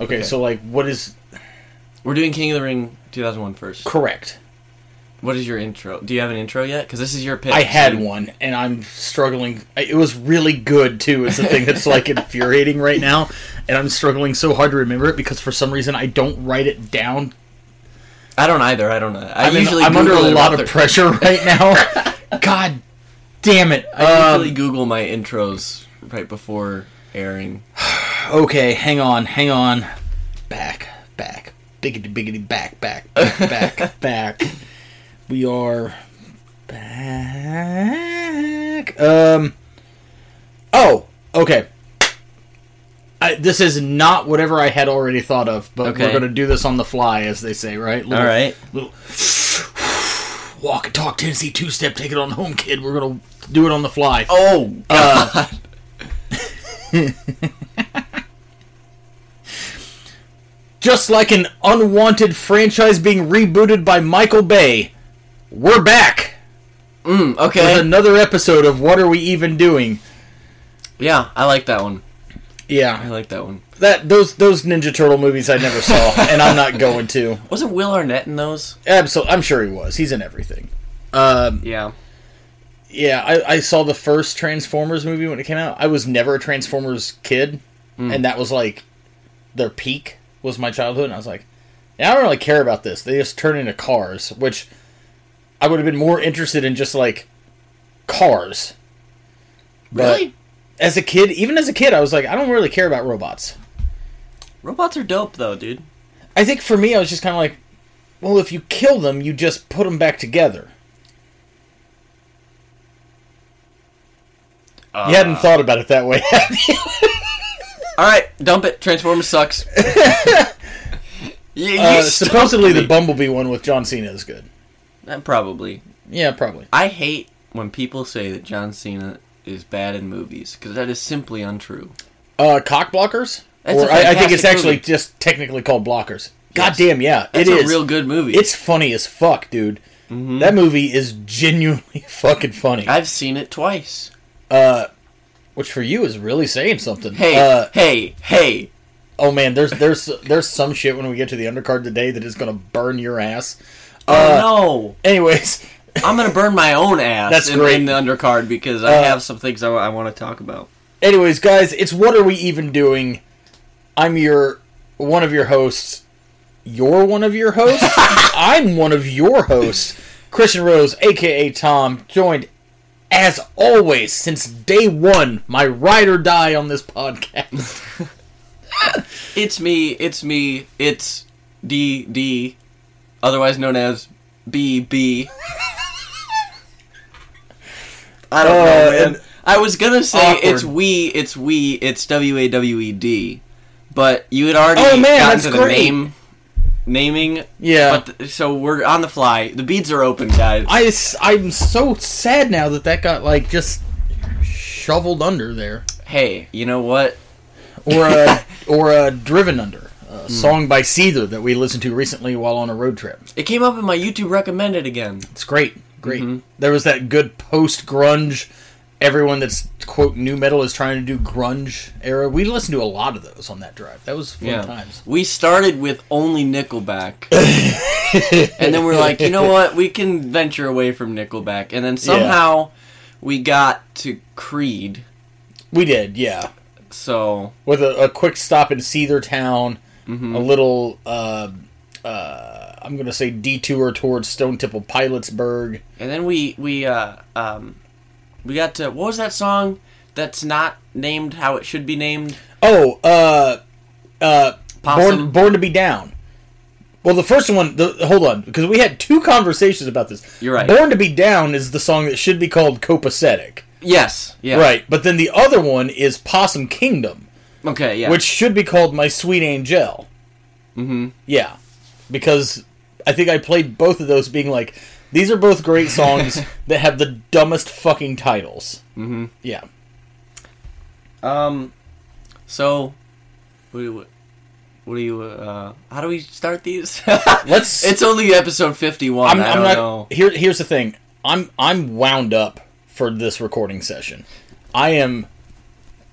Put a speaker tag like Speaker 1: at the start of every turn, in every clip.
Speaker 1: Okay, so like, what is
Speaker 2: We're doing King of the Ring 2001 first.
Speaker 1: correct?
Speaker 2: What is your intro? Do you have an intro yet? Because this is your pick.
Speaker 1: I had
Speaker 2: so-
Speaker 1: one, and I'm struggling. I- It was really good too. It's the thing that's like infuriating right now, and I'm struggling so hard to remember it because for some reason I don't write it down.
Speaker 2: I don't either. I don't know. I
Speaker 1: I'm, in-
Speaker 2: usually
Speaker 1: I'm under a
Speaker 2: Google it
Speaker 1: lot
Speaker 2: rather-
Speaker 1: of pressure right now. God damn it!
Speaker 2: I
Speaker 1: Um,
Speaker 2: usually Google my intros right before airing.
Speaker 1: okay, hang on, hang on. Back, back, biggity, biggity, back, back, back, back, back. We are back. Um. Oh, okay. I, this is not whatever I had already thought of, but
Speaker 2: Okay.
Speaker 1: we're going to do this on the fly, as they say, right? Little-
Speaker 2: All right.
Speaker 1: Little walk and talk Tennessee two step, take it on home, kid. We're going to do it on the fly.
Speaker 2: Oh,
Speaker 1: Just like an unwanted franchise being rebooted by Michael Bay, we're back
Speaker 2: mm, okay.
Speaker 1: Um, with another episode of What Are We Even Doing?
Speaker 2: yeah, I like that one. I
Speaker 1: Yeah,
Speaker 2: like that one.
Speaker 1: that those those Ninja Turtle movies I never saw, and I'm not going to.
Speaker 2: Wasn't Will Arnett in those?
Speaker 1: Absolutely, I'm sure he was. He's in everything. Um,
Speaker 2: Yeah.
Speaker 1: yeah, I, I saw the first Transformers movie when it came out. I was never a Transformers kid, and that was like their peak was my childhood. And I was like, I don't really care about this. They just turn into cars, which I would have been more interested in just like cars. But
Speaker 2: Really?
Speaker 1: As a kid, even as a kid, I was like, I don't really care about robots.
Speaker 2: Robots are dope though, dude.
Speaker 1: I think for me, I was just kind of like, well, if you kill them, you just put them back together.
Speaker 2: Uh,
Speaker 1: you hadn't thought about it that way. had you?
Speaker 2: All right, dump it. Transformers sucks. you, you
Speaker 1: uh,
Speaker 2: stumped
Speaker 1: supposedly,
Speaker 2: me.
Speaker 1: the Bumblebee one with John Cena is good.
Speaker 2: Uh, probably.
Speaker 1: Yeah, probably.
Speaker 2: I hate when people say that John Cena is bad in movies because that is simply untrue.
Speaker 1: Uh, cock blockers?
Speaker 2: That's
Speaker 1: or
Speaker 2: a
Speaker 1: I, I think
Speaker 2: fantastic
Speaker 1: it's actually
Speaker 2: movie.
Speaker 1: just technically called blockers.
Speaker 2: Yes.
Speaker 1: God damn, yeah,
Speaker 2: That's
Speaker 1: it
Speaker 2: a
Speaker 1: is.
Speaker 2: real good movie. Mm-hmm.
Speaker 1: It's funny as fuck, dude. That movie is genuinely fucking funny.
Speaker 2: I've seen it twice.
Speaker 1: which for you is really saying something.
Speaker 2: Hey,
Speaker 1: Uh,
Speaker 2: hey, hey!
Speaker 1: oh man, there's there's there's some shit when we get to the undercard today that is gonna burn your ass. uh,
Speaker 2: oh
Speaker 1: Anyways,
Speaker 2: no, I'm gonna burn my own ass.
Speaker 1: That's
Speaker 2: in,
Speaker 1: great.
Speaker 2: in the undercard because I
Speaker 1: Uh,
Speaker 2: have some things I, want to talk about.
Speaker 1: anyways, guys, it's what are we even doing? I'm your one of your hosts. You're one of your hosts. I'm one of your hosts, Christian Rose, aka Tom, joined as always since day one, my ride or die on this podcast.
Speaker 2: It's me. It's me. It's D D, otherwise known as B B. I don't know,
Speaker 1: Uh,
Speaker 2: man.
Speaker 1: and-
Speaker 2: I was gonna say
Speaker 1: Awkward.
Speaker 2: it's we, it's we, it's W A W E D, but you had already
Speaker 1: Oh, man,
Speaker 2: gotten
Speaker 1: that's
Speaker 2: to the
Speaker 1: great.
Speaker 2: name naming.
Speaker 1: Yeah.
Speaker 2: But th- so we're on the fly. The beads are open, guys.
Speaker 1: I s- I'm so sad now that that got like just shoveled under there,
Speaker 2: hey, you know what?
Speaker 1: or uh, or uh, driven under. A song by Seether that we listened to recently while on a road trip.
Speaker 2: It came up in my YouTube recommended again.
Speaker 1: It's great, great. There was that good post grunge. Everyone that's quote new metal is trying to do grunge era. We listened to a lot of those on that drive. That was fun times.
Speaker 2: We started with only Nickelback. and then we're like, you know what? We can venture away from Nickelback. And then somehow we got to Creed.
Speaker 1: We did, yeah.
Speaker 2: So,
Speaker 1: With a, a quick stop in Seether Town, a little. Uh, uh, I'm gonna say detour towards Stone Temple Pilotsburg.
Speaker 2: and then we we uh um we got to what was that song that's not named how it should be named?
Speaker 1: Oh, uh, uh,
Speaker 2: Possum.
Speaker 1: born born to be down. Well, the first one. The, hold on, because we had two conversations about this.
Speaker 2: You're right.
Speaker 1: Born to be down is the song that should be called copacetic,
Speaker 2: Yes. Yeah.
Speaker 1: right? But then the other one is Possum Kingdom,
Speaker 2: Okay, yeah.
Speaker 1: which should be called My Sweet Angel. Mm-hmm. Yeah, because I think I played both of those, being like, these are both great songs that have the dumbest fucking titles. Mm-hmm. Yeah.
Speaker 2: um so what do you- what do you uh how do we start these?
Speaker 1: Let's.
Speaker 2: it's only episode 51.
Speaker 1: I'm,
Speaker 2: I
Speaker 1: I'm
Speaker 2: don't
Speaker 1: not.
Speaker 2: know.
Speaker 1: Here, here's the thing. I'm I'm wound up for this recording session. I am,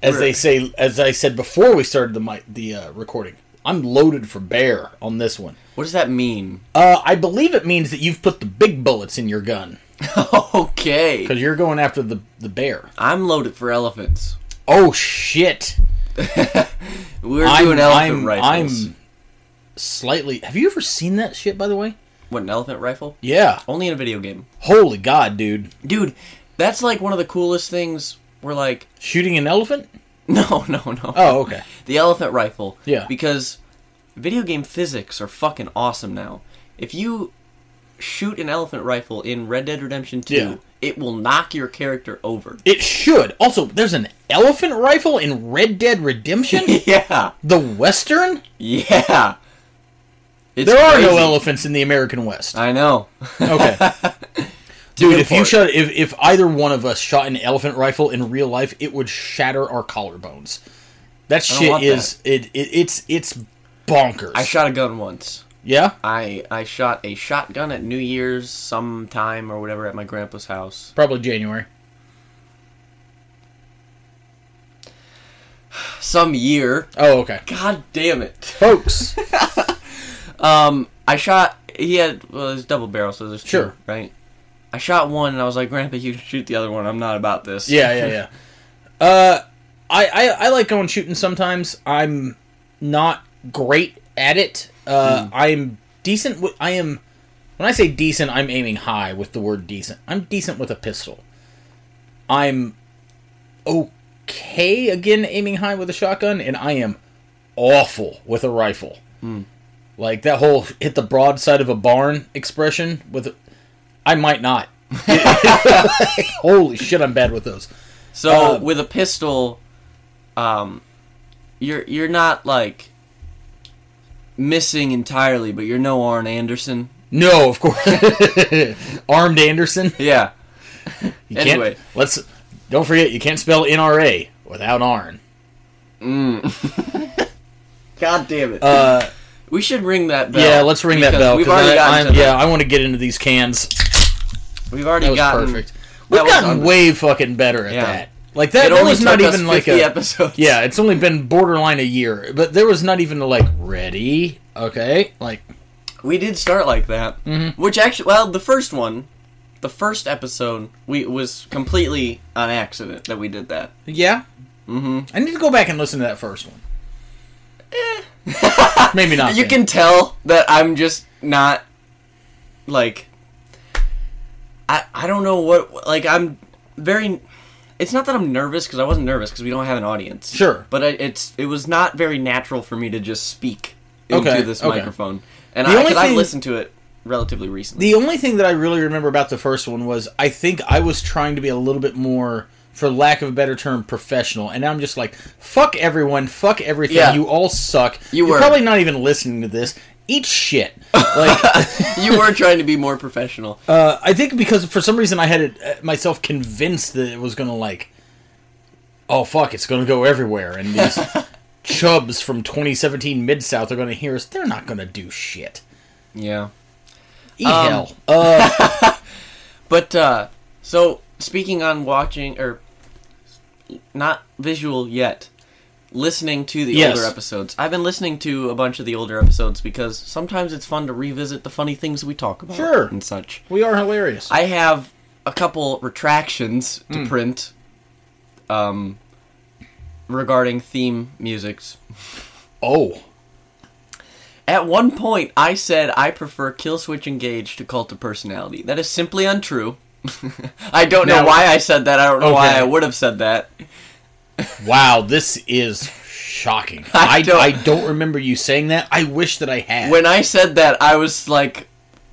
Speaker 1: as they
Speaker 2: Really?
Speaker 1: say, as I said before we started the mic, the uh, recording. I'm loaded for bear on this one.
Speaker 2: What does that mean?
Speaker 1: Uh, I believe it means that you've put the big bullets in your gun
Speaker 2: okay.
Speaker 1: because you're going after the the bear.
Speaker 2: I'm loaded for elephants.
Speaker 1: Oh shit!
Speaker 2: We're doing elephant rifles.
Speaker 1: I'm slightly. Have you ever seen that shit? By the way,
Speaker 2: What an elephant rifle?
Speaker 1: yeah.
Speaker 2: Only in a video game.
Speaker 1: Holy god, dude!
Speaker 2: Dude, that's like one of the coolest things. We're like,
Speaker 1: Shooting an elephant?
Speaker 2: no, no, no.
Speaker 1: Oh, okay.
Speaker 2: The elephant rifle.
Speaker 1: Yeah.
Speaker 2: Because video game physics are fucking awesome now. If you shoot an elephant rifle in Red Dead Redemption 2,
Speaker 1: Yeah.
Speaker 2: it will knock your character over.
Speaker 1: It should. Also, there's an elephant rifle in Red Dead Redemption,
Speaker 2: yeah.
Speaker 1: the Western.
Speaker 2: Yeah. It's
Speaker 1: There are no
Speaker 2: crazy.
Speaker 1: elephants in the American West.
Speaker 2: I know.
Speaker 1: Okay. Dude, if you
Speaker 2: Import.
Speaker 1: shot if, if either one of us shot an elephant rifle in real life, it would shatter our collarbones. That
Speaker 2: don't want
Speaker 1: shit is It, it it's it's bonkers.
Speaker 2: I shot a gun once.
Speaker 1: yeah?
Speaker 2: I I shot a shotgun at New Year's sometime or whatever at my grandpa's house.
Speaker 1: Probably January.
Speaker 2: Some year.
Speaker 1: Oh, okay.
Speaker 2: God damn it.
Speaker 1: Folks.
Speaker 2: Um, I shot. He had well, it's double barrel, so there's two,
Speaker 1: Sure.
Speaker 2: right. I shot one, and I was like, "Grandpa, you can shoot the other one. I'm not about this."
Speaker 1: yeah, yeah, yeah. Uh I, I I like going shooting sometimes. I'm not great at it. Uh I'm decent with I am when I say decent, I'm aiming high with the word decent. I'm decent with a pistol. I'm okay again aiming high with a shotgun, and I am awful with a rifle. Like that whole hit the broadside of a barn expression with I might not. Holy shit, I'm bad with those.
Speaker 2: So
Speaker 1: Um,
Speaker 2: with a pistol, um, you're you're not like missing entirely, but you're no Arn Anderson.
Speaker 1: No, of course. Armed Anderson.
Speaker 2: Yeah.
Speaker 1: You can't,
Speaker 2: Anyway.
Speaker 1: let's don't forget you can't spell NRA without Arn.
Speaker 2: God damn it.
Speaker 1: Uh
Speaker 2: we should ring that bell.
Speaker 1: Yeah, let's ring that
Speaker 2: because
Speaker 1: bell.
Speaker 2: We've
Speaker 1: 'cause
Speaker 2: already
Speaker 1: I,
Speaker 2: gotten.
Speaker 1: I'm-
Speaker 2: to
Speaker 1: yeah, I want to get into these cans.
Speaker 2: the- We've already
Speaker 1: That was
Speaker 2: gotten.
Speaker 1: perfect.
Speaker 2: that
Speaker 1: We've
Speaker 2: was
Speaker 1: gotten
Speaker 2: under-
Speaker 1: way fucking better at
Speaker 2: Yeah.
Speaker 1: that. Like that,
Speaker 2: It
Speaker 1: that
Speaker 2: only
Speaker 1: was
Speaker 2: took
Speaker 1: not
Speaker 2: us
Speaker 1: even like
Speaker 2: 50
Speaker 1: a
Speaker 2: episodes.
Speaker 1: yeah. It's only been borderline a year, but there was not even a like ready. Okay, like
Speaker 2: We did start like that,
Speaker 1: Mm-hmm.
Speaker 2: which actually, well, the first one, the first episode, we was completely on accident that we did that.
Speaker 1: yeah. Mm-hmm. I need to go back and listen to that first one. Maybe not.
Speaker 2: Eh. You
Speaker 1: then.
Speaker 2: can tell that I'm just not like I I don't know what like I'm very. It's not that I'm nervous because I wasn't nervous because we don't have an audience.
Speaker 1: Sure.
Speaker 2: but I, it's it was not very natural for me to just speak into
Speaker 1: Okay,
Speaker 2: this
Speaker 1: okay.
Speaker 2: microphone, and
Speaker 1: The
Speaker 2: I,
Speaker 1: only
Speaker 2: 'cause I
Speaker 1: thing-
Speaker 2: listened to it relatively recently.
Speaker 1: The only thing that I really remember about the first one was I think I was trying to be a little bit more, for lack of a better term, professional, and now I'm just like, fuck everyone, fuck everything,
Speaker 2: Yeah.
Speaker 1: you all suck.
Speaker 2: You
Speaker 1: You're
Speaker 2: were.
Speaker 1: probably not even listening to this. Eat shit. Like
Speaker 2: you were trying to be more professional.
Speaker 1: uh, I think because for some reason I had it, uh, myself convinced that it was gonna like, oh fuck, it's gonna go everywhere, and these chubs from 2017 Mid South are gonna hear us. They're not gonna do shit.
Speaker 2: yeah.
Speaker 1: Eat
Speaker 2: Um,
Speaker 1: hell. Uh,
Speaker 2: But uh so speaking on watching or not visual yet, listening to the
Speaker 1: Yes.
Speaker 2: older episodes. I've been listening to a bunch of the older episodes because sometimes it's fun to revisit the funny things we talk about
Speaker 1: Sure.
Speaker 2: and such.
Speaker 1: we are hilarious.
Speaker 2: I have a couple retractions to
Speaker 1: Hmm.
Speaker 2: print um regarding theme musics.
Speaker 1: oh.
Speaker 2: At one point I said I prefer Kill Switch Engage to Cult of Personality. That is simply untrue. I don't know
Speaker 1: Now-
Speaker 2: why I said that. I don't know why
Speaker 1: Okay.
Speaker 2: I would have said that.
Speaker 1: Wow, this is shocking.
Speaker 2: I
Speaker 1: I, I,
Speaker 2: don't-
Speaker 1: don't, remember you saying that. I wish that I had.
Speaker 2: when I said that, I was like,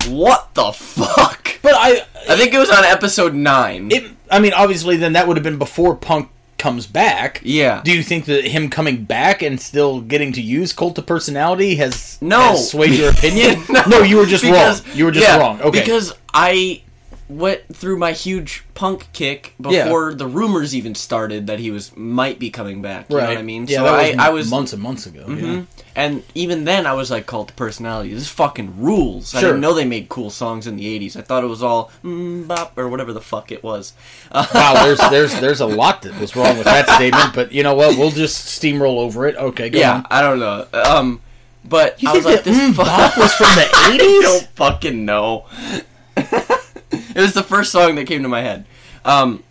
Speaker 2: "What the fuck?"
Speaker 1: but I,
Speaker 2: I think it was on episode nine.
Speaker 1: it, I mean, obviously, then that would have been before Punk comes back.
Speaker 2: yeah.
Speaker 1: Do you think that him coming back and still getting to use cult of personality has
Speaker 2: No.
Speaker 1: has swayed your opinion? no, you were just
Speaker 2: Because-
Speaker 1: wrong. You were just
Speaker 2: yeah,
Speaker 1: wrong. Okay,
Speaker 2: Because I went through my huge punk kick
Speaker 1: Yeah.
Speaker 2: before the rumors even started that he was might be coming back. You know what I mean?
Speaker 1: Yeah,
Speaker 2: so
Speaker 1: that was,
Speaker 2: I, I was Mm-hmm.
Speaker 1: months and months ago. yeah.
Speaker 2: And even then, I was like, cult of personality. This fucking rules. I
Speaker 1: Sure.
Speaker 2: didn't know they made cool songs in the 80s. I thought it was all mm, bop or whatever the fuck it was.
Speaker 1: Wow, there's there's there's a lot that was wrong with that statement, but you know what? We'll just steamroll over it. Okay, go
Speaker 2: Yeah,
Speaker 1: on.
Speaker 2: I don't know. Um, But
Speaker 1: You
Speaker 2: I
Speaker 1: think
Speaker 2: was like,
Speaker 1: that
Speaker 2: this
Speaker 1: mm,
Speaker 2: fuck.
Speaker 1: bop was from the
Speaker 2: I
Speaker 1: eighties?
Speaker 2: don't fucking know. it was the first song that came to my head. Um,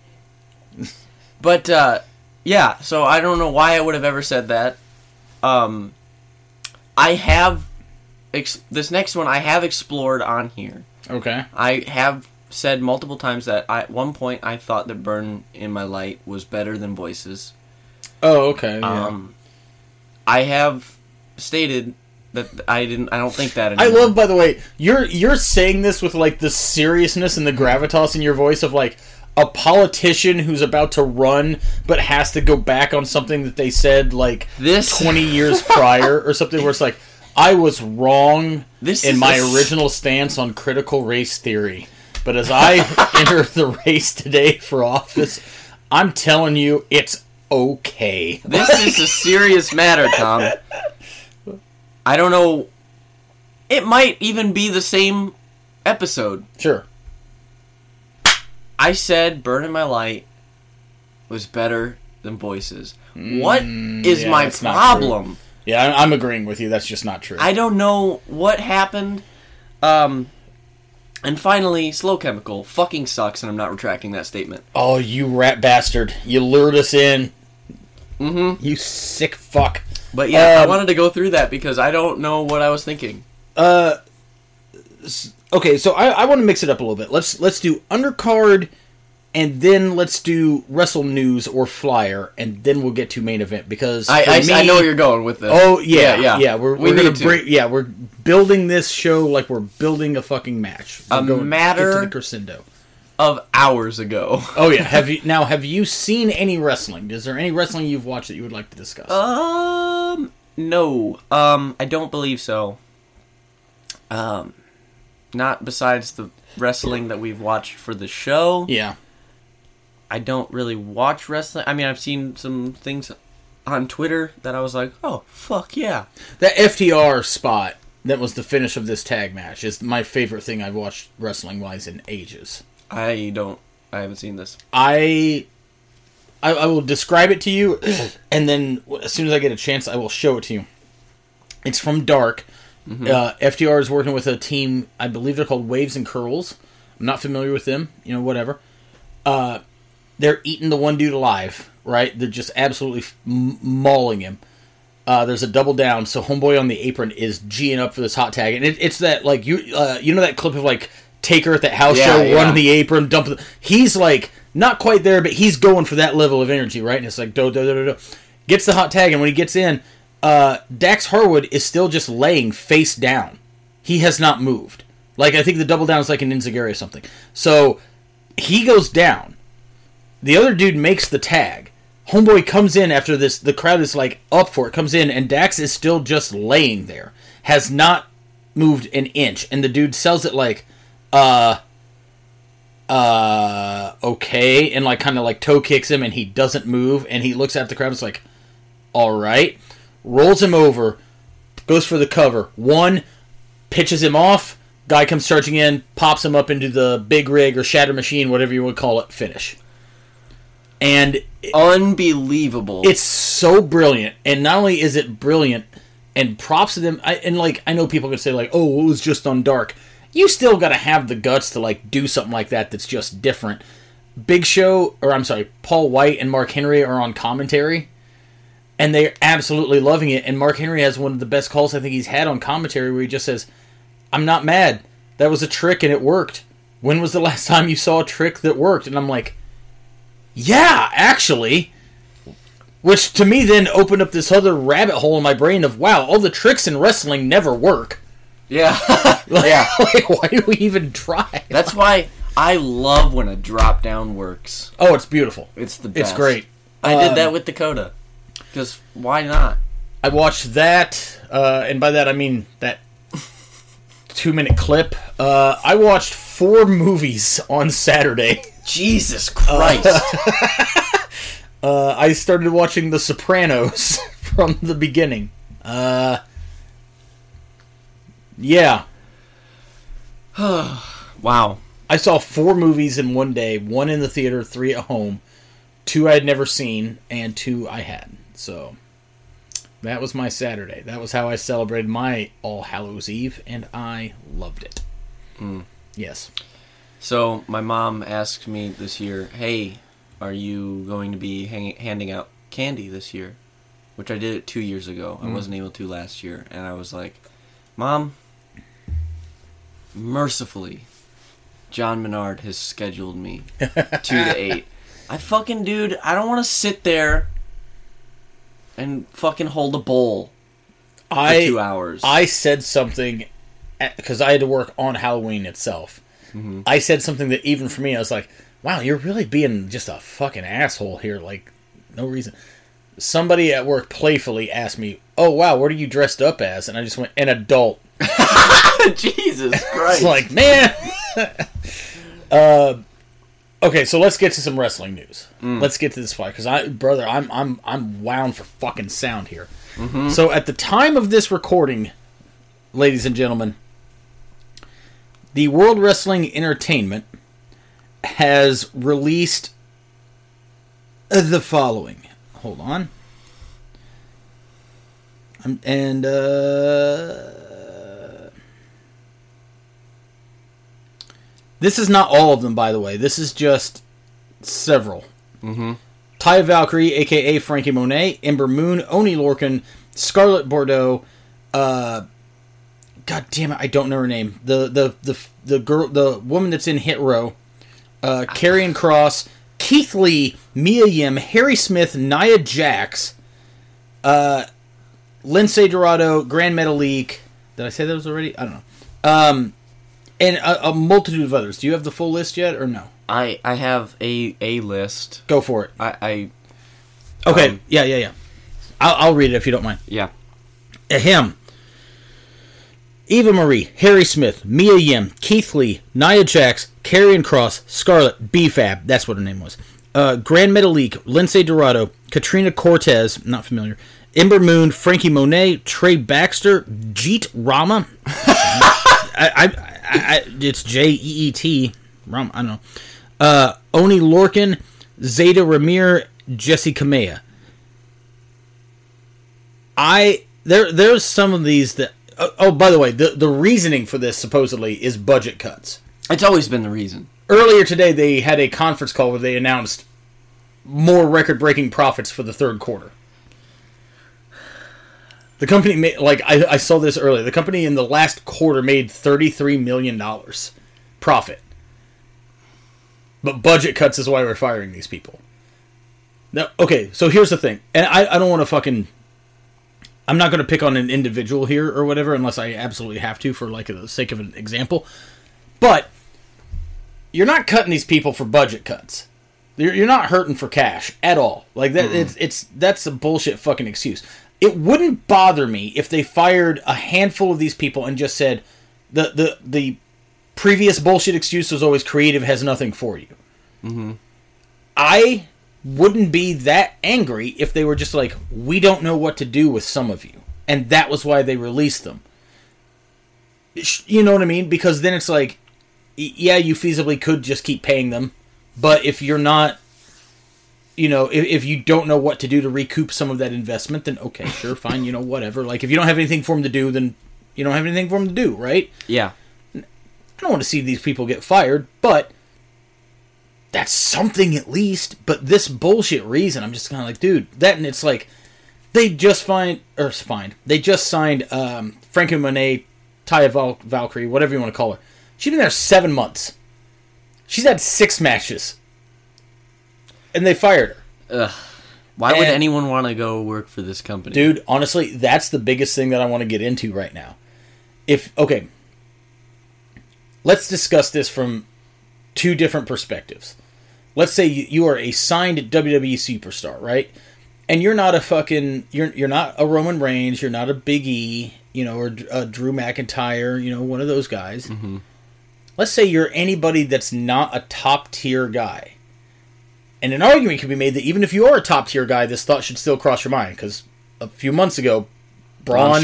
Speaker 2: but uh, yeah, so I don't know why I would have ever said that. Um, I have ex- this next one I have explored on here.
Speaker 1: Okay.
Speaker 2: I have said multiple times that I, at one point I thought that "Burn in My Light" was better than Voices.
Speaker 1: Oh, okay. Yeah.
Speaker 2: Um, I have stated that I didn't. I don't think that.
Speaker 1: I
Speaker 2: Anymore.
Speaker 1: love, by the way, you're you're saying this with like the seriousness and the gravitas in your voice of like a politician who's about to run but has to go back on something that they said like
Speaker 2: This-
Speaker 1: twenty years prior or something where it's like I was wrong
Speaker 2: This
Speaker 1: in
Speaker 2: is
Speaker 1: my
Speaker 2: a s-
Speaker 1: original stance on critical race theory, but as I enter the race today for office, I'm telling you it's okay.
Speaker 2: This is a serious matter, Tom. I don't know. It might even be the same episode.
Speaker 1: Sure.
Speaker 2: I said "Burning My Light" was better than Voices. what is
Speaker 1: Hmm, yeah,
Speaker 2: my
Speaker 1: that's not true.
Speaker 2: problem?
Speaker 1: Yeah, I- I'm agreeing with you. That's just not true.
Speaker 2: I don't know what happened. Um, and finally, Slow Chemical fucking sucks, and I'm not retracting that statement.
Speaker 1: Oh, you rat bastard. You lured us in. Mm-hmm. You sick fuck.
Speaker 2: But yeah, I
Speaker 1: Um,
Speaker 2: wanted to go through that because I don't know what I was thinking.
Speaker 1: Okay, so I, I want to mix it up a little bit. Let's let's do undercard and then let's do wrestle news or flyer and then we'll get to main event because
Speaker 2: I
Speaker 1: for
Speaker 2: I, I
Speaker 1: me-
Speaker 2: know where you're going with this.
Speaker 1: Oh yeah, yeah, yeah. We're,
Speaker 2: We
Speaker 1: we're gonna
Speaker 2: need to.
Speaker 1: bring, yeah, we're building this show like we're building a fucking match. We're
Speaker 2: A
Speaker 1: going- get to
Speaker 2: matter-
Speaker 1: the crescendo.
Speaker 2: of hours ago.
Speaker 1: Oh yeah. Have you now? Have you seen any wrestling? Is there any wrestling you've watched that you would like to discuss?
Speaker 2: Uh, Um, no. Um, I don't believe so. Um, not besides the wrestling that we've watched for the show.
Speaker 1: yeah.
Speaker 2: I don't really watch wrestling. I mean, I've seen some things on Twitter that I was like, "Oh, fuck yeah."
Speaker 1: That FTR spot that was the finish of this tag match is my favorite thing I've watched wrestling wise in ages.
Speaker 2: I don't I haven't seen this.
Speaker 1: I, I I will describe it to you, and then as soon as I get a chance, I will show it to you. It's from Dark. Uh, FTR is working with a team. I believe they're called Waves and Curls. I'm not familiar with them. You know, whatever. Uh, they're eating the one dude alive. Right? They're just absolutely f- m- mauling him. Uh, there's a double down, so homeboy on the apron is geeing up for this hot tag, and it, it's that like you uh, you know that clip of like Taker at that house
Speaker 2: Yeah,
Speaker 1: show
Speaker 2: yeah.
Speaker 1: running the apron, dumping. The, he's like not quite there, but he's going for that level of energy, right? And it's like do do do do do, gets the hot tag, and when he gets in, uh, Dax Harwood is still just laying face down. He has not moved. Like I think the double down is like an Inzaghi or something. So he goes down. The other dude makes the tag. Homeboy comes in after this. The crowd is like up for it. Comes in and Dax is still just laying there, has not moved an inch. And the dude sells it like, uh, uh, okay, and like kind of like toe kicks him, and he doesn't move. And he looks at the crowd. and It's like, all right, rolls him over, goes for the cover. One, pitches him off. Guy comes charging in, pops him up into the big rig or shatter machine, whatever you would call it. Finish. And
Speaker 2: Unbelievable.
Speaker 1: it's so brilliant and not only is it brilliant and props to them I, and like i know people can say like oh it was just on dark you still gotta have the guts to like do something like that that's just different big show or i'm sorry paul white and mark henry are on commentary and they're absolutely loving it and mark henry has one of the best calls i think he's had on commentary where he just says i'm not mad that was a trick and it worked when was the last time you saw a trick that worked and i'm like yeah actually which to me then opened up this other rabbit hole in my brain of wow, all the tricks in wrestling never work.
Speaker 2: yeah.
Speaker 1: Yeah. like, why do we even try?
Speaker 2: That's why I love when a drop down works.
Speaker 1: Oh, it's beautiful.
Speaker 2: It's the best.
Speaker 1: It's great.
Speaker 2: I
Speaker 1: Um,
Speaker 2: did that with Dakota. Cuz why not?
Speaker 1: I watched that, uh, and by that I mean that two minute clip. Uh, I watched four movies on Saturday.
Speaker 2: Jesus Christ.
Speaker 1: Uh, I started watching The Sopranos from the beginning. Uh, yeah,
Speaker 2: wow.
Speaker 1: I saw four movies in one day, one in the theater, three at home, two I had never seen, and two I had. So That was my Saturday. That was how I celebrated my All Hallows Eve, and I loved it. Yes.
Speaker 2: So my mom asked me this year, "Hey, are you going to be hang- handing out candy this year?" Which I did it two years ago.
Speaker 1: Mm.
Speaker 2: I wasn't able to last year, and I was like, "Mom, mercifully, John Menard has scheduled me two to eight. I fucking dude, I don't want to sit there and fucking hold a bowl for
Speaker 1: I
Speaker 2: two hours.
Speaker 1: I said something because I had to work on Halloween itself. I said something that even for me, I was like, "Wow, you're really being just a fucking asshole here. Like, no reason." Somebody at work playfully asked me, "Oh wow, what are you dressed up as?" And I just went, "An adult."
Speaker 2: Jesus
Speaker 1: It's
Speaker 2: Christ!
Speaker 1: like, man. uh, okay, so let's get to some wrestling news. Let's get to this fight because I, brother, I'm I'm I'm wound for fucking sound here. So at the time of this recording, ladies and gentlemen, the World Wrestling Entertainment has released the following. Hold on. Um, and uh This is not all of them, by the way. This is just several. Mm-hmm. Ty Valkyrie, aka Frankie Monet, Ember Moon, Oni Lorcan, Scarlet Bordeaux. Uh, God damn it, I don't know her name. The the the the girl, the woman that's in Hit Row. Uh, Karrion Cross, Keith Lee, Mia Yim, Harry Smith, Nia Jax, uh, Lindsay Dorado, Grand Metalik. Did I say those already? I don't know and a, a multitude of others. Do you have the full list yet, or no?
Speaker 2: I I have a a list.
Speaker 1: Go for it.
Speaker 2: I, I
Speaker 1: Okay.
Speaker 2: Um,
Speaker 1: yeah, yeah, yeah. I'll, I'll read it if you don't mind.
Speaker 2: yeah.
Speaker 1: Uh, Him. Eva Marie, Harry Smith, Mia Yim, Keith Lee, Nia Jax, Karrion Cross, Scarlett, BFAB, that's what her name was. Uh, Grand Metalik, Lindsay Dorado, Katrina Cortez, not familiar, Ember Moon, Frankie Monet, Trey Baxter, Jeet Rama. I, I, I, I, it's J E E T, Rama, I don't know. Uh, Oni Lorcan, Zeta Ramir, Jesse Kamea. I there there's some of these that oh, oh by the way the the reasoning for this supposedly is budget cuts.
Speaker 2: It's always been the reason.
Speaker 1: Earlier today they had a conference call where they announced more record-breaking profits for the third quarter. The company made like I, I saw this earlier. The company in the last quarter made 33 million dollars profit. But budget cuts is why we're firing these people. Now, okay, so here's the thing, and I, I don't want to fucking. I'm not going to pick on an individual here or whatever, unless I absolutely have to for like the sake of an example. But you're not cutting these people for budget cuts. You're, you're not hurting for cash at all. Like that, it's it's that's a bullshit fucking excuse. It wouldn't bother me if they fired a handful of these people and just said the the the previous bullshit excuse was always creative has nothing for you. I wouldn't be that angry if they were just like, we don't know what to do with some of you. And that was why they released them. Sh- You know what I mean? Because then it's like, y- yeah, you feasibly could just keep paying them. But if you're not, you know, if, if you don't know what to do to recoup some of that investment, then okay, sure, fine, you know, whatever. Like, if you don't have anything for them to do, then you don't have anything for them to do, right?
Speaker 2: Yeah.
Speaker 1: I don't want to see these people get fired, but that's something at least. But this bullshit reason, I'm just kind of like, dude, that and it's like they just find or find they just signed um, Frankie Monet, Taya Val- Valkyrie, whatever you want to call her. She's been there seven months. She's had six matches, and they fired her.
Speaker 2: Why would
Speaker 1: And-
Speaker 2: anyone want to go work for this company?
Speaker 1: dude honestly that's the biggest thing that i want to get into right now if okay let's discuss this from two different perspectives let's say you, you are a signed wwe superstar right and you're not a fucking you're you're not a roman reigns you're not a big e you know or a drew mcintyre you know one of those guys
Speaker 2: Mm-hmm.
Speaker 1: let's say you're anybody that's not a top tier guy and an argument can be made that even if you are a top tier guy, this thought should still cross your mind because a few months ago,
Speaker 2: Braun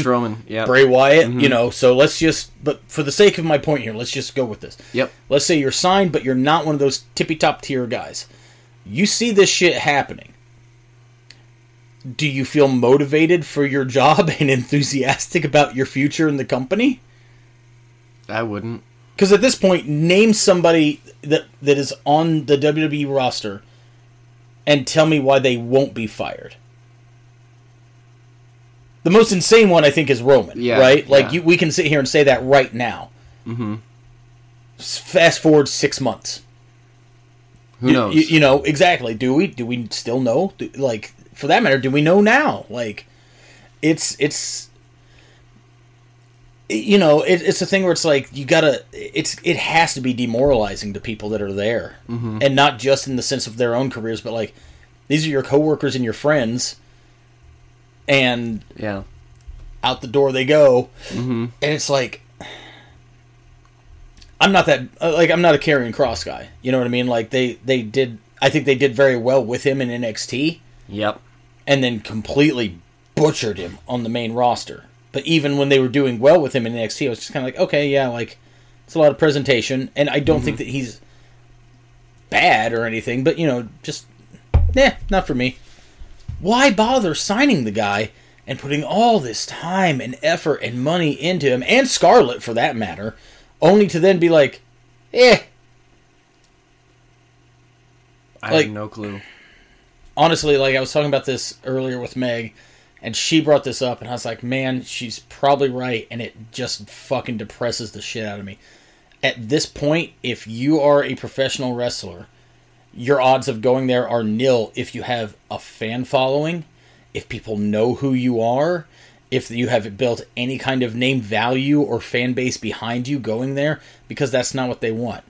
Speaker 1: Braun,
Speaker 2: Strowman. Yeah. Mm-hmm.
Speaker 1: Bray Wyatt, you know. So let's just, but for the sake of my point here, let's just go with this.
Speaker 2: Yep.
Speaker 1: Let's say you're signed, but you're not one of those tippy top tier guys. You see this shit happening. do you feel motivated for your job and enthusiastic about your future in the company?
Speaker 2: I wouldn't.
Speaker 1: Because at this point, name somebody that that is on the WWE roster and tell me why they won't be fired. The most insane one I think is Roman,
Speaker 2: Yeah,
Speaker 1: right? Like
Speaker 2: yeah.
Speaker 1: you, we can sit here and say that right now. Mm-hmm. Fast forward six months.
Speaker 2: Who
Speaker 1: You-
Speaker 2: knows?
Speaker 1: You, you know exactly. Do we? Do we still know? Do, like for that matter, do we know now? Like it's it's you know it, it's a thing where it's like you gotta it's it has to be demoralizing to people that are there
Speaker 2: Mm-hmm.
Speaker 1: and not just in the sense of their own careers but like these are your coworkers and your friends and
Speaker 2: yeah.
Speaker 1: out the door they go and it's like i'm not that uh, like i'm not a carrying cross guy you know what i mean like they they did i think they did very well with him in nxt
Speaker 2: Yep.
Speaker 1: and then completely butchered him on the main roster but even when they were doing well with him in nxt i was just kind of like okay yeah like it's a lot of presentation and i don't think that he's bad or anything but you know just nah not for me why bother signing the guy and putting all this time and effort and money into him and Scarlet for that matter, only to then be like, eh.
Speaker 2: I
Speaker 1: Like-
Speaker 2: have no clue.
Speaker 1: Honestly, like I was talking about this earlier with Meg, and she brought this up, and I was like, man, she's probably right, and it just fucking depresses the shit out of me. At this point, if you are a professional wrestler, your odds of going there are nil if you have a fan following, if people know who you are, if you have built any kind of name value or fan base behind you going there, because that's not what they want.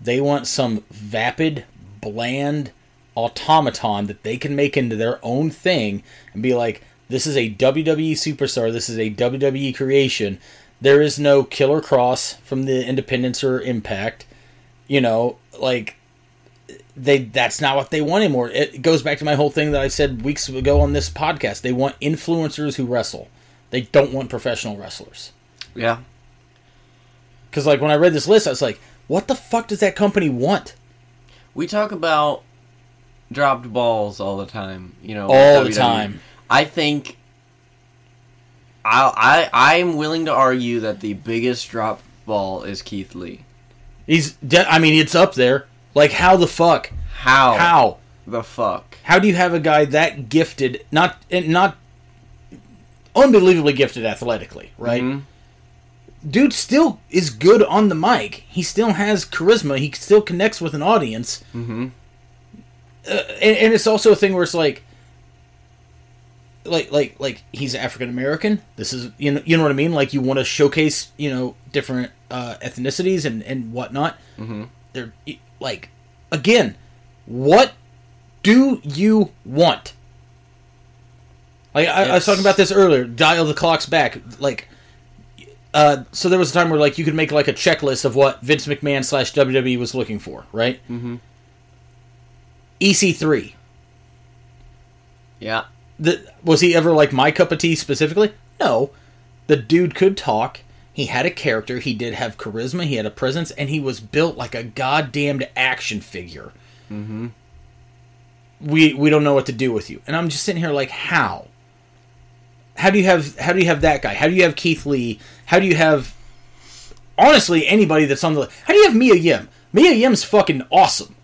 Speaker 1: They want some vapid, bland automaton that they can make into their own thing and be like, this is a WWE superstar, this is a WWE creation. There is no killer cross from the independence or impact. You know, like they that's not what they want anymore. It goes back to my whole thing that I said weeks ago on this podcast. They want influencers who wrestle. They don't want professional wrestlers.
Speaker 2: Yeah.
Speaker 1: Cuz like when I read this list I was like, what the fuck does that company want?
Speaker 2: We talk about dropped balls all the time, you know.
Speaker 1: All the
Speaker 2: WWE.
Speaker 1: time.
Speaker 2: E. I think I I I'm willing to argue that the biggest drop ball is Keith Lee.
Speaker 1: He's de- I mean, it's up there. Like how the fuck?
Speaker 2: How?
Speaker 1: How?
Speaker 2: the fuck?
Speaker 1: How do you have a guy that gifted, not and not unbelievably gifted athletically, right?
Speaker 2: Mhm.
Speaker 1: Dude still is good on the mic. He still has charisma. He still connects with an audience. Mm-hmm. Uh, and, and it's also a thing where it's like, like, like, like he's African American. This is you know, you know what I mean. Like you want to showcase you know different uh, ethnicities and and whatnot. Mm-hmm. They're like, again, what do you want? Like I, I was
Speaker 2: It's-
Speaker 1: talking about this earlier. Dial the clocks back. Like, uh, so there was a time where like you could make like a checklist of what Vince McMahon slash WWE was looking for, right? Mm-hmm. EC three.
Speaker 2: Yeah.
Speaker 1: The, was he ever like my cup of tea specifically? No. The dude could talk. He had a character. He did have charisma. He had a presence, and he was built like a goddamned action figure. Mm-hmm. We we don't know what to do with you, and I'm just sitting here like, how? How do you have how do you have that guy? How do you have Keith Lee? How do you have honestly anybody that's on the? How do you have Mia Yim? Mia Yim's fucking awesome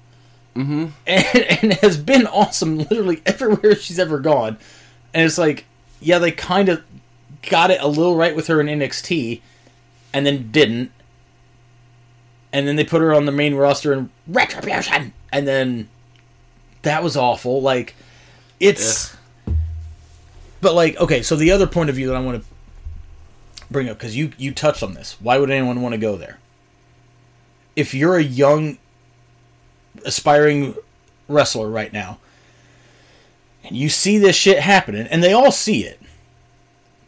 Speaker 1: and, and has been awesome literally everywhere she's ever gone. And it's like, yeah, they kind of got it a little right with her in NXT, and then didn't. And then they put her on the main roster in Retribution, and then that was awful. Like, it's. But like, okay, so the other point of view that I want to bring up because you you touched on this. Why would anyone want to go there? If you're a young aspiring wrestler right now and you see this shit happening and they all see it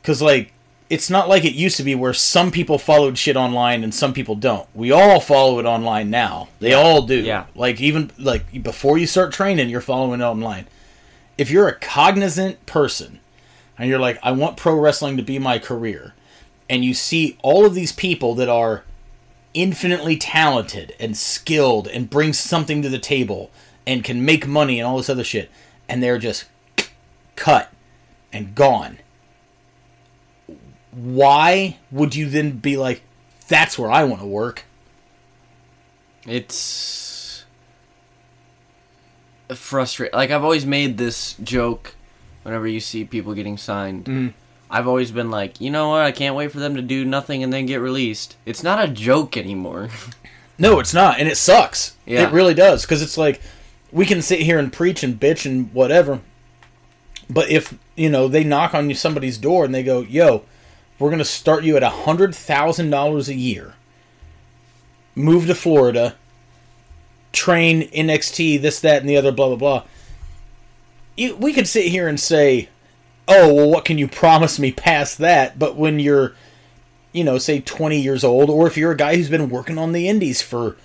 Speaker 1: because like it's not like it used to be where some people followed shit online and some people don't we all follow it online now they all do
Speaker 2: Yeah.
Speaker 1: like even like before you start training you're following it online if you're a cognizant person and you're like i want pro wrestling to be my career and you see all of these people that are infinitely talented and skilled and brings something to the table and can make money and all this other shit and they're just cut and gone, why would you then be like, that's where I want to work?
Speaker 2: It's frustrating. Like I've always made this joke whenever you see people getting signed. I've always been like, you know what? I can't wait for them to do nothing and then get released. It's not a joke anymore.
Speaker 1: No, it's not, and it sucks.
Speaker 2: Yeah.
Speaker 1: It really does because it's like we can sit here and preach and bitch and whatever, but if you know they knock on somebody's door and they go, "Yo, we're gonna start you at a hundred thousand dollars a year, move to Florida, train NXT, this, that, and the other, blah, blah, blah." You, we could sit here and say, "Oh, well, what can you promise me past that?" But when you're you know, say 20 years old, or if you're a guy who's been working on the indies for,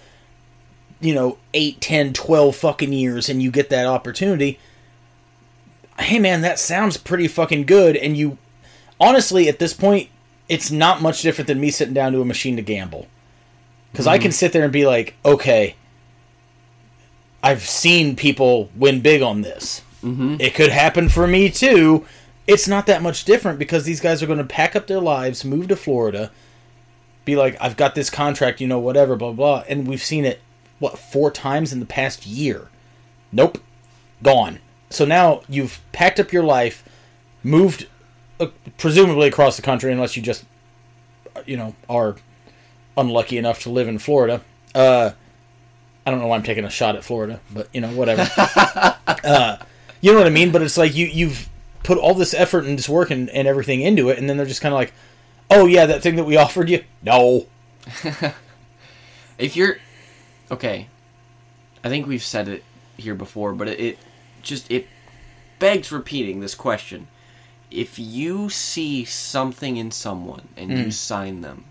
Speaker 1: you know, 8, 10, 12 fucking years and you get that opportunity, hey man, that sounds pretty fucking good. And you, honestly, at this point, it's not much different than me sitting down to a machine to gamble. Because I can sit there and be like, okay, I've seen people win big on this. It could happen for me too. It's not that much different because these guys are going to pack up their lives, move to Florida, be like, I've got this contract, you know, whatever, blah, blah. And we've seen it, what, four times in the past year? Nope. Gone. So now you've packed up your life, moved uh, presumably across the country, unless you just, you know, are unlucky enough to live in Florida. Uh, I don't know why I'm taking a shot at Florida, but, you know, whatever. you know what I mean? But it's like you you've put all this effort and this work and, and everything into it, and then they're just kind of like, oh yeah, that thing that we offered you, no,
Speaker 2: if you're okay i think we've said it here before but it, it just it begs repeating this question if you see something in someone and
Speaker 1: Hmm.
Speaker 2: you sign them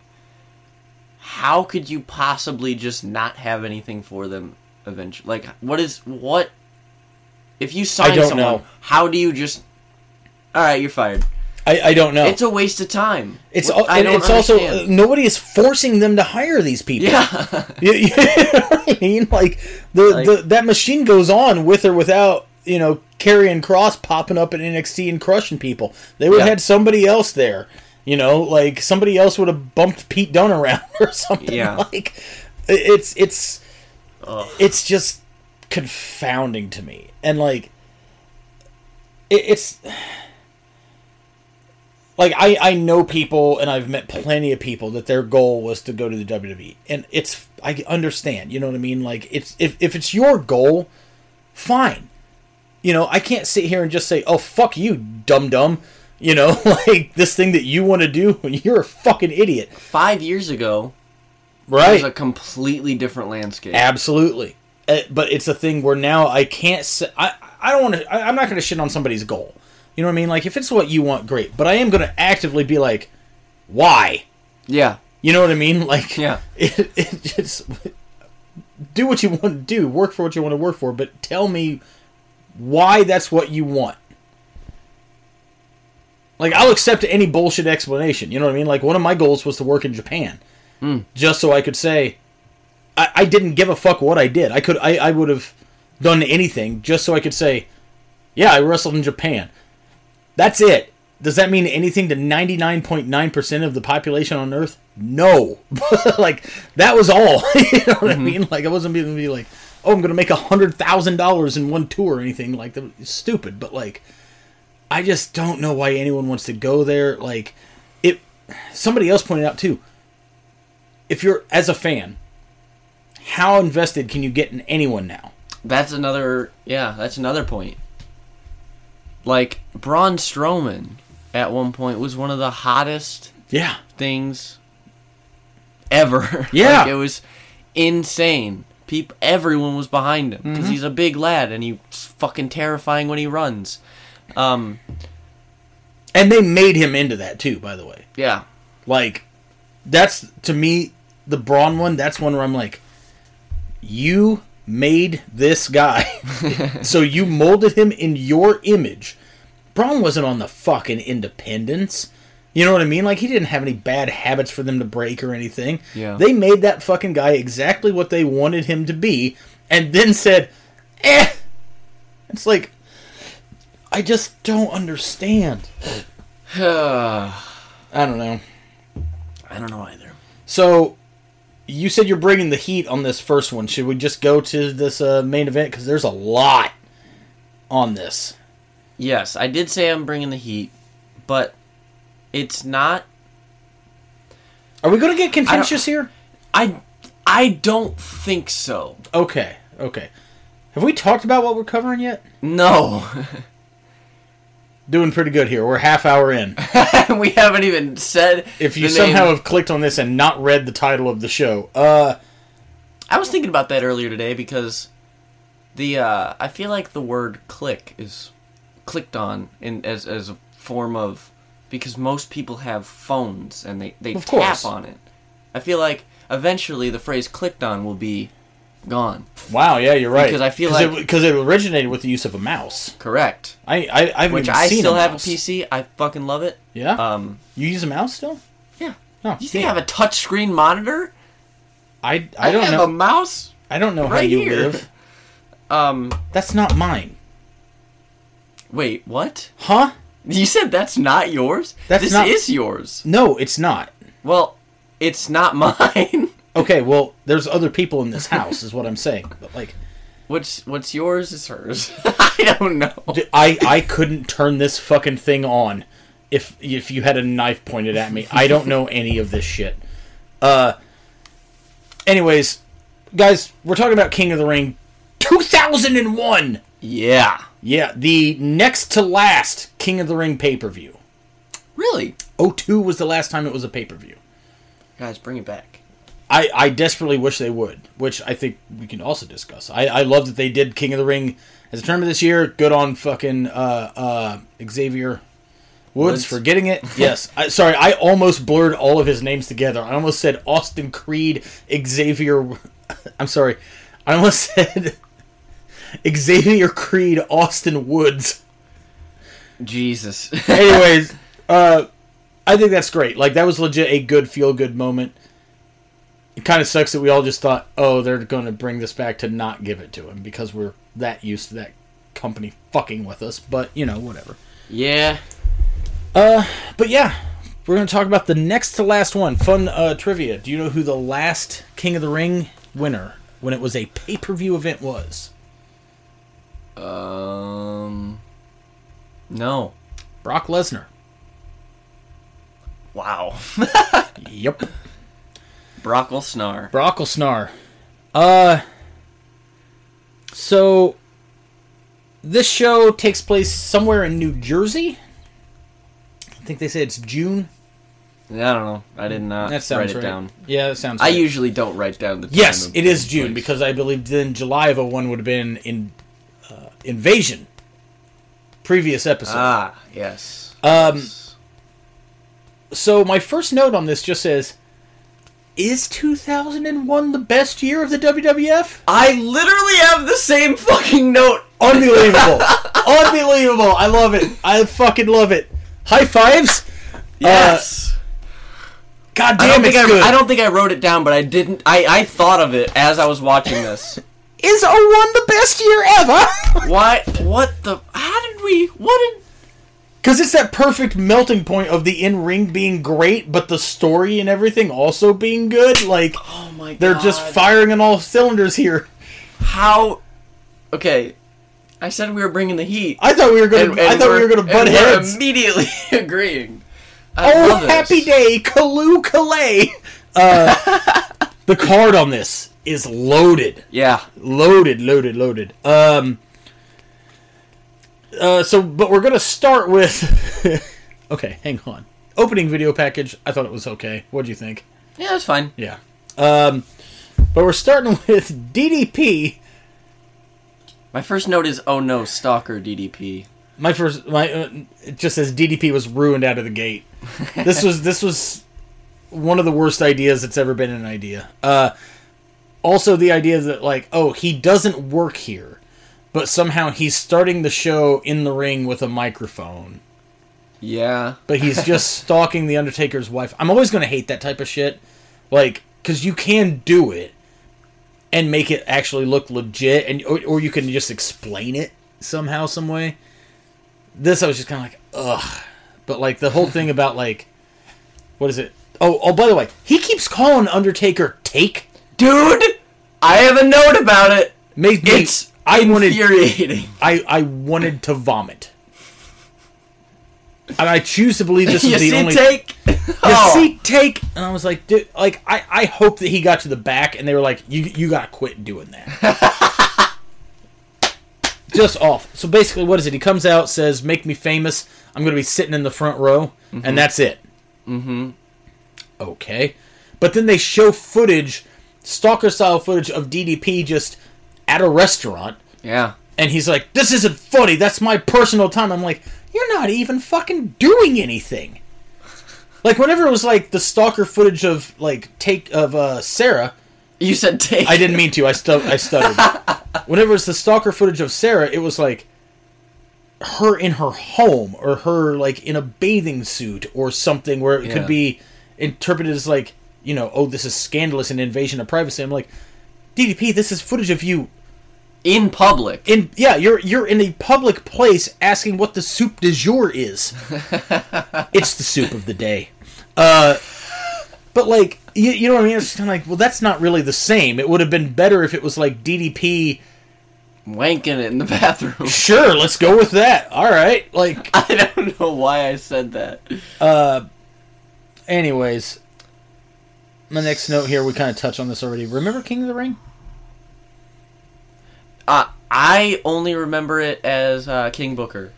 Speaker 2: how could you possibly just not have anything for them eventually like what is what if you sign
Speaker 1: don't
Speaker 2: someone
Speaker 1: know.
Speaker 2: how do you just all right you're fired
Speaker 1: I, I don't know.
Speaker 2: it's a waste of time
Speaker 1: It's
Speaker 2: What-
Speaker 1: al- and it's also uh,
Speaker 2: understand.
Speaker 1: nobody is forcing them to hire these people.
Speaker 2: yeah
Speaker 1: You- you know what I mean, like the,
Speaker 2: Like-
Speaker 1: the that machine goes on with or without you know Carry and Cross popping up in NXT and crushing people. They would have
Speaker 2: Yeah.
Speaker 1: had somebody else there. You know, like somebody else would have bumped Pete Dunne around or something.
Speaker 2: Yeah.
Speaker 1: Like it- it's it's it's just confounding to me, and like it, it's like I, I know people and I've met plenty of people that their goal was to go to the WWE and it's I understand you know what I mean like it's if, if it's your goal fine you know I can't sit here and just say oh fuck you dum dum you know like this thing that you want to do you're a fucking idiot
Speaker 2: five years ago it
Speaker 1: right
Speaker 2: was a completely different landscape
Speaker 1: Absolutely. Uh, but it's a thing where now I can't say, I, I don't want to, I'm not going to shit on somebody's goal. You know what I mean? Like, if it's what you want, great. But I am going to actively be like, why?
Speaker 2: yeah
Speaker 1: You know what I mean? Like,
Speaker 2: Yeah.
Speaker 1: it, it just, do what you want to do, work for what you want to work for, but tell me why that's what you want. Like, I'll accept any bullshit explanation. You know what I mean? Like, one of my goals was to work in Japan just so I could say, I, I didn't give a fuck what I did. I could I, I would have done anything just so I could say, yeah, I wrestled in Japan. That's it. Does that mean anything to 99.9% of the population on Earth? No. like, that was all. you know what I mean? Like, I wasn't going to be like, oh, I'm going to make $100,000 in one tour or anything. Like, that was stupid. But, like, I just don't know why anyone wants to go there. Like, it. somebody else pointed out, too. If you're, as a fan, how invested can you get in anyone now?
Speaker 2: That's another yeah, that's another point. Like Braun Strowman at one point was one of the hottest
Speaker 1: Yeah.
Speaker 2: things ever.
Speaker 1: Yeah.
Speaker 2: like, it was insane. Peop everyone was behind him because he's a big lad and he's fucking terrifying when he runs. Um,
Speaker 1: And they made him into that, too, by the way.
Speaker 2: yeah,
Speaker 1: Like, that's to me the Braun one. That's one where I'm like, you made this guy, so you molded him in your image. Braun wasn't on the fucking independence. You know what I mean? Like he didn't have any bad habits for them to break or anything.
Speaker 2: Yeah.
Speaker 1: They made that fucking guy exactly what they wanted him to be, and then said, "Eh." It's like I just don't understand.
Speaker 2: I
Speaker 1: I don't know.
Speaker 2: don't know either.
Speaker 1: So, you said you're bringing the heat on this first one. Should we just go to this uh, main event? Because there's a lot on this.
Speaker 2: Yes, I did say I'm bringing the heat, but it's not.
Speaker 1: Are we going to get contentious here?
Speaker 2: I I don't think so.
Speaker 1: Okay, okay. Have we talked about what we're covering yet?
Speaker 2: No,
Speaker 1: Doing pretty good here. We're half hour in.
Speaker 2: we haven't even said.
Speaker 1: If you
Speaker 2: the name.
Speaker 1: somehow have clicked on this and not read the title of the show, uh,
Speaker 2: I was thinking about that earlier today because the uh, I feel like the word "click" is clicked on in as as a form of because most people have phones and they they
Speaker 1: Of
Speaker 2: tap
Speaker 1: course.
Speaker 2: on it. I feel like eventually the phrase "clicked on" will be gone.
Speaker 1: wow, yeah, you're right.
Speaker 2: Because I feel like-
Speaker 1: because it, originated with the use of a mouse.
Speaker 2: Correct.
Speaker 1: I I, I haven't
Speaker 2: Which
Speaker 1: even
Speaker 2: I
Speaker 1: seen
Speaker 2: still
Speaker 1: a
Speaker 2: have a
Speaker 1: mouse.
Speaker 2: PC. I fucking love it.
Speaker 1: Yeah,
Speaker 2: Um,
Speaker 1: you use a mouse still?
Speaker 2: yeah.
Speaker 1: No,
Speaker 2: You think I have a touch screen monitor?
Speaker 1: I I don't
Speaker 2: have
Speaker 1: know.
Speaker 2: a mouse.
Speaker 1: I don't know how
Speaker 2: right
Speaker 1: you
Speaker 2: here.
Speaker 1: live.
Speaker 2: Um,
Speaker 1: That's not mine,
Speaker 2: wait, what?
Speaker 1: huh?
Speaker 2: You said that's not yours.
Speaker 1: That's
Speaker 2: this
Speaker 1: not-
Speaker 2: is yours.
Speaker 1: No, it's not.
Speaker 2: Well, it's not mine.
Speaker 1: Okay, well, there's other people in this house, is what I'm saying. But like,
Speaker 2: what's what's yours is hers. I don't know.
Speaker 1: d- I I couldn't turn this fucking thing on if if you had a knife pointed at me. I don't know any of this shit. Uh. Anyways, guys, we're talking about King of the Ring, 2001.
Speaker 2: Yeah.
Speaker 1: Yeah, the next to last King of the Ring pay per view.
Speaker 2: Really?
Speaker 1: 02 was the last time it was a pay per view.
Speaker 2: Guys, bring it back.
Speaker 1: I, I desperately wish they would, which I think we can also discuss. I, I love that they did King of the Ring as a tournament this year. Good on fucking uh, uh, Xavier Woods,
Speaker 2: Woods.
Speaker 1: for getting it. Yes. I, sorry, I almost blurred all of his names together. I almost said Austin Creed, Xavier. I'm sorry. I almost said Xavier Creed, Austin Woods
Speaker 2: Jesus.
Speaker 1: anyways, uh, I think that's great. Like that was legit a good feel good moment. It kind of sucks that we all just thought, oh, they're going to bring this back to not give it to him because we're that used to that company fucking with us. But you know, whatever.
Speaker 2: yeah.
Speaker 1: But yeah, we're going to talk about the next to last one. Fun uh, trivia. Do you know who the last King of the Ring winner when it was a pay per view event was?
Speaker 2: Um. No.
Speaker 1: Brock Lesnar.
Speaker 2: Wow.
Speaker 1: Yep.
Speaker 2: Brockle Snar.
Speaker 1: Brockelsnar. Uh so this show takes place somewhere in New Jersey. I think they say it's June.
Speaker 2: I don't know. I did not
Speaker 1: That sounds
Speaker 2: write it
Speaker 1: right.
Speaker 2: down.
Speaker 1: Yeah, that sounds
Speaker 2: I
Speaker 1: right.
Speaker 2: usually don't write down the.
Speaker 1: Yes,
Speaker 2: time of
Speaker 1: it is
Speaker 2: place.
Speaker 1: June because I believe then July of 01 would have been in uh, Invasion. Previous episode.
Speaker 2: Ah, yes.
Speaker 1: Um, so my first note on this just says is 2001 the best year of the WWF?
Speaker 2: I literally have the same fucking note.
Speaker 1: Unbelievable. Unbelievable. I love it. I fucking love it. High fives.
Speaker 2: Yes.
Speaker 1: God
Speaker 2: I don't
Speaker 1: damn,
Speaker 2: think
Speaker 1: it's
Speaker 2: I,
Speaker 1: good.
Speaker 2: I don't think I wrote it down, but I didn't. I, I thought of it as I was watching this.
Speaker 1: Is 01 the best year ever?
Speaker 2: Why? What the? How did we? What did?
Speaker 1: Because it's that perfect melting point of the in ring being great, but the story and everything also being good. Like,
Speaker 2: Oh my
Speaker 1: they're just firing on all cylinders here.
Speaker 2: how? Okay, I said we were bringing the heat.
Speaker 1: I thought we were gonna. I thought we were
Speaker 2: we're-
Speaker 1: gonna butt
Speaker 2: and we're
Speaker 1: heads.
Speaker 2: immediately agreeing. I
Speaker 1: Oh,
Speaker 2: love this.
Speaker 1: happy day, Kalu Kalay. Uh, the card on this is loaded.
Speaker 2: Yeah.
Speaker 1: loaded, loaded, loaded. Um. Uh, so, but we're gonna start with. okay, hang on. Opening video package. I thought it was okay. What do you think?
Speaker 2: Yeah, that's fine.
Speaker 1: Yeah. Um, but we're starting with DDP.
Speaker 2: My first note is, oh no, stalker DDP.
Speaker 1: My first, my uh, it just says DDP was ruined out of the gate. This was this was one of the worst ideas that's ever been an idea. Uh, also, the idea that like, oh, he doesn't work here, but somehow he's starting the show in the ring with a microphone,
Speaker 2: Yeah.
Speaker 1: but he's just stalking the Undertaker's wife. I'm always gonna hate that type of shit, like because you can do it and make it actually look legit, and or, or you can just explain it somehow, some way. This I was just kind of like, ugh. But like the whole thing about like, what is it? Oh, oh. By the way, he keeps calling Undertaker Take.
Speaker 2: Dude, I have a note about it.
Speaker 1: Made me.
Speaker 2: It's
Speaker 1: I wanted.
Speaker 2: infuriating.
Speaker 1: I I wanted to vomit. And I choose to believe this
Speaker 2: you
Speaker 1: is the
Speaker 2: see,
Speaker 1: only
Speaker 2: take.
Speaker 1: the
Speaker 2: Oh.
Speaker 1: seat take and i was like dude like I, I hope that he got to the back and they were like you you gotta quit doing that just off so basically what is it he comes out says make me famous i'm gonna be sitting in the front row and that's it mm-hmm okay but then they show footage stalker style footage of ddp just at a restaurant
Speaker 2: Yeah.
Speaker 1: and he's like this isn't funny that's my personal time i'm like you're not even fucking doing anything like whenever it was like the stalker footage of like take of uh sarah
Speaker 2: You said take.
Speaker 1: i didn't mean to i stu- i stuttered whenever it's the stalker footage of sarah it was like her in her home or her like in a bathing suit or something where it
Speaker 2: Yeah.
Speaker 1: could be interpreted as like you know oh this is scandalous and invasion of privacy i'm like ddp this is footage of you
Speaker 2: in public.
Speaker 1: in yeah, you're you're in a public place asking what the soup du jour is. it's the soup of the day. Uh, but like you, you know what I mean? It's kind of like well, that's not really the same. It would have been better if it was like DDP.
Speaker 2: wanking it in the bathroom.
Speaker 1: Sure, let's go with that. All right, like
Speaker 2: I don't know why I said that.
Speaker 1: anyways. My next note here, we kind of touched on this already. Remember King of the Ring?
Speaker 2: Uh, I only remember it as uh, King Booker.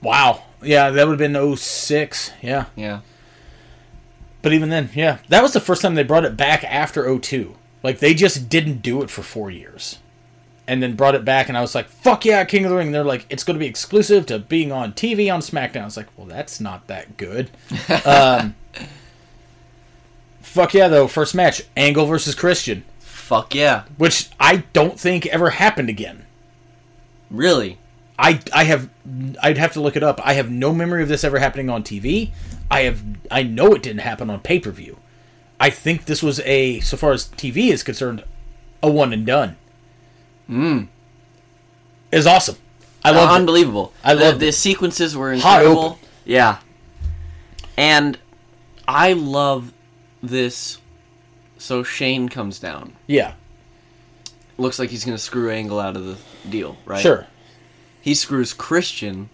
Speaker 1: Wow. Yeah, that would have been 06. Yeah.
Speaker 2: Yeah.
Speaker 1: But even then, yeah, that was the first time they brought it back after 02. Like they just didn't do it for four years, and then brought it back, and I was like, "Fuck yeah, King of the Ring!" And they're like, "It's going to be exclusive to being on TV on SmackDown." I was like, "Well, that's not that good." um, fuck yeah, though. First match: Angle versus Christian,
Speaker 2: Fuck yeah.
Speaker 1: which I don't think ever happened again.
Speaker 2: Really?
Speaker 1: I I have I'd have to look it up. I have no memory of this ever happening on TV. I have I know it didn't happen on pay per view. I think this was a so far as TV is concerned, a one and done. Mm. Is awesome. I love it.
Speaker 2: Hmm. Uh, Unbelievable.
Speaker 1: I
Speaker 2: the,
Speaker 1: loved
Speaker 2: the
Speaker 1: it.
Speaker 2: sequences were
Speaker 1: Hot
Speaker 2: incredible.
Speaker 1: open.
Speaker 2: Yeah. And I love this. So Shane comes down.
Speaker 1: Yeah,
Speaker 2: Looks like he's gonna screw Angle out of the deal, right?
Speaker 1: sure,
Speaker 2: He screws Christian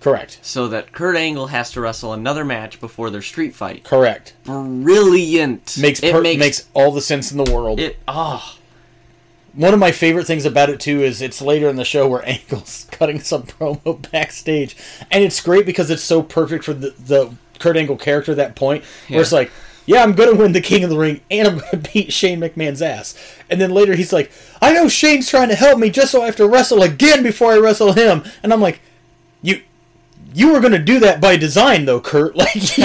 Speaker 1: correct,
Speaker 2: so that Kurt Angle has to wrestle another match before their street fight.
Speaker 1: correct.
Speaker 2: Brilliant.
Speaker 1: Makes
Speaker 2: it
Speaker 1: per- makes, all the sense in the world.
Speaker 2: it. Oh,
Speaker 1: One of my favorite things about it too is it's later in the show where Angle's cutting some promo backstage, and it's great because it's so perfect for the, the Kurt Angle character at that point, where it's
Speaker 2: Yeah.
Speaker 1: like, "Yeah, I'm gonna win the King of the Ring, and I'm gonna beat Shane McMahon's ass," and then later he's like, "I know Shane's trying to help me, just so I have to wrestle again before I wrestle him," and I'm like, "You." You were going to do that by design, though, Kurt. Like you,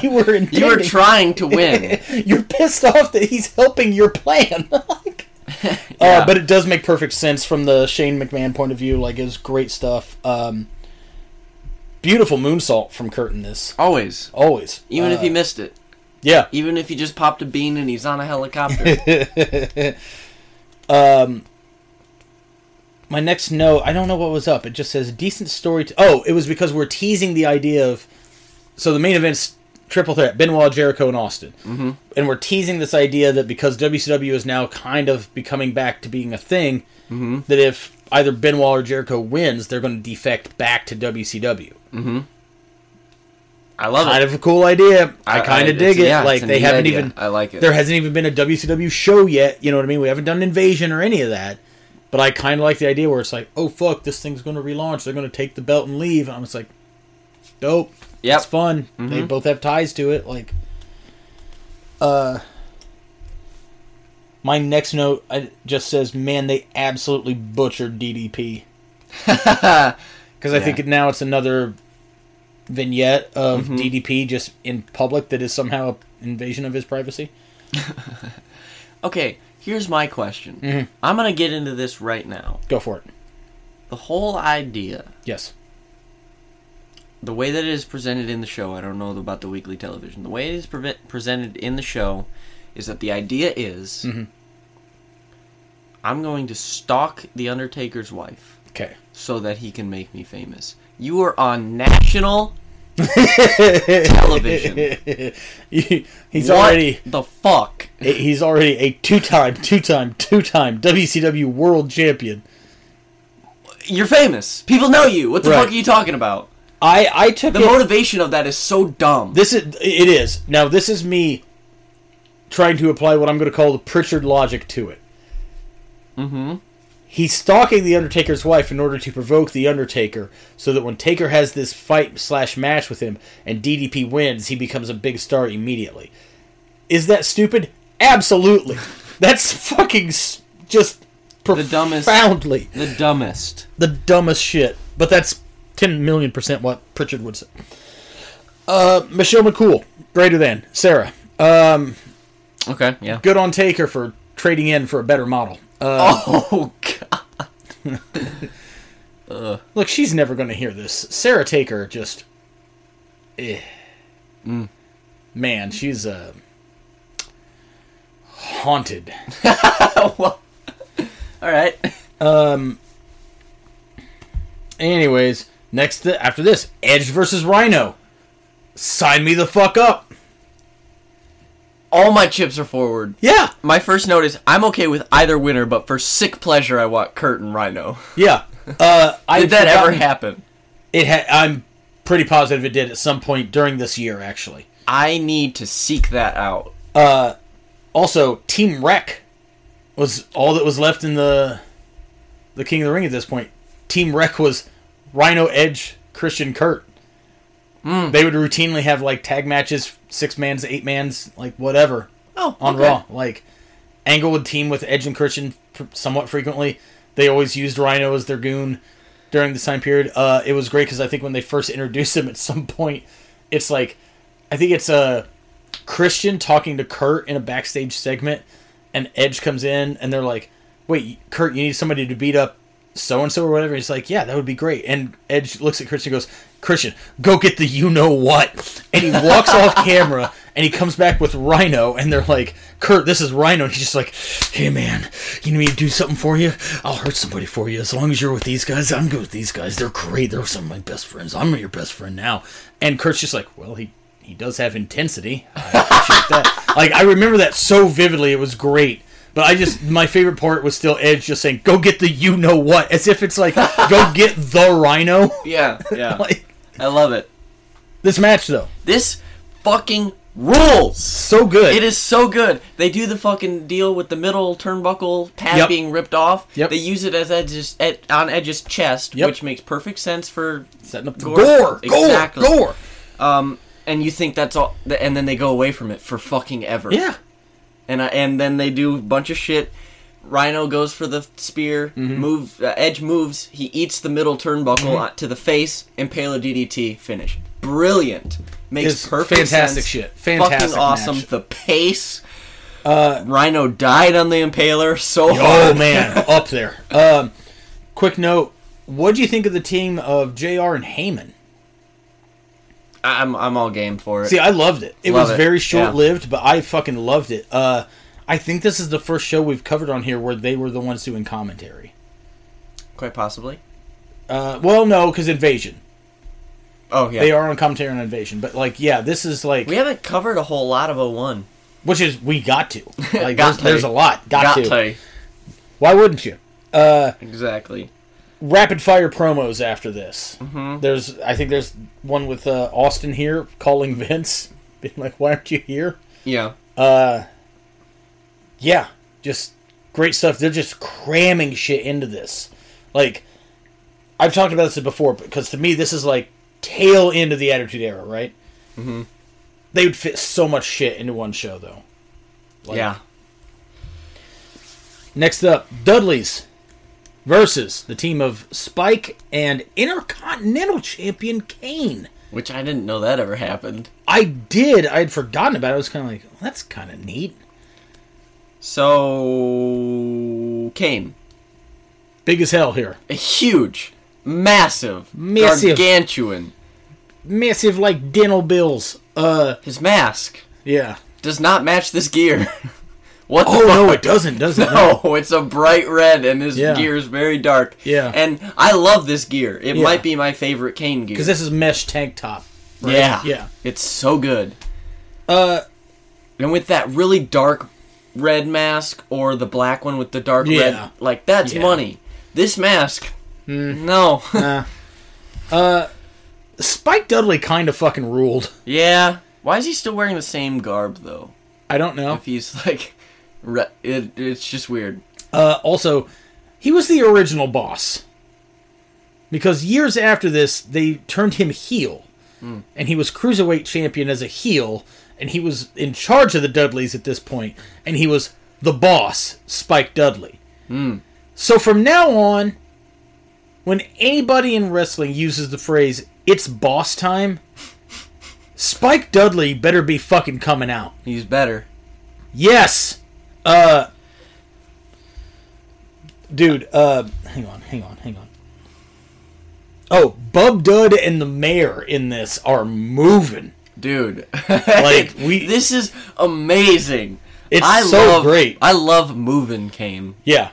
Speaker 1: you were
Speaker 2: you were
Speaker 1: intending.
Speaker 2: trying to win.
Speaker 1: You're pissed off that he's helping your plan. like,
Speaker 2: Yeah.
Speaker 1: uh, but it does make perfect sense from the Shane McMahon point of view. Like, it was great stuff. Um, beautiful moonsault from Kurt in this.
Speaker 2: Always.
Speaker 1: Always.
Speaker 2: Even if
Speaker 1: Uh,
Speaker 2: he missed it.
Speaker 1: Yeah.
Speaker 2: Even if he just popped a bean and he's on a helicopter.
Speaker 1: My next note, I don't know what was up. It just says decent story. T- oh, it was because we're teasing the idea of. So the main event's triple threat Benoit, Jericho, and Austin. Mm-hmm. And we're teasing this idea that because WCW is now kind of becoming back to being a thing,
Speaker 2: Mm-hmm.
Speaker 1: that if either Benoit or Jericho wins, they're going to defect back to WCW.
Speaker 2: I love
Speaker 1: Kind
Speaker 2: it.
Speaker 1: of a cool idea. I, kind
Speaker 2: it's-
Speaker 1: of dig it.
Speaker 2: yeah, it's
Speaker 1: like
Speaker 2: a
Speaker 1: they
Speaker 2: neat
Speaker 1: haven't
Speaker 2: idea.
Speaker 1: even
Speaker 2: I like it.
Speaker 1: there hasn't even been a WCW show yet. You know what I mean? We haven't done Invasion or any of that. But I kind of like the idea where it's like, oh fuck, this thing's going to relaunch. They're going to take the belt and leave. And I'm just like, dope.
Speaker 2: Yep. Mm-hmm.
Speaker 1: It's fun. They both have ties to it. Like, uh, my next note I, just says, man, they absolutely butchered DDP. Because I
Speaker 2: Yeah. Mm-hmm.
Speaker 1: think now it's another vignette of DDP just in public that is somehow an invasion of his privacy.
Speaker 2: okay, here's my question.
Speaker 1: Mm-hmm.
Speaker 2: I'm going to get into this right now.
Speaker 1: Go for it.
Speaker 2: The whole idea,
Speaker 1: Yes.
Speaker 2: the way that it is presented in the show, I don't know about the weekly television. The way it is preve- presented in the show is that the idea
Speaker 1: Mm-hmm.
Speaker 2: is I'm going to stalk the Undertaker's wife.
Speaker 1: Okay.
Speaker 2: so that he can make me famous. You are on national television.
Speaker 1: He- he's
Speaker 2: What
Speaker 1: already
Speaker 2: the fuck.
Speaker 1: he's already a two-time, two-time, two-time WCW world champion.
Speaker 2: You're famous. People know you. What the
Speaker 1: Right.
Speaker 2: fuck are you talking about?
Speaker 1: I I took
Speaker 2: The
Speaker 1: it-
Speaker 2: motivation of that is so dumb.
Speaker 1: Um, This is it is now. This is me trying to apply what I'm going to call the Pritchard logic to it. Mm-hmm. He's stalking the Undertaker's wife in order to provoke the Undertaker, so that when Taker has this fight slash match with him and DDP wins, he becomes a big star immediately. Is that stupid? Absolutely. That's fucking s- just
Speaker 2: dumbest-
Speaker 1: profoundly
Speaker 2: the dumbest.
Speaker 1: the dumbest shit. But that's ten million percent what Pritchard would say. Uh, Michelle McCool, greater than Sarah.
Speaker 2: Okay, yeah.
Speaker 1: Good on Taker for trading in for a better model. Uh,
Speaker 2: Oh god.
Speaker 1: look, she's never going to hear this. Sarah Taker just, eh.
Speaker 2: Mm.
Speaker 1: man, she's uh, haunted.
Speaker 2: All right.
Speaker 1: Anyways, next th- after this, Edge versus Rhino. Sign me the fuck up.
Speaker 2: All my chips are forward.
Speaker 1: Yeah,
Speaker 2: My first note is I'm okay with either winner, but for sick pleasure, I want Kurt and Rhino.
Speaker 1: yeah. Uh, I
Speaker 2: Did that
Speaker 1: forgot-
Speaker 2: ever happen?
Speaker 1: It ha- I'm pretty positive it did at some point during this year, actually.
Speaker 2: I need to seek that out.
Speaker 1: Also, Team Wreck was all that was left in the the King of the Ring at this point. Team Wreck was Rhino Edge, Christian Kurt. They would routinely have like tag matches, six mans, eight mans, like whatever
Speaker 2: Oh,
Speaker 1: on
Speaker 2: okay.
Speaker 1: Raw. Like Angle would team with Edge and Christian pr- somewhat frequently. They always used Rhino as their goon during this time period. Uh, it was great because I think when they first introduced him, at some point, it's like I think it's uh, Christian talking to Kurt in a backstage segment, and Edge comes in and they're like, "Wait, Kurt, you need somebody to beat up." So and so or whatever. He's like, yeah, that would be great. And Edge looks at Christian, and goes, Christian, go get the you know what, and he walks off camera, and he comes back with Rhino, and they're like, Kurt, this is Rhino. And he's just like, hey man, you need me to do something for you? I'll hurt somebody for you as long as you're with these guys. I'm good with these guys. They're great. They're some of my best friends. I'm your best friend now. And Kurt's just like, well, he he does have intensity. I appreciate that. Like I remember that so vividly. It was great. But I just my favorite part was still Edge just saying, "Go get the you know what," as if it's like, "Go get the Rhino."
Speaker 2: Yeah, yeah.
Speaker 1: like
Speaker 2: I love it.
Speaker 1: this match though,
Speaker 2: This fucking rules.
Speaker 1: so good.
Speaker 2: It is so good. They do the fucking deal with the middle turnbuckle pad
Speaker 1: Yep.
Speaker 2: being ripped off.
Speaker 1: Yep.
Speaker 2: They use it as Edge's, Ed, on Edge's chest,
Speaker 1: Yep.
Speaker 2: which makes perfect sense for
Speaker 1: setting up the
Speaker 2: Gore.
Speaker 1: gore, gore,
Speaker 2: Exactly.
Speaker 1: gore.
Speaker 2: um and you think that's all and then they go away from it for fucking ever.
Speaker 1: Yeah,
Speaker 2: and I, and then they do a bunch of shit. Rhino goes for the spear.
Speaker 1: Mm-hmm.
Speaker 2: Move uh, Edge moves. He eats the middle turnbuckle on to the face. Impaler DDT finish. Brilliant. Makes
Speaker 1: It's
Speaker 2: perfect
Speaker 1: fantastic
Speaker 2: sense.
Speaker 1: shit. Fantastic
Speaker 2: Fucking awesome.
Speaker 1: match.
Speaker 2: The pace. Rhino died on the impaler. So
Speaker 1: Oh
Speaker 2: hard.
Speaker 1: man, up there. Um, quick note: What do you think of the team of Jr. and Heyman?
Speaker 2: I- I'm I'm all game for it.
Speaker 1: See, I loved it. It
Speaker 2: Love
Speaker 1: was
Speaker 2: it,
Speaker 1: very
Speaker 2: yeah.
Speaker 1: short lived, but I fucking loved it. Uh, I think this is the first show we've covered on here where they were the ones doing commentary.
Speaker 2: Quite possibly.
Speaker 1: Uh, well, no, because Invasion.
Speaker 2: Oh yeah.
Speaker 1: They are on commentary on Invasion, but like, yeah, this is like,
Speaker 2: we haven't covered a whole lot of 01.
Speaker 1: which is we got to. Like,
Speaker 2: Got
Speaker 1: there's,
Speaker 2: to.
Speaker 1: there's a lot. Got, to.
Speaker 2: to.
Speaker 1: Why wouldn't you?
Speaker 2: Exactly.
Speaker 1: Rapid fire promos after this.
Speaker 2: Mm-hmm.
Speaker 1: There's, I think there's one with uh, Austin here calling Vince, being like, "Why aren't you here?"
Speaker 2: Yeah.
Speaker 1: yeah, just great stuff. They're just cramming shit into this. Like, I've talked about this before because to me, this is like tail end of the Attitude Era, right? Mm-hmm. They would fit so much shit into one show, though. Like-
Speaker 2: yeah.
Speaker 1: Next up, Dudley's versus the team of Spike and Intercontinental Champion Kane.
Speaker 2: Which I didn't know that ever happened.
Speaker 1: I did. I had forgotten about it. I was kind of like, well, that's kind of neat.
Speaker 2: So Kane,
Speaker 1: Big as hell here.
Speaker 2: a huge, massive,
Speaker 1: Massive.
Speaker 2: gargantuan.
Speaker 1: Massive, like, dental bills. Uh,
Speaker 2: His mask
Speaker 1: yeah.
Speaker 2: does not match this gear What the
Speaker 1: Oh no,
Speaker 2: fuck?
Speaker 1: it doesn't, does it? No.
Speaker 2: No, it's a bright red, and his
Speaker 1: Oh, Yeah.
Speaker 2: gear is very dark.
Speaker 1: Yeah.
Speaker 2: and I love this gear. It
Speaker 1: Yeah.
Speaker 2: might be my favorite cane gear.
Speaker 1: Because this is mesh tank top. right?
Speaker 2: Yeah,
Speaker 1: Yeah.
Speaker 2: it's so good.
Speaker 1: Uh,
Speaker 2: And with that really dark red mask or the black one with the dark
Speaker 1: Yeah.
Speaker 2: red, like that's
Speaker 1: Yeah. Hmm.
Speaker 2: money. This mask, no,
Speaker 1: Spike Dudley kind of fucking ruled.
Speaker 2: yeah. Why is he still wearing the same garb though?
Speaker 1: I don't know.
Speaker 2: If he's like, re- it, it's just weird.
Speaker 1: Uh, also, he was the original boss. Because years after this, they turned him heel. And he was cruiserweight champion as a heel. And he was in charge of the Dudleys at this point, And he was the boss, Spike Dudley. So from now on, when anybody in wrestling uses the phrase, it's boss time, Spike Dudley better be fucking coming out.
Speaker 2: He's better.
Speaker 1: Yes. Uh Dude, uh hang on, hang on, hang on. Oh, Bub Dud and the mayor in this are moving.
Speaker 2: dude
Speaker 1: Like, we-
Speaker 2: this is amazing
Speaker 1: It's so
Speaker 2: love,
Speaker 1: great.
Speaker 2: i love moving kane
Speaker 1: Yeah.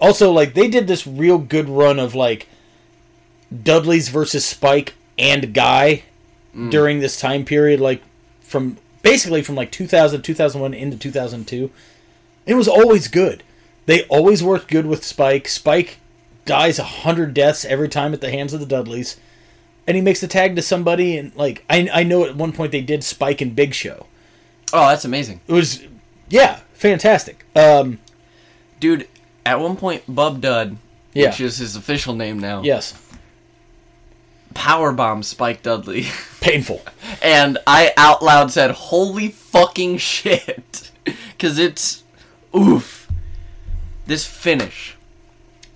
Speaker 1: Also, like they did this real good run of like Dudley's versus Spike and Guy during this time period, like from basically from like 2000, 2001 into 2002. It was always good. They always worked good with Spike. Spike dies a hundred deaths every time at the hands of the Dudleys, and he makes the tag to somebody. And like I, I know at one point they did Spike and Big Show.
Speaker 2: oh that's amazing
Speaker 1: It was yeah, fantastic. Um,
Speaker 2: dude at one point bub dud
Speaker 1: Yeah.
Speaker 2: which is his official name now
Speaker 1: yes,
Speaker 2: power bomb spike dudley
Speaker 1: painful.
Speaker 2: and i out loud said holy fucking shit because it's oof this finish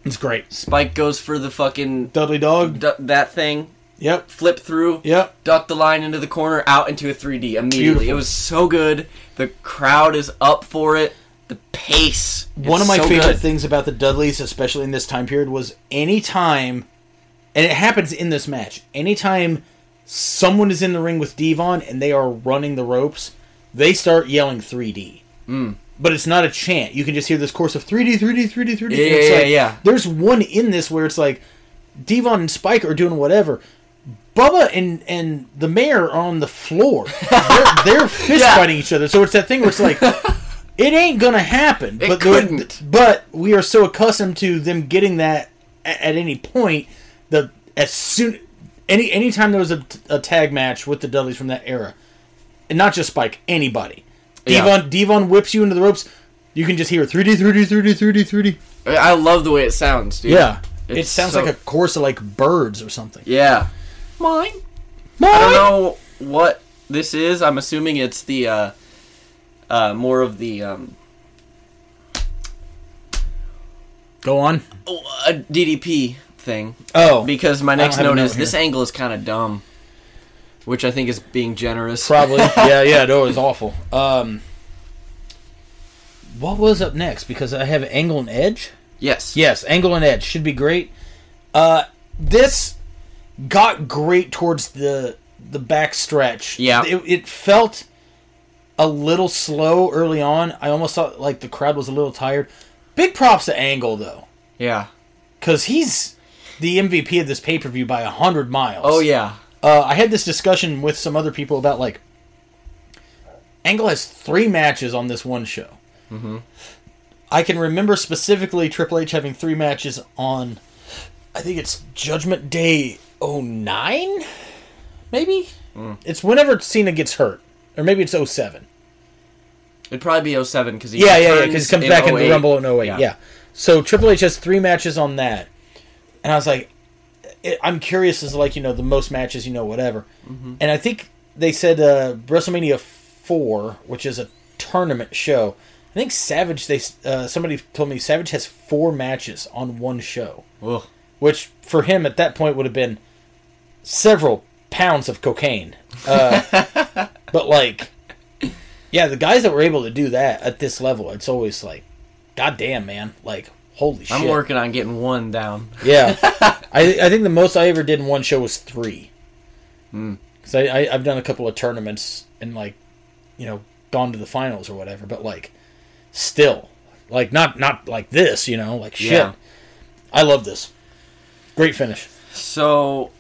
Speaker 1: It's great.
Speaker 2: spike goes for the fucking
Speaker 1: Dudley Dog.
Speaker 2: du- that thing
Speaker 1: Yep.
Speaker 2: flip through
Speaker 1: Yep.
Speaker 2: duck the line into the corner, out into a 3D immediately.
Speaker 1: Beautiful.
Speaker 2: It was so good. The crowd is up for it. The pace.
Speaker 1: One of
Speaker 2: It's
Speaker 1: my
Speaker 2: so
Speaker 1: favorite
Speaker 2: good.
Speaker 1: things about the Dudleys, especially in this time period, was anytime, and it happens in this match, anytime someone is in the ring with Devon and they are running the ropes, they start yelling 3D.
Speaker 2: Hmm.
Speaker 1: But it's not a chant. You can just hear this course of 3D, 3D, 3D, 3D.
Speaker 2: Yeah,
Speaker 1: and it's
Speaker 2: yeah,
Speaker 1: like-
Speaker 2: yeah.
Speaker 1: There's one in this where it's like Devon and Spike are doing whatever. Bubba and, and the mayor are on the floor. They're, they're fist
Speaker 2: Yeah.
Speaker 1: fighting each other. So it's that thing where it's like, it ain't gonna happen.
Speaker 2: It
Speaker 1: but the-
Speaker 2: couldn't.
Speaker 1: but we are so accustomed to them getting that at, at any point that as soon any anytime there was a, a tag match with the Dudleys from that era, and not just Spike, anybody.
Speaker 2: Yeah.
Speaker 1: Devon Devon whips you into the ropes. You can just hear 3D, 3D, 3D, 3D, 3D.
Speaker 2: I love the way it sounds, dude.
Speaker 1: Yeah. it
Speaker 2: It's
Speaker 1: sounds
Speaker 2: so-
Speaker 1: like a chorus of like birds or something.
Speaker 2: Yeah. Mine. I don't know what this is. I'm assuming it's the uh, uh, more of the um,
Speaker 1: Go on.
Speaker 2: oh, uh, DDP thing.
Speaker 1: Oh,
Speaker 2: Because my
Speaker 1: don't
Speaker 2: next
Speaker 1: have a
Speaker 2: note
Speaker 1: note
Speaker 2: is this
Speaker 1: here.
Speaker 2: angle is kind of dumb, which I think is being generous.
Speaker 1: probably. yeah, yeah. No, it was awful. Um, what was up next? Because I have angle and edge.
Speaker 2: yes.
Speaker 1: Yes, angle and edge should be great. Uh, this got great towards the the backstretch.
Speaker 2: Yeah.
Speaker 1: it, it felt a little slow early on. I almost thought like the crowd was a little tired. Big props to Angle though,
Speaker 2: Yeah.
Speaker 1: because he's the MVP of this pay per view by a hundred miles.
Speaker 2: Oh yeah.
Speaker 1: Uh, I had this discussion with some other people about like Angle has three matches on this one show. Mm-hmm. I can remember specifically Triple H having three matches on. I think it's Judgment Day 09? maybe. It's whenever Cena gets hurt, or maybe it's 07.
Speaker 2: It'd probably be 07 because he
Speaker 1: Yeah, yeah, yeah,
Speaker 2: returns
Speaker 1: because he comes back in the
Speaker 2: 08.
Speaker 1: Rumble in 08. Yeah. So Triple H has three matches on that. And I was like, I- I'm curious as to, like, you know, the most matches, you know, whatever. And I think they said uh, WrestleMania 4, which is a tournament show. I think Savage, they s- uh, somebody told me Savage has four matches on one show,
Speaker 2: Ugh.
Speaker 1: which for him at that point would have been several pounds of cocaine. Uh, but like, yeah, the guys that were able to do that at this level, it's always like, goddamn, man, like, holy shit.
Speaker 2: I'm working on getting one down.
Speaker 1: Yeah, I I think the most I ever did in one show was three.
Speaker 2: Hmm.
Speaker 1: Because I, I I've done a couple of tournaments and like, you know, gone to the finals or whatever. But like, still. Like not not like this, you know, like shit.
Speaker 2: Yeah.
Speaker 1: I love this. Great finish.
Speaker 2: So,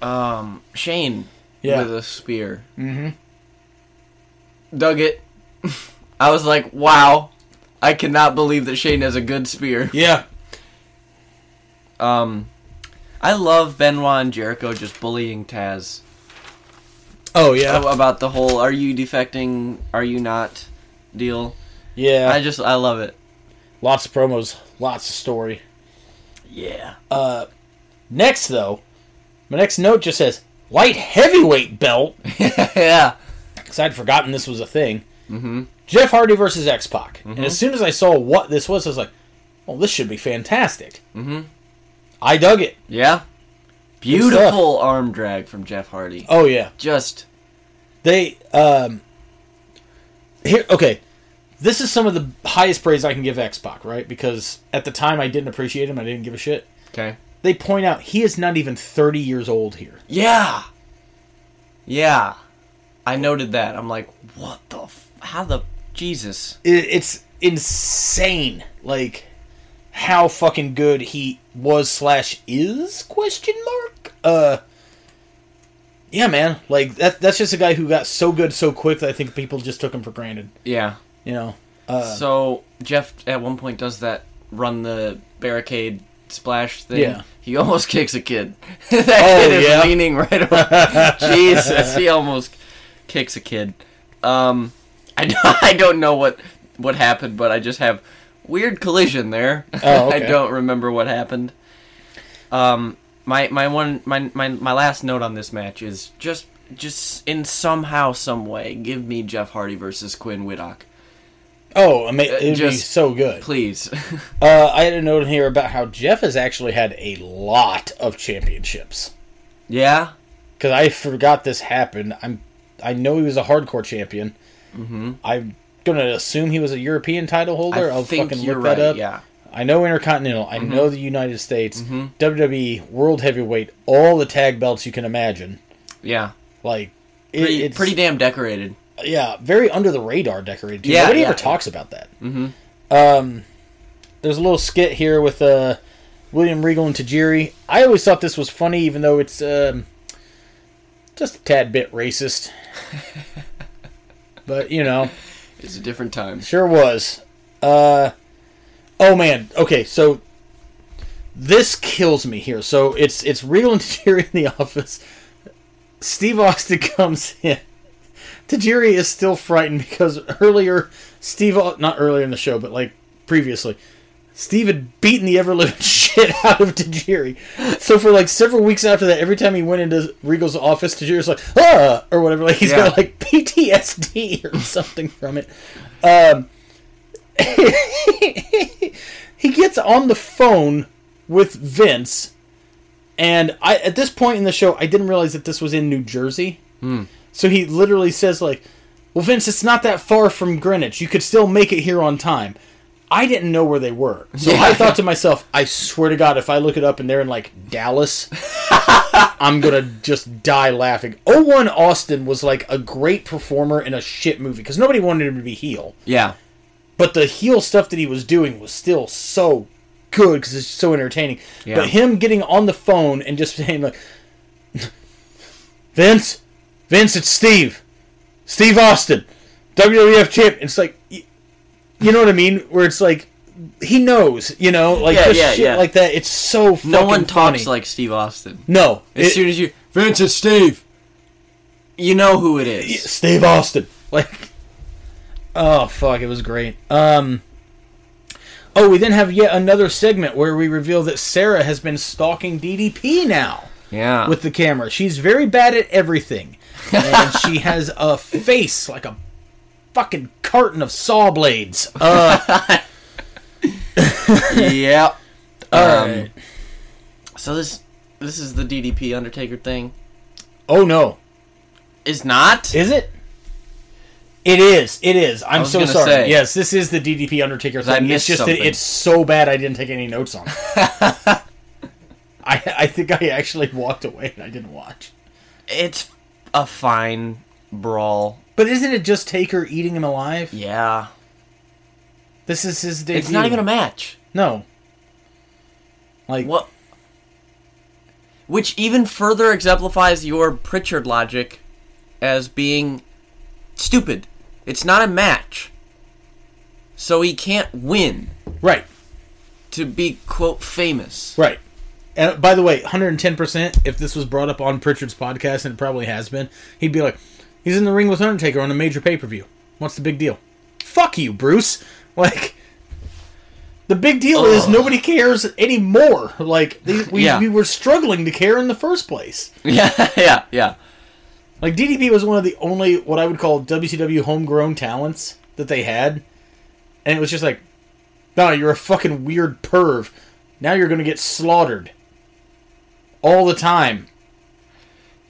Speaker 2: um, Shane
Speaker 1: Yeah.
Speaker 2: with a spear. Mm-hmm. Dug it. I was like, wow, I cannot believe that Shane has a good spear.
Speaker 1: Yeah.
Speaker 2: Um, I love Benoit and Jericho just bullying Taz
Speaker 1: Oh yeah.
Speaker 2: Oh, about the whole "Are you defecting? Are you not?" deal.
Speaker 1: yeah.
Speaker 2: I just I love it.
Speaker 1: lots of promos, lots of story.
Speaker 2: Yeah.
Speaker 1: Next though, my next note just says light heavyweight belt
Speaker 2: yeah.
Speaker 1: because I'd forgotten this was a thing. Mm-hmm. Jeff Hardy versus X Pac, and as soon as I saw what this was, I was like, "Well, this should be fantastic." Mm-hmm. I dug it.
Speaker 2: Yeah. Beautiful arm drag from Jeff Hardy.
Speaker 1: Oh yeah,
Speaker 2: Just
Speaker 1: they um here okay this is some of the highest praise i can give x-pac right because at the time i didn't appreciate him i didn't give a shit
Speaker 2: okay.
Speaker 1: they point out he is not even 30 years old here
Speaker 2: Yeah. Yeah. I noted that. I'm like, what the? F- how the? Jesus.
Speaker 1: it, it's insane like how fucking good he was slash is question mark uh yeah man like that that's just a guy who got so good so quick that i think people just took him for granted
Speaker 2: Yeah.
Speaker 1: you know uh
Speaker 2: so Jeff at one point does that run the barricade splash thing.
Speaker 1: Yeah. Oh,
Speaker 2: He almost kicks a kid. that kid is
Speaker 1: yeah.
Speaker 2: leaning right over. Jesus, he almost kicks a kid. Um, I don't, I don't know what what happened, but I just have weird collision there.
Speaker 1: Oh,
Speaker 2: I
Speaker 1: okay.
Speaker 2: don't remember what happened. Um, my my one my, my my last note on this match is just just in somehow some way give me Jeff Hardy versus Quinn Whitlock,
Speaker 1: oh ama- it would be
Speaker 2: just-
Speaker 1: so good
Speaker 2: please.
Speaker 1: Uh, I had a note in here about how Jeff has actually had a lot of championships.
Speaker 2: yeah.
Speaker 1: Because I forgot this happened. I'm, I know he was a hardcore champion. Mm-hmm. I'm gonna assume he was a European title holder. I will fucking look that up.
Speaker 2: Yeah, Mm-hmm.
Speaker 1: I know Intercontinental. I know the United States, WWE, World Heavyweight, all the tag belts you can imagine.
Speaker 2: yeah.
Speaker 1: Like, it-
Speaker 2: Pretty,
Speaker 1: it's
Speaker 2: pretty damn decorated.
Speaker 1: yeah, very under the radar decorated. Too.
Speaker 2: Yeah,
Speaker 1: nobody
Speaker 2: yeah.
Speaker 1: ever talks about that. Mm-hmm. Um, there's a little skit here with uh, William Regal and Tajiri. I always thought this was funny, even though it's um, just a tad bit racist. but you know,
Speaker 2: It's a different time.
Speaker 1: sure was. Uh, oh man, okay, so this kills me here. So it's it's Regal and Tajiri in the office. Steve Austin comes in. Tajiri is still frightened because earlier Steve, Au- not earlier in the show, but like previously, Steve had beaten the ever living shit out of Tajiri. So for like several weeks after that, every time he went into Regal's office, Tajiri's like ah or whatever. Like he's
Speaker 2: Yeah.
Speaker 1: got like PTSD or something from it. Um, he gets on the phone with Vince. And I at this point in the show, I didn't realize that this was in New Jersey. So he literally says like, "Well, Vince, it's not that far from Greenwich. You could still make it here on time." I didn't know where they were, so I
Speaker 2: Yeah.
Speaker 1: thought to myself, "I swear to God, if I look it up and they're in like Dallas, I'm gonna just die laughing." 01 Austin was like a great performer in a shit movie because nobody wanted him to be heel,
Speaker 2: Yeah,
Speaker 1: but the heel stuff that he was doing was still so good because it's so entertaining.
Speaker 2: Yeah.
Speaker 1: But him getting on the phone and just saying like, "Vince, Vince, it's Steve, Steve Austin, WWF champ." It's like, y- you know what I mean? Where it's like, he knows, you know, like
Speaker 2: Yeah,
Speaker 1: just
Speaker 2: yeah,
Speaker 1: shit
Speaker 2: yeah.
Speaker 1: like that. It's so fucking
Speaker 2: no one
Speaker 1: funny.
Speaker 2: talks like Steve Austin.
Speaker 1: no.
Speaker 2: As
Speaker 1: It-
Speaker 2: soon as you Vince and Steve, you know who it is.
Speaker 1: Steve Austin. Like, oh fuck, it was great. Um, oh, we then have yet another segment where we reveal that Sarah has been stalking DDP now
Speaker 2: Yeah,
Speaker 1: with the camera. She's very bad at everything, and she has a face like a fucking carton of saw blades. Uh,
Speaker 2: yeah.
Speaker 1: alright.
Speaker 2: Um, So this this is the DDP Undertaker thing.
Speaker 1: oh no,
Speaker 2: Is not.
Speaker 1: is it? It is. It is. I'm
Speaker 2: was
Speaker 1: so
Speaker 2: gonna
Speaker 1: sorry.
Speaker 2: say.
Speaker 1: yes, this is the DDP Undertaker thing.
Speaker 2: I
Speaker 1: it's
Speaker 2: missed
Speaker 1: just
Speaker 2: something.
Speaker 1: that it's so bad I didn't take any notes on it. I, I think I actually walked away and I didn't watch.
Speaker 2: It's a fine brawl.
Speaker 1: But isn't it just Taker eating him alive?
Speaker 2: Yeah.
Speaker 1: This is his debut.
Speaker 2: It's not even a match.
Speaker 1: no. Like
Speaker 2: What? Which even further exemplifies your Pritchard logic as being stupid. It's not a match. So he can't win
Speaker 1: right,
Speaker 2: to be, quote, famous.
Speaker 1: right. And by the way, 110%, if this was brought up on Pritchard's podcast, and it probably has been, he'd be like, he's in the ring with Undertaker on a major pay per view. What's the big deal? Fuck you, Bruce. Like, the big deal is
Speaker 2: Ugh.
Speaker 1: nobody cares anymore. Like, they, we,
Speaker 2: Yeah.
Speaker 1: we were struggling to care in the first place.
Speaker 2: Yeah, yeah, yeah.
Speaker 1: Like DDP was one of the only what I would call WCW homegrown talents that they had, and it was just like, no, you're a fucking weird perv. Now you're gonna get slaughtered all the time.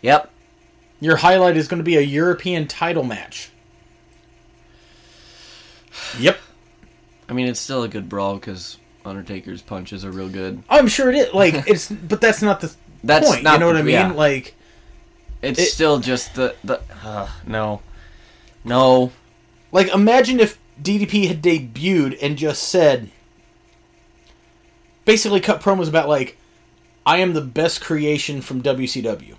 Speaker 2: Yep.
Speaker 1: Your highlight is gonna be a European title match. Yep,
Speaker 2: I mean, it's still a good brawl because Undertaker's punches are real good.
Speaker 1: I'm sure it is. Like it's, but that's not the
Speaker 2: That's
Speaker 1: point. you
Speaker 2: not
Speaker 1: know what
Speaker 2: the-
Speaker 1: I mean?
Speaker 2: yeah.
Speaker 1: Like
Speaker 2: It's
Speaker 1: It-
Speaker 2: still just the the uh, no, no.
Speaker 1: Like, imagine if DDP had debuted and just said, basically cut promos about like, I am the best creation from WCW.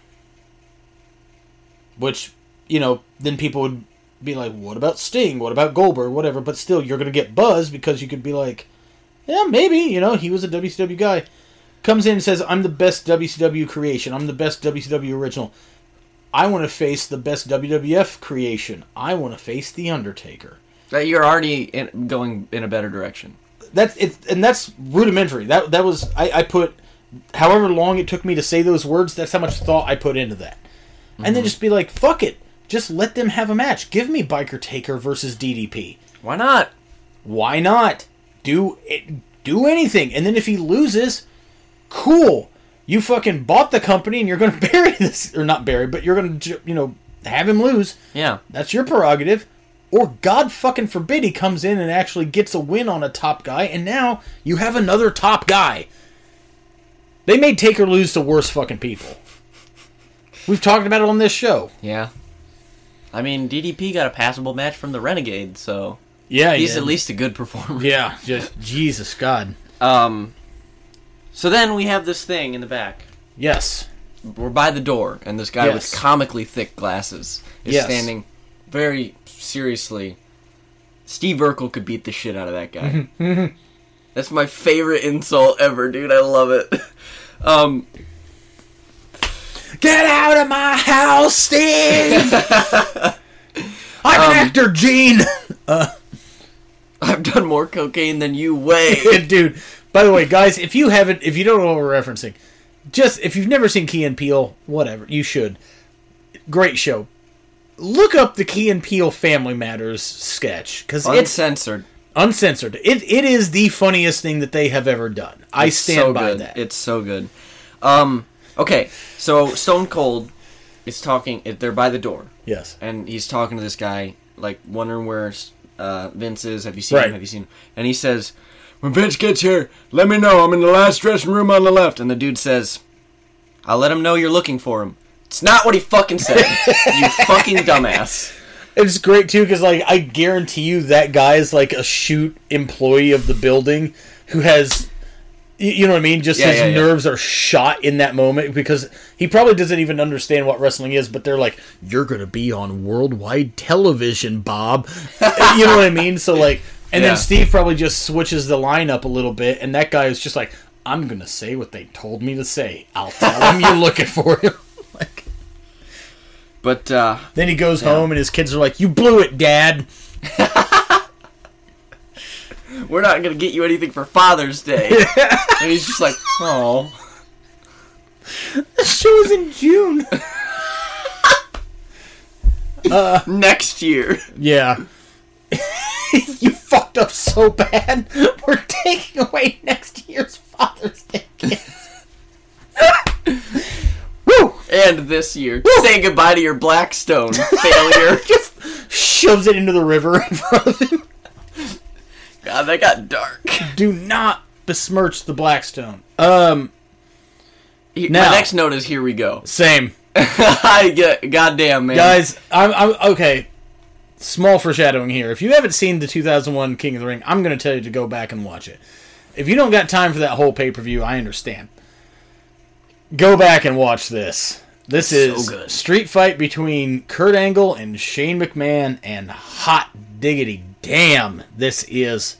Speaker 1: Which, you know, then people would be like, what about Sting? What about Goldberg? Whatever. But still, you're gonna get buzz because you could be like, yeah, maybe. You know, he was a WCW guy. Comes in and says, I'm the best WCW creation. I'm the best WCW original. I want to face the best WWF creation. I want to face the Undertaker.
Speaker 2: That you're already in, going in a better direction.
Speaker 1: That's it, and that's rudimentary. That that was I, I put however long it took me to say those words. That's how much thought I put into that, and then just be like, fuck it, just let them have a match. Give me Biker Taker versus DDP.
Speaker 2: Why not?
Speaker 1: Why not? Do it, do anything, and then if he loses, cool. You fucking bought the company, and you're going to bury this, or not bury, but you're going to you know have him lose.
Speaker 2: Yeah,
Speaker 1: That's your prerogative. Or God fucking forbid he comes in and actually gets a win on a top guy, and now you have another top guy. They made Taker lose to worse fucking people. We've talked about it on this show.
Speaker 2: yeah. I mean, DDP got a passable match from the Renegade, so
Speaker 1: Yeah,
Speaker 2: he's at least a good performer.
Speaker 1: yeah. Just Jesus God.
Speaker 2: Um. So then we have this thing in the back.
Speaker 1: Yes.
Speaker 2: We're by the door, and this guy
Speaker 1: Yes.
Speaker 2: with comically thick glasses is
Speaker 1: Yes.
Speaker 2: standing very seriously. Steve Urkel could beat the shit out of that guy. That's my favorite insult ever, dude. I love it. Um,
Speaker 1: Get out of my house, Steve. I'm an actor, Gene.
Speaker 2: I've done more cocaine than you weigh.
Speaker 1: Good dude. By the way, guys, if you haven't, if you don't know what we're referencing, just if you've never seen Key and Peele, whatever, you should. Great show. Look up the Key and Peele Family Matters sketch because it's
Speaker 2: Uncensored.
Speaker 1: uncensored. It it is the funniest thing that they have ever done. I
Speaker 2: It's
Speaker 1: stand
Speaker 2: so
Speaker 1: by
Speaker 2: good.
Speaker 1: that.
Speaker 2: It's so good. Um, okay, so Stone Cold is talking. They're by the door,
Speaker 1: yes.
Speaker 2: and he's talking to this guy, like wondering where uh, Vince is. Have you seen
Speaker 1: Right.
Speaker 2: him? Have you seen him? And he says, "When Vince gets here, let me know. I'm in the last dressing room on the left." And the dude says, "I'll let him know you're looking for him." It's not what he fucking said. you fucking dumbass.
Speaker 1: It's great too because like I guarantee you that guy is like a shoot employee of the building who has. y- You know what I mean? Just
Speaker 2: Yeah,
Speaker 1: his
Speaker 2: yeah, yeah.
Speaker 1: nerves are shot in that moment because he probably doesn't even understand what wrestling is, but they're like, You're gonna be on worldwide television, Bob. you know what I mean? So like and
Speaker 2: Yeah.
Speaker 1: then Steve probably just switches the line up a little bit and that guy is just like, I'm gonna say what they told me to say. I'll tell him you're looking for him. like
Speaker 2: But uh,
Speaker 1: then he goes home and his kids are like, You blew it, Dad.
Speaker 2: we're not gonna get you anything for Father's Day. and he's just like, oh.
Speaker 1: show is in June.
Speaker 2: next year.
Speaker 1: Yeah. you fucked up so bad. We're taking away next year's Father's Day gifts. Woo!
Speaker 2: And this year. Say goodbye to your Blackstone failure.
Speaker 1: Just shoves it into the river in front of him.
Speaker 2: God, that got dark.
Speaker 1: Do not besmirch the Blackstone. Um,
Speaker 2: He-
Speaker 1: Now-
Speaker 2: My next note is here we go.
Speaker 1: same.
Speaker 2: I get, goddamn, man.
Speaker 1: Guys, I'm, I'm okay. small foreshadowing here. If you haven't seen the 2001 King of the Ring, I'm going to tell you to go back and watch it. If you don't got time for that whole pay per view, I understand. Go back and watch this. This is
Speaker 2: good.
Speaker 1: street fight between Kurt Angle and Shane McMahon, and hot diggity damn, this is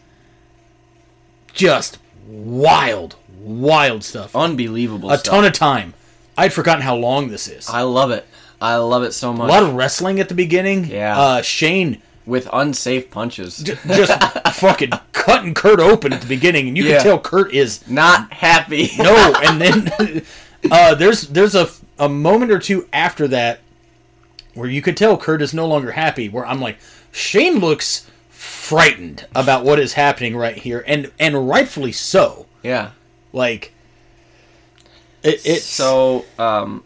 Speaker 1: just wild, wild stuff.
Speaker 2: Unbelievable
Speaker 1: A
Speaker 2: stuff.
Speaker 1: ton of time. I'd forgotten how long this is.
Speaker 2: I love it. I love it so
Speaker 1: A
Speaker 2: much.
Speaker 1: lot of wrestling at the beginning.
Speaker 2: Yeah.
Speaker 1: Uh, Shane
Speaker 2: With unsafe punches.
Speaker 1: j- just fucking cutting Kurt open at the beginning, and you
Speaker 2: Yeah.
Speaker 1: can tell Kurt is
Speaker 2: Not happy.
Speaker 1: no. And then uh, there's there's a a moment or two after that where you could tell Kurt is no longer happy. Where I'm like, Shane looks frightened about what is happening right here, and and rightfully so.
Speaker 2: yeah.
Speaker 1: Like it, it's
Speaker 2: So, um,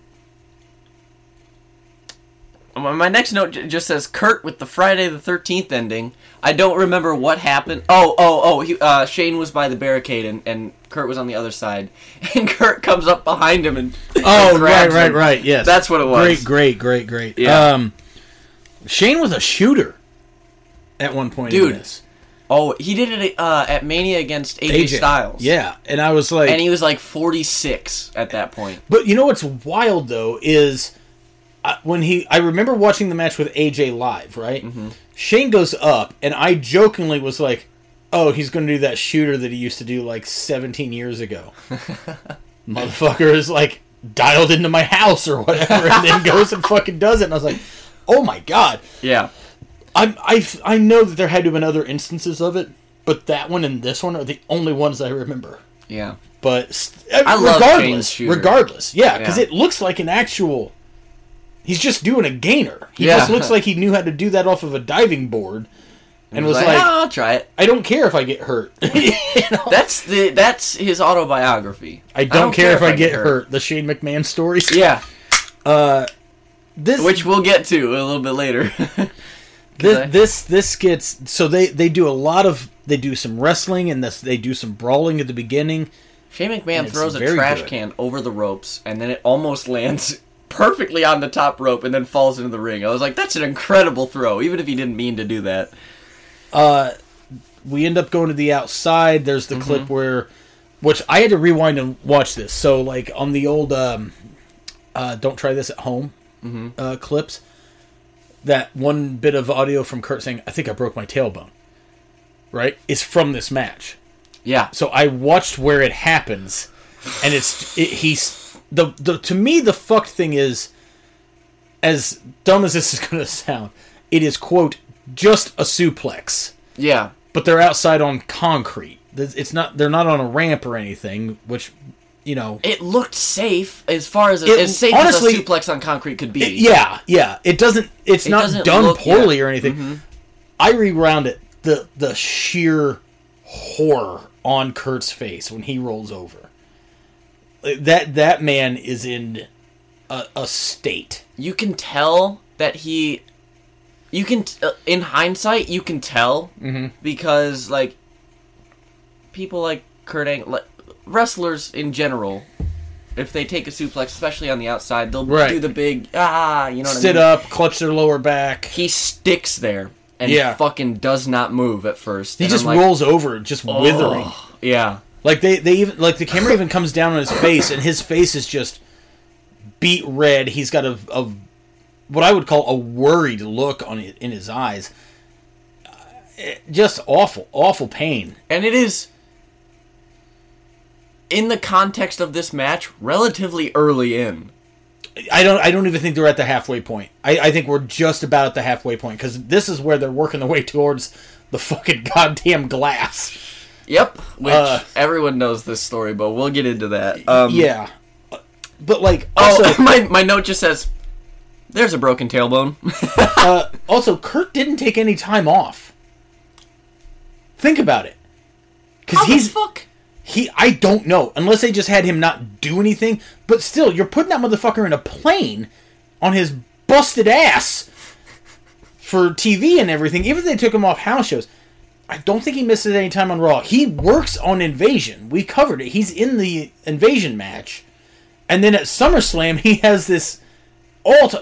Speaker 2: my my next note j- just says Kurt with the Friday the Thirteenth ending. I don't remember what happened. Oh, oh, oh! He, uh, Shane was by the barricade, and, and Kurt was on the other side. And Kurt comes up behind him and
Speaker 1: Oh,
Speaker 2: and
Speaker 1: right,
Speaker 2: grabs
Speaker 1: right,
Speaker 2: him.
Speaker 1: right. Yes,
Speaker 2: That's what it was.
Speaker 1: Great, great, great, great.
Speaker 2: Yeah.
Speaker 1: Um, Shane was a shooter at one point,
Speaker 2: Dude,
Speaker 1: In this.
Speaker 2: Oh, he did it uh, at Mania against AJ, Styles.
Speaker 1: Yeah, and I was like,
Speaker 2: and he was like forty six at that point.
Speaker 1: but you know what's wild though is uh, when he. I remember watching the match with AJ live. Right, Shane goes up, and I jokingly was like, "Oh, he's going to do that shooter that he used to do like 17 years ago." Motherfucker is like dialed into my house or whatever, and then goes and fucking does it. And I was like, "Oh my god."
Speaker 2: Yeah,
Speaker 1: I, I, I know that there had to have been other instances of it, but that one and this one are the only ones I remember.
Speaker 2: yeah.
Speaker 1: But st-
Speaker 2: I love Shane's
Speaker 1: regardless,
Speaker 2: shooter.
Speaker 1: regardless, yeah, because
Speaker 2: Yeah.
Speaker 1: it looks like an actual. He's just doing a gainer. He
Speaker 2: Yeah.
Speaker 1: just looks like he knew how to do that off of a diving board, and was like,
Speaker 2: "Ah, I'll try it.
Speaker 1: "I don't care if I get hurt. You know?
Speaker 2: That's the that's his autobiography.
Speaker 1: I don't, care, if I get hurt. The Shane McMahon story.
Speaker 2: Yeah,
Speaker 1: This
Speaker 2: which we'll get to a little bit later. I-
Speaker 1: this this this gets so they they do a lot of they do some wrestling and this they do some brawling at the beginning.
Speaker 2: Shane
Speaker 1: And
Speaker 2: McMahon
Speaker 1: it's
Speaker 2: throws a
Speaker 1: very
Speaker 2: trash
Speaker 1: good.
Speaker 2: can over the ropes, and then it almost lands perfectly on the top rope, and then falls into the ring. I was like, that's an incredible throw, even if he didn't mean to do that.
Speaker 1: we end up going to the outside. There's the clip where, which I had to rewind and watch this. So like on the old, um, uh, don't try this at home uh, clips. That one bit of audio from Kurt saying, "I think I broke my tailbone," right, is from this match.
Speaker 2: Yeah,
Speaker 1: So I watched where it happens, and it's it, he's the the to me the fucked thing is, as dumb as this is going to sound, it is quote just a suplex
Speaker 2: yeah,
Speaker 1: but they're outside on concrete. Th- It's not they're not on a ramp or anything, which you know.
Speaker 2: it looked safe as far as
Speaker 1: It-
Speaker 2: as safe
Speaker 1: honestly-
Speaker 2: as a suplex on concrete could be.
Speaker 1: yeah, yeah. It doesn't. It's not
Speaker 2: doesn't
Speaker 1: done
Speaker 2: look-
Speaker 1: poorly
Speaker 2: yeah. Mm-hmm.
Speaker 1: or anything. I rewound it. The the sheer horror on Kurt's face when he rolls over. Like, That that man is in a, a state.
Speaker 2: you can tell that he you can t- uh, in hindsight you can tell
Speaker 1: Mm-hmm.
Speaker 2: because like people like Kurt Angle like, wrestlers in general if they take a suplex especially on the outside they'll
Speaker 1: Right.
Speaker 2: do the big ah you know what
Speaker 1: Sit
Speaker 2: I mean
Speaker 1: up, clutch their lower back. He
Speaker 2: he sticks there and
Speaker 1: Yeah.
Speaker 2: fucking does not move at first he
Speaker 1: just rolls over, just
Speaker 2: "Oh."
Speaker 1: withering.
Speaker 2: yeah
Speaker 1: Like they, they even like the camera even comes down on his face, and his face is just beat red. He's got a, a what I would call a worried look on it, in his eyes. Uh, it- Just awful, awful pain.
Speaker 2: and it is in the context of this match relatively early in
Speaker 1: I don't. I don't even think they're at the halfway point. I, I think we're just about at the halfway point because this is where they're working their way towards the fucking goddamn glass.
Speaker 2: Yep, which
Speaker 1: Uh,
Speaker 2: everyone knows this story, but we'll get into that. Um,
Speaker 1: Yeah, but like also,
Speaker 2: Oh, my my note just says, "There's a broken tailbone."
Speaker 1: Also, Kurt didn't take any time off. Think about it.
Speaker 2: Oh,
Speaker 1: Because he's
Speaker 2: fuck.
Speaker 1: he I don't know unless they just had him not do anything. But still, you're putting that motherfucker in a plane on his busted ass for TV and everything. Even if they took him off house shows, I don't think he misses any time on Raw. He works on Invasion. We covered it. He's in the Invasion match, and then at SummerSlam he has this all. T-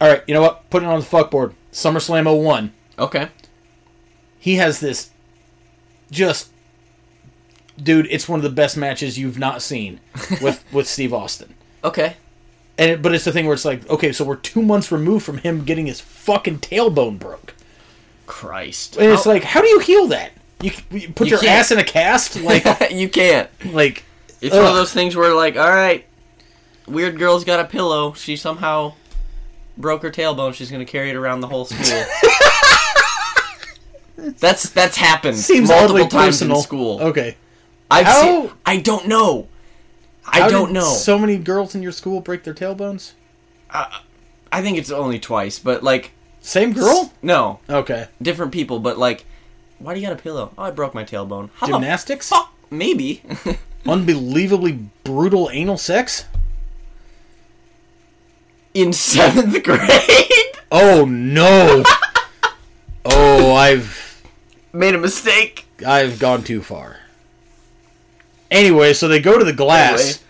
Speaker 1: all right, you know what? Put it on the fuckboard. SummerSlam 01.
Speaker 2: Okay.
Speaker 1: He has this just dude, it's one of the best matches you've not seen with with Steve Austin.
Speaker 2: Okay.
Speaker 1: And it, but it's the thing where it's like, okay, so we're 2 months removed from him getting his fucking tailbone broke.
Speaker 2: Christ.
Speaker 1: And it's
Speaker 2: How-
Speaker 1: like, how do you heal that? You, you put
Speaker 2: You
Speaker 1: your
Speaker 2: can't.
Speaker 1: ass in a cast like
Speaker 2: you can't.
Speaker 1: like
Speaker 2: It's one of
Speaker 1: Ugh.
Speaker 2: those things where like, all right, weird girl's got a pillow. She somehow broke her tailbone. She's gonna carry it around the whole school. that's that's happened
Speaker 1: seems
Speaker 2: multiple
Speaker 1: oddly
Speaker 2: times
Speaker 1: personal.
Speaker 2: in school.
Speaker 1: Okay.
Speaker 2: I've
Speaker 1: How-
Speaker 2: seen, I don't know. I
Speaker 1: How
Speaker 2: don't
Speaker 1: did
Speaker 2: know.
Speaker 1: So many girls in your school break their tailbones?
Speaker 2: I think it's only twice, but like
Speaker 1: Same girl?
Speaker 2: no,
Speaker 1: Okay.
Speaker 2: different people. But like, why do you got a pillow? Oh, I broke my tailbone. How the
Speaker 1: Gymnastics?
Speaker 2: fuck? Maybe.
Speaker 1: Unbelievably brutal anal sex?
Speaker 2: in seventh grade,
Speaker 1: Oh no. oh, I've
Speaker 2: made a mistake.
Speaker 1: I've gone too far. Anyway, so they go to the glass.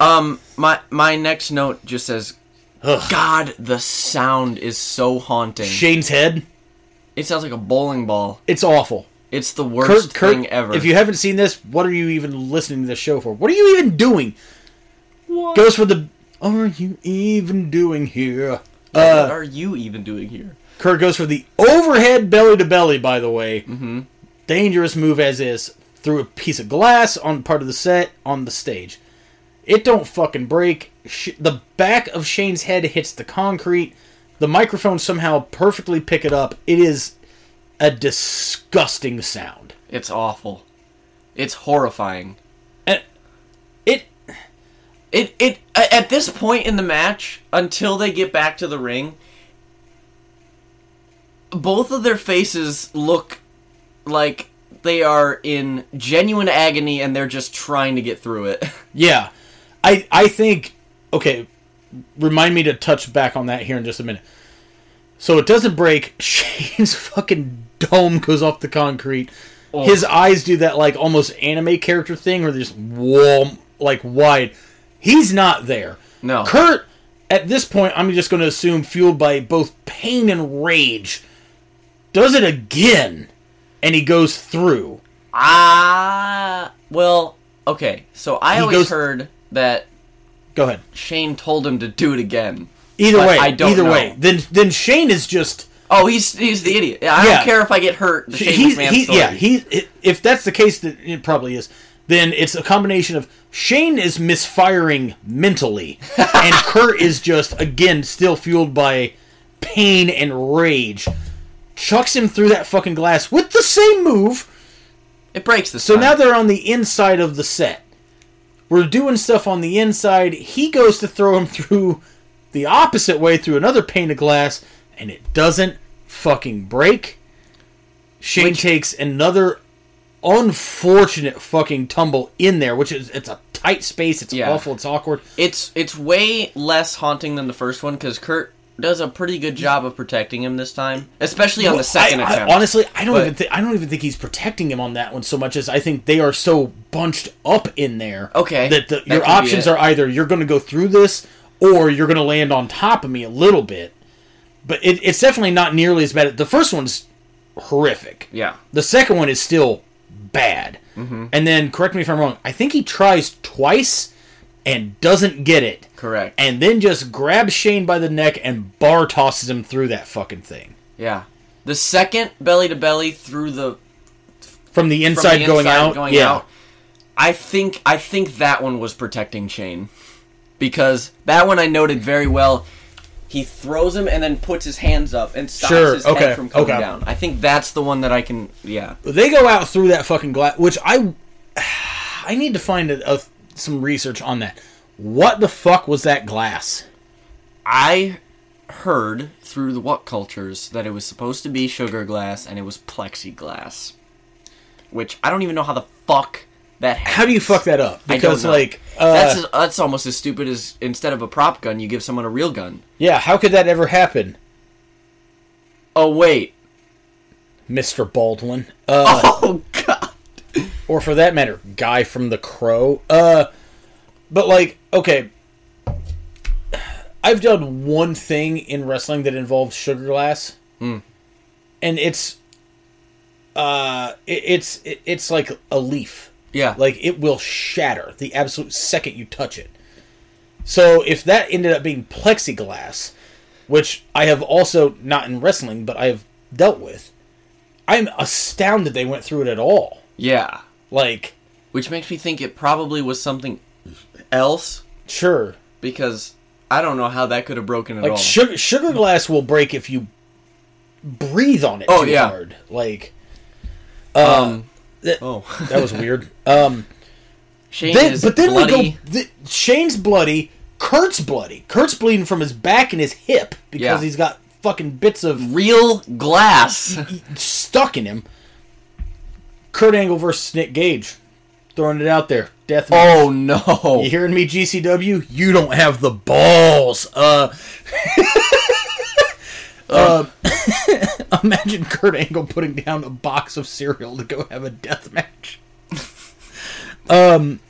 Speaker 2: Um, my my next note just says,
Speaker 1: Ugh.
Speaker 2: "God, the sound is so haunting.
Speaker 1: Shane's head.
Speaker 2: It sounds like a bowling ball.
Speaker 1: It's awful.
Speaker 2: It's the
Speaker 1: Kurt,
Speaker 2: worst
Speaker 1: Kurt,
Speaker 2: thing ever."
Speaker 1: if you haven't seen this, what are you even listening to this show for? What are you even doing?
Speaker 2: what,
Speaker 1: Goes for the. Are you even doing here? uh,
Speaker 2: what are you even doing here?
Speaker 1: Kurt goes for the overhead belly to belly, by the way. Mm-hmm. Dangerous move as is. Through a piece of glass on part of the set on the stage. It don't fucking break. Sh- the back of Shane's head hits the concrete. The microphone somehow perfectly pick it up. It is a disgusting sound.
Speaker 2: It's awful. It's horrifying.
Speaker 1: And it
Speaker 2: It it a- at this point in the match until they get back to the ring, both of their faces look like they are in genuine agony and they're just trying to get through it.
Speaker 1: Yeah, I I think okay. Remind me to touch back on that here in just a minute. So it doesn't break. Shane's fucking dome goes off the concrete.
Speaker 2: Oh.
Speaker 1: His eyes do that like almost anime character thing, where they're just warm, like wide. He's not there.
Speaker 2: No.
Speaker 1: Kurt. At this point, I'm just going to assume fueled by both pain and rage, does it again, and he goes through.
Speaker 2: Ah, well, okay. So I always
Speaker 1: goes-
Speaker 2: heard that
Speaker 1: Go ahead.
Speaker 2: Shane told him to do it again.
Speaker 1: Either
Speaker 2: But
Speaker 1: way,
Speaker 2: I don't
Speaker 1: either
Speaker 2: know.
Speaker 1: way, then then Shane is just.
Speaker 2: Oh, he's he's the idiot. I
Speaker 1: Yeah.
Speaker 2: don't care if I get hurt. The Shane
Speaker 1: he's,
Speaker 2: McMahon
Speaker 1: he,
Speaker 2: story.
Speaker 1: yeah, he. i- If that's the case, that it probably is. Then it's a combination of Shane is misfiring mentally, and Kurt is just again still fueled by pain and rage. Chucks him through that fucking glass with the same move.
Speaker 2: it breaks the.
Speaker 1: So now they're on the inside of the set. We're doing stuff on the inside. He goes to throw him through the opposite way through another pane of glass, and it doesn't fucking break. Shane takes another unfortunate fucking tumble in there, which is it's a tight space. It's
Speaker 2: Yeah.
Speaker 1: awful. It's awkward.
Speaker 2: it's it's way less haunting than the first one because Kurt does a pretty good job of protecting him this time, especially on the second
Speaker 1: I- I-
Speaker 2: attempt.
Speaker 1: honestly, I don't
Speaker 2: But-
Speaker 1: even think I don't even think he's protecting him on that one so much as I think they are so bunched up in there.
Speaker 2: Okay,
Speaker 1: that the,
Speaker 2: that
Speaker 1: your
Speaker 2: could be
Speaker 1: options
Speaker 2: it.
Speaker 1: are either you're going to go through this or you're going to land on top of me a little bit. But it, it's definitely not nearly as bad. The first one's horrific.
Speaker 2: yeah,
Speaker 1: The second one is still bad. Mm-hmm. And then, correct me if I'm wrong. I think he tries twice and doesn't get it,
Speaker 2: correct.
Speaker 1: and then just grabs Shane by the neck and bar tosses him through that fucking thing.
Speaker 2: yeah, the second belly to belly through the
Speaker 1: from the
Speaker 2: from
Speaker 1: inside
Speaker 2: the
Speaker 1: going
Speaker 2: inside
Speaker 1: out.
Speaker 2: going
Speaker 1: yeah.
Speaker 2: out. I think I think that one was protecting Shane because that one I noted very well. He throws him and then puts his hands up and stops
Speaker 1: Sure,
Speaker 2: his
Speaker 1: okay,
Speaker 2: head from coming
Speaker 1: okay.
Speaker 2: down. I think that's the one that I can. Yeah,
Speaker 1: They go out through that fucking glass, which I I need to find a, a, some research on that. What the fuck was that glass?
Speaker 2: I heard through the what cultures that it was supposed to be sugar glass and it was plexiglass, which I don't even know how the fuck that. Happens.
Speaker 1: How do you fuck that up?
Speaker 2: I don't
Speaker 1: Because
Speaker 2: know.
Speaker 1: like uh,
Speaker 2: that's as, that's almost as stupid as instead of a prop gun, you give someone a real gun.
Speaker 1: yeah, how could that ever happen,
Speaker 2: Oh wait,
Speaker 1: Mister Baldwin? Uh,
Speaker 2: oh god.
Speaker 1: or for that matter, guy from The Crow. Uh, but like, okay, I've done one thing in wrestling that involves sugar glass,
Speaker 2: Hmm.
Speaker 1: and it's uh, it, it's it, it's like a leaf.
Speaker 2: Yeah.
Speaker 1: Like it will shatter the absolute second you touch it. So if that ended up being plexiglass, which I have also not in wrestling, but I have dealt with, I'm astounded they went through it at all.
Speaker 2: yeah.
Speaker 1: Like,
Speaker 2: Which makes me think it probably was something else
Speaker 1: sure,
Speaker 2: because I don't know how that could have broken at
Speaker 1: like
Speaker 2: all.
Speaker 1: sugar sugar glass will break if you breathe on it
Speaker 2: Oh,
Speaker 1: too
Speaker 2: yeah.
Speaker 1: hard. Like
Speaker 2: um,
Speaker 1: that,
Speaker 2: oh,
Speaker 1: that was weird. Um,
Speaker 2: Shane
Speaker 1: then,
Speaker 2: is
Speaker 1: but then
Speaker 2: bloody.
Speaker 1: we go. Th- Shane's bloody. Kurt's bloody. Kurt's bleeding from his back and his hip because
Speaker 2: Yeah.
Speaker 1: he's got fucking bits of
Speaker 2: real glass.
Speaker 1: stuck in him. Kurt Angle versus Nick Gage, throwing it out there. Death. match.
Speaker 2: oh no!
Speaker 1: You hearing me, GCW? You don't have the balls. Uh, uh,
Speaker 2: Um.
Speaker 1: imagine Kurt Angle putting down a box of cereal to go have a death match. Um,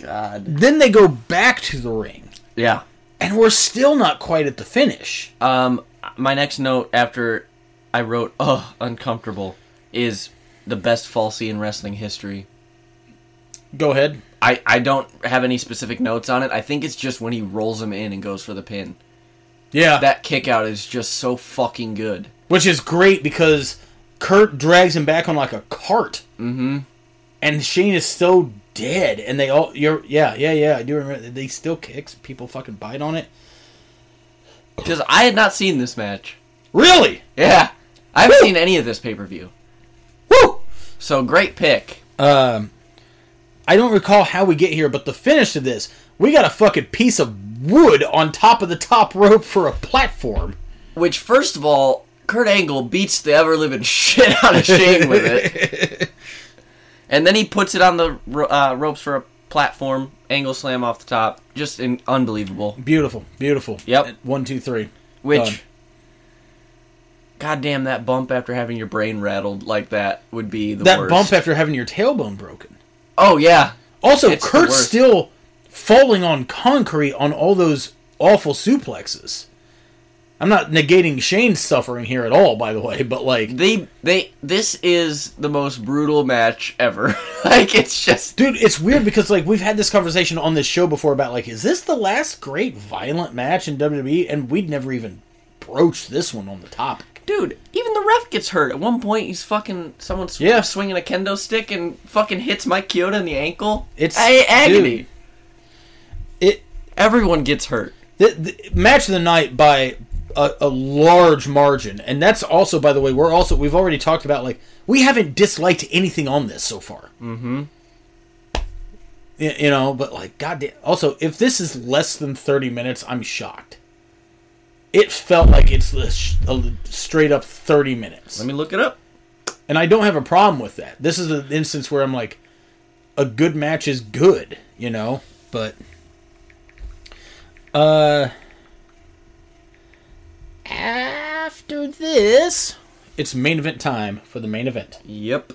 Speaker 2: God.
Speaker 1: Then they go back to the ring,
Speaker 2: Yeah.
Speaker 1: and we're still not quite at the finish.
Speaker 2: Um, my next note after I wrote "ugh uncomfortable" is the best falsy in wrestling history.
Speaker 1: Go ahead.
Speaker 2: I, I don't have any specific notes on it. I think it's just when he rolls him in and goes for the pin.
Speaker 1: Yeah,
Speaker 2: That kick out is just so fucking good.
Speaker 1: which is great because Kurt drags him back on like a cart, mm-hmm. and Shane is so dead, and they all you're yeah yeah yeah I do remember they still kicks people fucking bite on it.
Speaker 2: Because I had not seen this match.
Speaker 1: Really?
Speaker 2: Yeah. I haven't seen any of this pay per view.
Speaker 1: Woo!
Speaker 2: So great pick.
Speaker 1: Um, I don't recall how we get here, but the finish to this, we got a fucking piece of wood on top of the top rope for a platform.
Speaker 2: Which, first of all, Kurt Angle beats the ever living shit out of Shane with it. And then he puts it on the ro- uh, ropes for a platform, angle slam off the top. Just in- unbelievable.
Speaker 1: Beautiful, beautiful.
Speaker 2: Yep.
Speaker 1: One, two, three. Done.
Speaker 2: Which, goddamn, that bump after having your brain rattled like that would be the
Speaker 1: That
Speaker 2: worst.
Speaker 1: bump after having your tailbone broken.
Speaker 2: oh yeah,
Speaker 1: Also,
Speaker 2: It's the
Speaker 1: Kurt's
Speaker 2: worst.
Speaker 1: still falling on concrete on all those awful suplexes. I'm not negating Shane's suffering here at all, by the way, but like,
Speaker 2: they they this is the most brutal match ever. like it's just
Speaker 1: dude, it's weird because like we've had this conversation on this show before about like, is this the last great violent match in WWE? And we'd never even broached this one on the topic.
Speaker 2: dude. Even the ref gets hurt at one point. He's fucking someone sw-
Speaker 1: Yeah.
Speaker 2: swinging a kendo stick and fucking hits Mike Kyoto in the ankle.
Speaker 1: It's-
Speaker 2: A- agony.
Speaker 1: dude. It
Speaker 2: Everyone gets hurt.
Speaker 1: the, the match of the night by a, a large margin, and that's also by the way we're also we've already talked about like we haven't disliked anything on this so far. Mm-hmm. You, know, but like goddamn. Also, if this is less than thirty minutes, I'm shocked. It felt like it's the sh- a straight up thirty minutes
Speaker 2: Let me look it up.
Speaker 1: and I don't have a problem with that. This is an instance where I'm like, a good match is good, you know. But, uh, after this, it's main event time for the main event.
Speaker 2: Yep.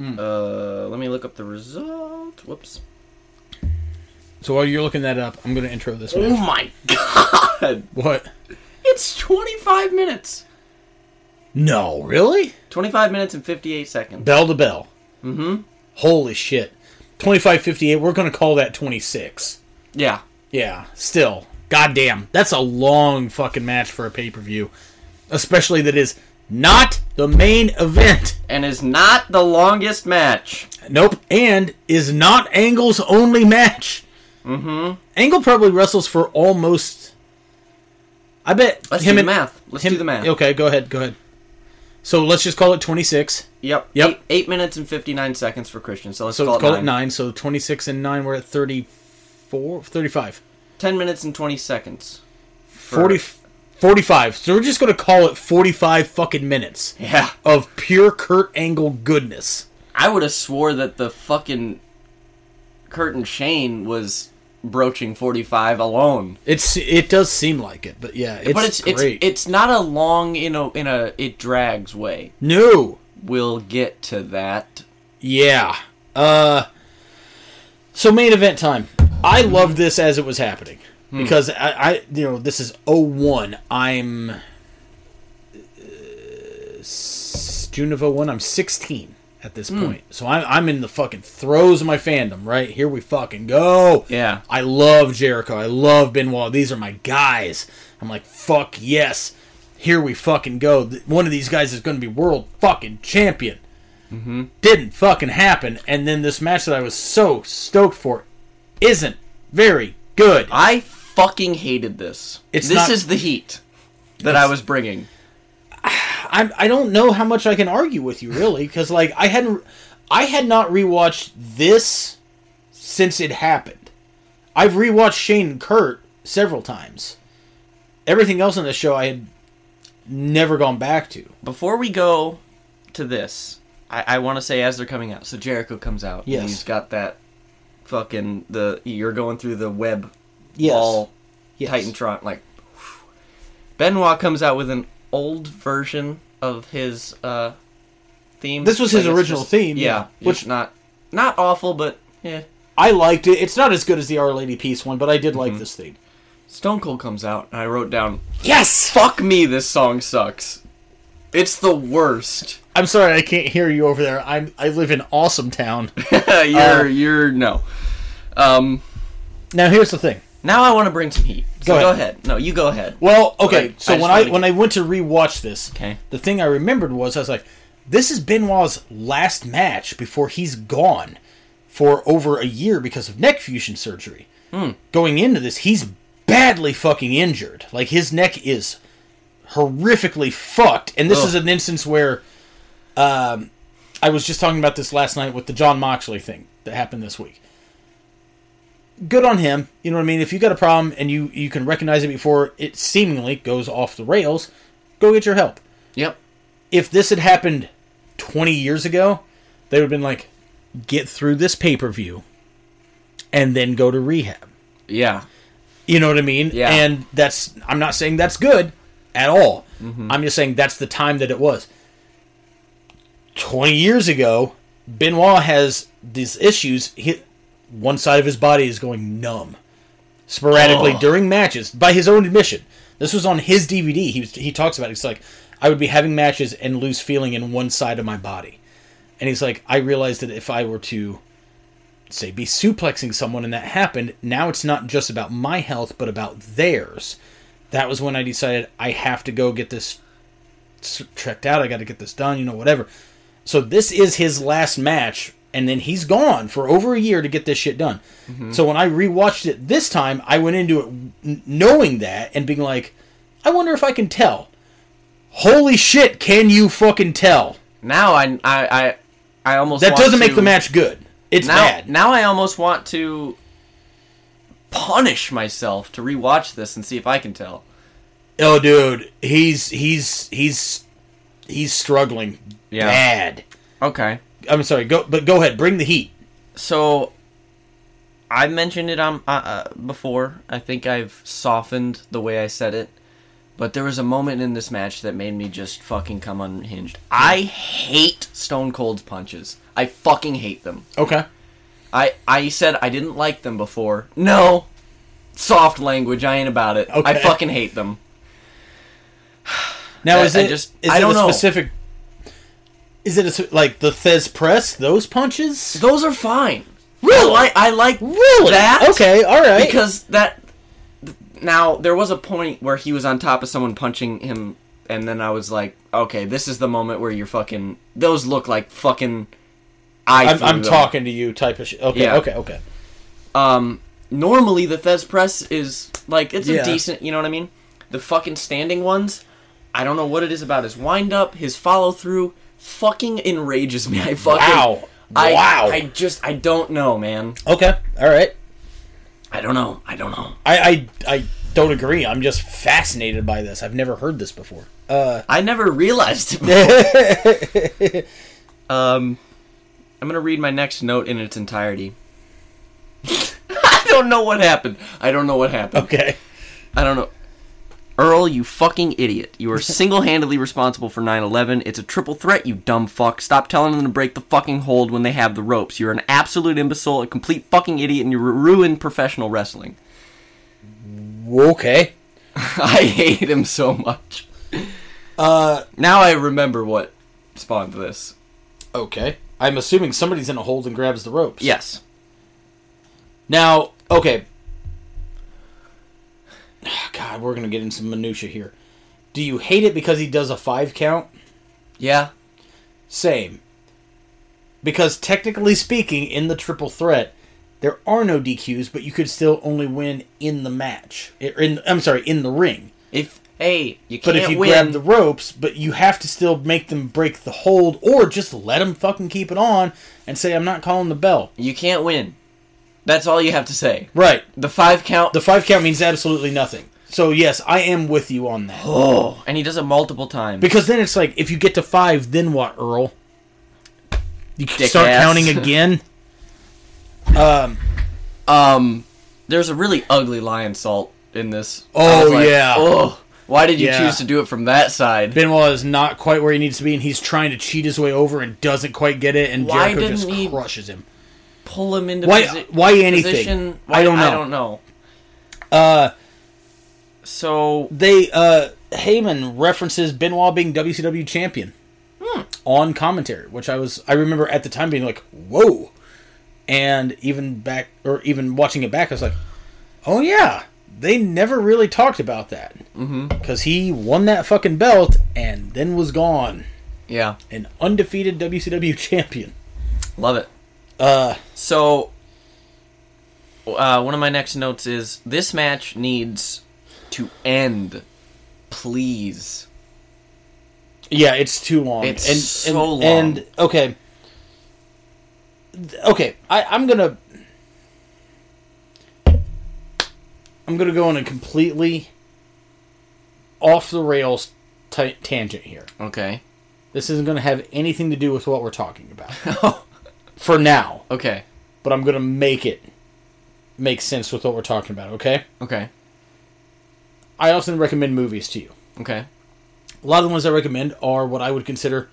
Speaker 2: Uh, let me look up the result. Whoops.
Speaker 1: So while you're looking that up, I'm gonna intro this
Speaker 2: Oh
Speaker 1: one.
Speaker 2: my god!
Speaker 1: What?
Speaker 2: It's 25 minutes!
Speaker 1: No, really?
Speaker 2: 25 minutes and 58 seconds.
Speaker 1: Bell to bell. Mm-hmm. Holy shit! Twenty-five fifty-eight. We're gonna call that twenty-six.
Speaker 2: Yeah.
Speaker 1: Yeah, still. Goddamn. That's a long fucking match for a pay per view. Especially that is not the main event.
Speaker 2: And is not the longest match.
Speaker 1: Nope. And is not Angle's only match. Mm-hmm. Angle probably wrestles for almost. I bet.
Speaker 2: Let's
Speaker 1: him
Speaker 2: do the
Speaker 1: and-
Speaker 2: math. Let's
Speaker 1: him-
Speaker 2: do the math.
Speaker 1: Okay, go ahead. Go ahead. So let's just call it 26.
Speaker 2: Yep.
Speaker 1: Yep.
Speaker 2: Eight, eight minutes and 59 seconds for Christian, so let's
Speaker 1: So
Speaker 2: call, it, 9.
Speaker 1: 9. So 26 and 9, we're at 34, 35.
Speaker 2: 10 minutes and 20 seconds. for-
Speaker 1: 40, 45. So we're just going to call it 45 fucking minutes.
Speaker 2: Yeah.
Speaker 1: of pure Kurt Angle goodness.
Speaker 2: I would have swore that the fucking Kurt and Shane was broaching 45 alone.
Speaker 1: It's it does seem like it, but yeah, it's,
Speaker 2: but it's
Speaker 1: great.
Speaker 2: it's it's not a long in a in a it drags way.
Speaker 1: no,
Speaker 2: We'll get to that.
Speaker 1: yeah. Uh, so main event time. I loved this as it was happening. because I, I you know this is 01 i'm uh, s- june of 01 i'm 16 at this point so I'm, I'm in the fucking throes of my fandom right here we fucking go
Speaker 2: Yeah.
Speaker 1: i love jericho i love benoit these are my guys i'm like fuck yes here we fucking go Th- one of these guys is going to be world fucking champion didn't fucking happen and then this match that i was so stoked for isn't very good
Speaker 2: I fucking hated this.
Speaker 1: It's
Speaker 2: this
Speaker 1: not-
Speaker 2: is the heat that I was bringing.
Speaker 1: I'm, I don't know how much I can argue with you really because like I hadn't I had not rewatched this since it happened. I've rewatched Shane and Kurt several times. Everything else in the show I had never gone back to.
Speaker 2: Before we go to this, I, I want to say as they're coming out. So Jericho comes out.
Speaker 1: Yes.
Speaker 2: And he's got that fucking the you're going through the web
Speaker 1: Yes.
Speaker 2: wall
Speaker 1: Yes.
Speaker 2: Titantron like. whew. Benoit comes out with an old version of his uh, theme.
Speaker 1: This was his
Speaker 2: it's
Speaker 1: original theme, yeah.
Speaker 2: Yeah,
Speaker 1: Which-
Speaker 2: which not not awful, but yeah.
Speaker 1: I liked it. It's not as good as the Our Lady Peace one, but I did like this theme.
Speaker 2: Stone Cold comes out, and I wrote down
Speaker 1: Yes.
Speaker 2: fuck me, this song sucks. It's the worst.
Speaker 1: I'm sorry I can't hear you over there. I'm I live in awesome town. Uh,
Speaker 2: you're you're no. Um,
Speaker 1: now here's the thing.
Speaker 2: now I want to bring some heat. So
Speaker 1: Go
Speaker 2: go
Speaker 1: ahead.
Speaker 2: ahead. No, you go ahead.
Speaker 1: Well, okay.
Speaker 2: Like,
Speaker 1: so
Speaker 2: I just
Speaker 1: when I
Speaker 2: wanna
Speaker 1: when I went to rewatch this,
Speaker 2: Okay.
Speaker 1: the thing I remembered was I was like, this is Benoit's last match before he's gone for over a year because of neck fusion surgery.
Speaker 2: Hmm.
Speaker 1: Going into this, he's badly fucking injured. Like his neck is horrifically fucked, and this
Speaker 2: Ugh.
Speaker 1: is an instance where, um, I was just talking about this last night with the John Moxley thing that happened this week good on him. You know what I mean? If you got a problem and you you can recognize it before it seemingly goes off the rails, go get your help.
Speaker 2: Yep.
Speaker 1: If this had happened 20 years ago, they would have been like, get through this pay per view, and then go to rehab.
Speaker 2: Yeah.
Speaker 1: You know what I mean?
Speaker 2: Yeah.
Speaker 1: And that's I'm not saying that's good at all. I'm just saying that's the time that it was. Twenty years ago, Benoit has these issues. He, one side of his body is going numb sporadically
Speaker 2: Ugh.
Speaker 1: during matches, by his own admission. This was on his DVD. He was, he talks about it. He's like, I would be having matches and lose feeling in one side of my body, and he's like, I realized that if I were to say be suplexing someone and that happened now it's not just about my health but about theirs that was when i decided i have to go get this s- checked out i got to get this done you know whatever so this is his last match and then he's gone for over a year to get this shit done
Speaker 2: Mm-hmm.
Speaker 1: so when i rewatched it this time i went into it n- knowing that and being like i wonder if i can tell holy shit can you fucking tell
Speaker 2: Now I I I, I almost
Speaker 1: that
Speaker 2: want
Speaker 1: doesn't make
Speaker 2: to-
Speaker 1: the match good it's
Speaker 2: now.
Speaker 1: bad
Speaker 2: Now I almost want to punish myself to rewatch this and see if I can tell.
Speaker 1: Oh, dude, he's he's he's he's struggling
Speaker 2: Yeah.
Speaker 1: bad.
Speaker 2: Okay.
Speaker 1: I'm sorry, go but go ahead, bring the heat.
Speaker 2: so I mentioned it on uh, uh, before. I think I've softened the way I said it, but there was a moment in this match that made me just fucking come unhinged. I hate Stone Cold's punches. I fucking hate them.
Speaker 1: Okay,
Speaker 2: I I said I didn't like them before. No, soft language. I ain't about it. I
Speaker 1: Okay.
Speaker 2: fucking hate them.
Speaker 1: now
Speaker 2: I-
Speaker 1: is
Speaker 2: I
Speaker 1: it
Speaker 2: just-
Speaker 1: is
Speaker 2: I
Speaker 1: it
Speaker 2: don't
Speaker 1: a
Speaker 2: know.
Speaker 1: specific? Is it a, s- like the Fez press? Those punches?
Speaker 2: Those are fine.
Speaker 1: Really?
Speaker 2: I, I like
Speaker 1: Really?
Speaker 2: that.
Speaker 1: Okay, all right.
Speaker 2: because that now there was a point where he was on top of someone punching him and then i was like okay this is the moment where you're fucking those look like fucking i
Speaker 1: I'm,
Speaker 2: threw
Speaker 1: I'm
Speaker 2: them.
Speaker 1: talking to you, type of shit. Okay,
Speaker 2: Yeah.
Speaker 1: okay, okay.
Speaker 2: um normally the fez press is like it's
Speaker 1: Yeah.
Speaker 2: a decent you know what i mean the fucking standing ones i don't know what it is about his wind up his follow through fucking enrages me i fucking
Speaker 1: Wow.
Speaker 2: I,
Speaker 1: Wow.
Speaker 2: i just i don't know man
Speaker 1: Okay, all right.
Speaker 2: i don't know i don't know
Speaker 1: I I, I don't agree. I'm just fascinated by this. I've never heard this before.
Speaker 2: I never realized it. Before. um, I'm gonna read my next note in its entirety. I don't know what happened. I don't know what happened.
Speaker 1: Okay.
Speaker 2: I don't know. Earl, you fucking idiot. You are single handedly responsible for 9 11. It's a triple threat, you dumb fuck. Stop telling them to break the fucking hold when they have the ropes. You're an absolute imbecile, a complete fucking idiot, and you ruined professional wrestling.
Speaker 1: Okay.
Speaker 2: I hate him so much.
Speaker 1: Uh,
Speaker 2: Now I remember what spawned this.
Speaker 1: okay. I'm assuming somebody's in a hold and grabs the ropes.
Speaker 2: Yes.
Speaker 1: Now, okay. Ah, God, we're gonna get into some minutia here. Do you hate it because he does a five count?
Speaker 2: Yeah.
Speaker 1: Same. Because technically speaking, in the triple threat, there are no DQs, but you could still only win in the match. Er, In I'm sorry, in the ring.
Speaker 2: If hey, you can't
Speaker 1: But if you
Speaker 2: win.
Speaker 1: grab the ropes, but you have to still make them break the hold, or just let them fucking keep it on and say, "I'm not calling the bell."
Speaker 2: You can't win. That's all you have to say.
Speaker 1: Right.
Speaker 2: The five count.
Speaker 1: The five count means absolutely nothing. So yes, I am with you on that.
Speaker 2: oh, and he does it multiple times.
Speaker 1: Because then it's like if you get to five, then what, Earl? You can
Speaker 2: Dick
Speaker 1: start
Speaker 2: ass.
Speaker 1: counting again. um.
Speaker 2: um, there's a really ugly lion salt in this. I
Speaker 1: Oh,
Speaker 2: was like,
Speaker 1: yeah.
Speaker 2: Oh, why did you
Speaker 1: Yeah.
Speaker 2: choose to do it from that side?
Speaker 1: Benoit is not quite where he needs to be, and he's trying to cheat his way over and doesn't quite get it, and
Speaker 2: Why
Speaker 1: Jericho
Speaker 2: didn't
Speaker 1: just
Speaker 2: he-
Speaker 1: crushes him.
Speaker 2: Pull him into
Speaker 1: Why?
Speaker 2: posi-
Speaker 1: why anything?
Speaker 2: Position.
Speaker 1: I don't know.
Speaker 2: I don't know.
Speaker 1: Uh,
Speaker 2: So
Speaker 1: they uh, Heyman references Benoit being WCW champion
Speaker 2: Hmm.
Speaker 1: on commentary, which I was I remember at the time being like, "Whoa!" And even back or even watching it back, I was like, "Oh yeah." They never really talked about that
Speaker 2: Mm-hmm.
Speaker 1: because he won that fucking belt and then was gone,
Speaker 2: yeah,
Speaker 1: an undefeated WCW champion.
Speaker 2: love it.
Speaker 1: Uh,
Speaker 2: So, uh, one of my next notes is this match needs to end, please.
Speaker 1: Yeah, it's too long.
Speaker 2: It's
Speaker 1: and,
Speaker 2: so
Speaker 1: and,
Speaker 2: long.
Speaker 1: And okay, okay, I, I'm gonna, I'm gonna go on a completely off the rails t- tangent here.
Speaker 2: Okay.
Speaker 1: This isn't gonna have anything to do with what we're talking about for now,
Speaker 2: okay.
Speaker 1: but I'm gonna make it make sense with what we're talking about. Okay,
Speaker 2: Okay.
Speaker 1: I often recommend movies to you.
Speaker 2: Okay.
Speaker 1: a lot of the ones I recommend are what I would consider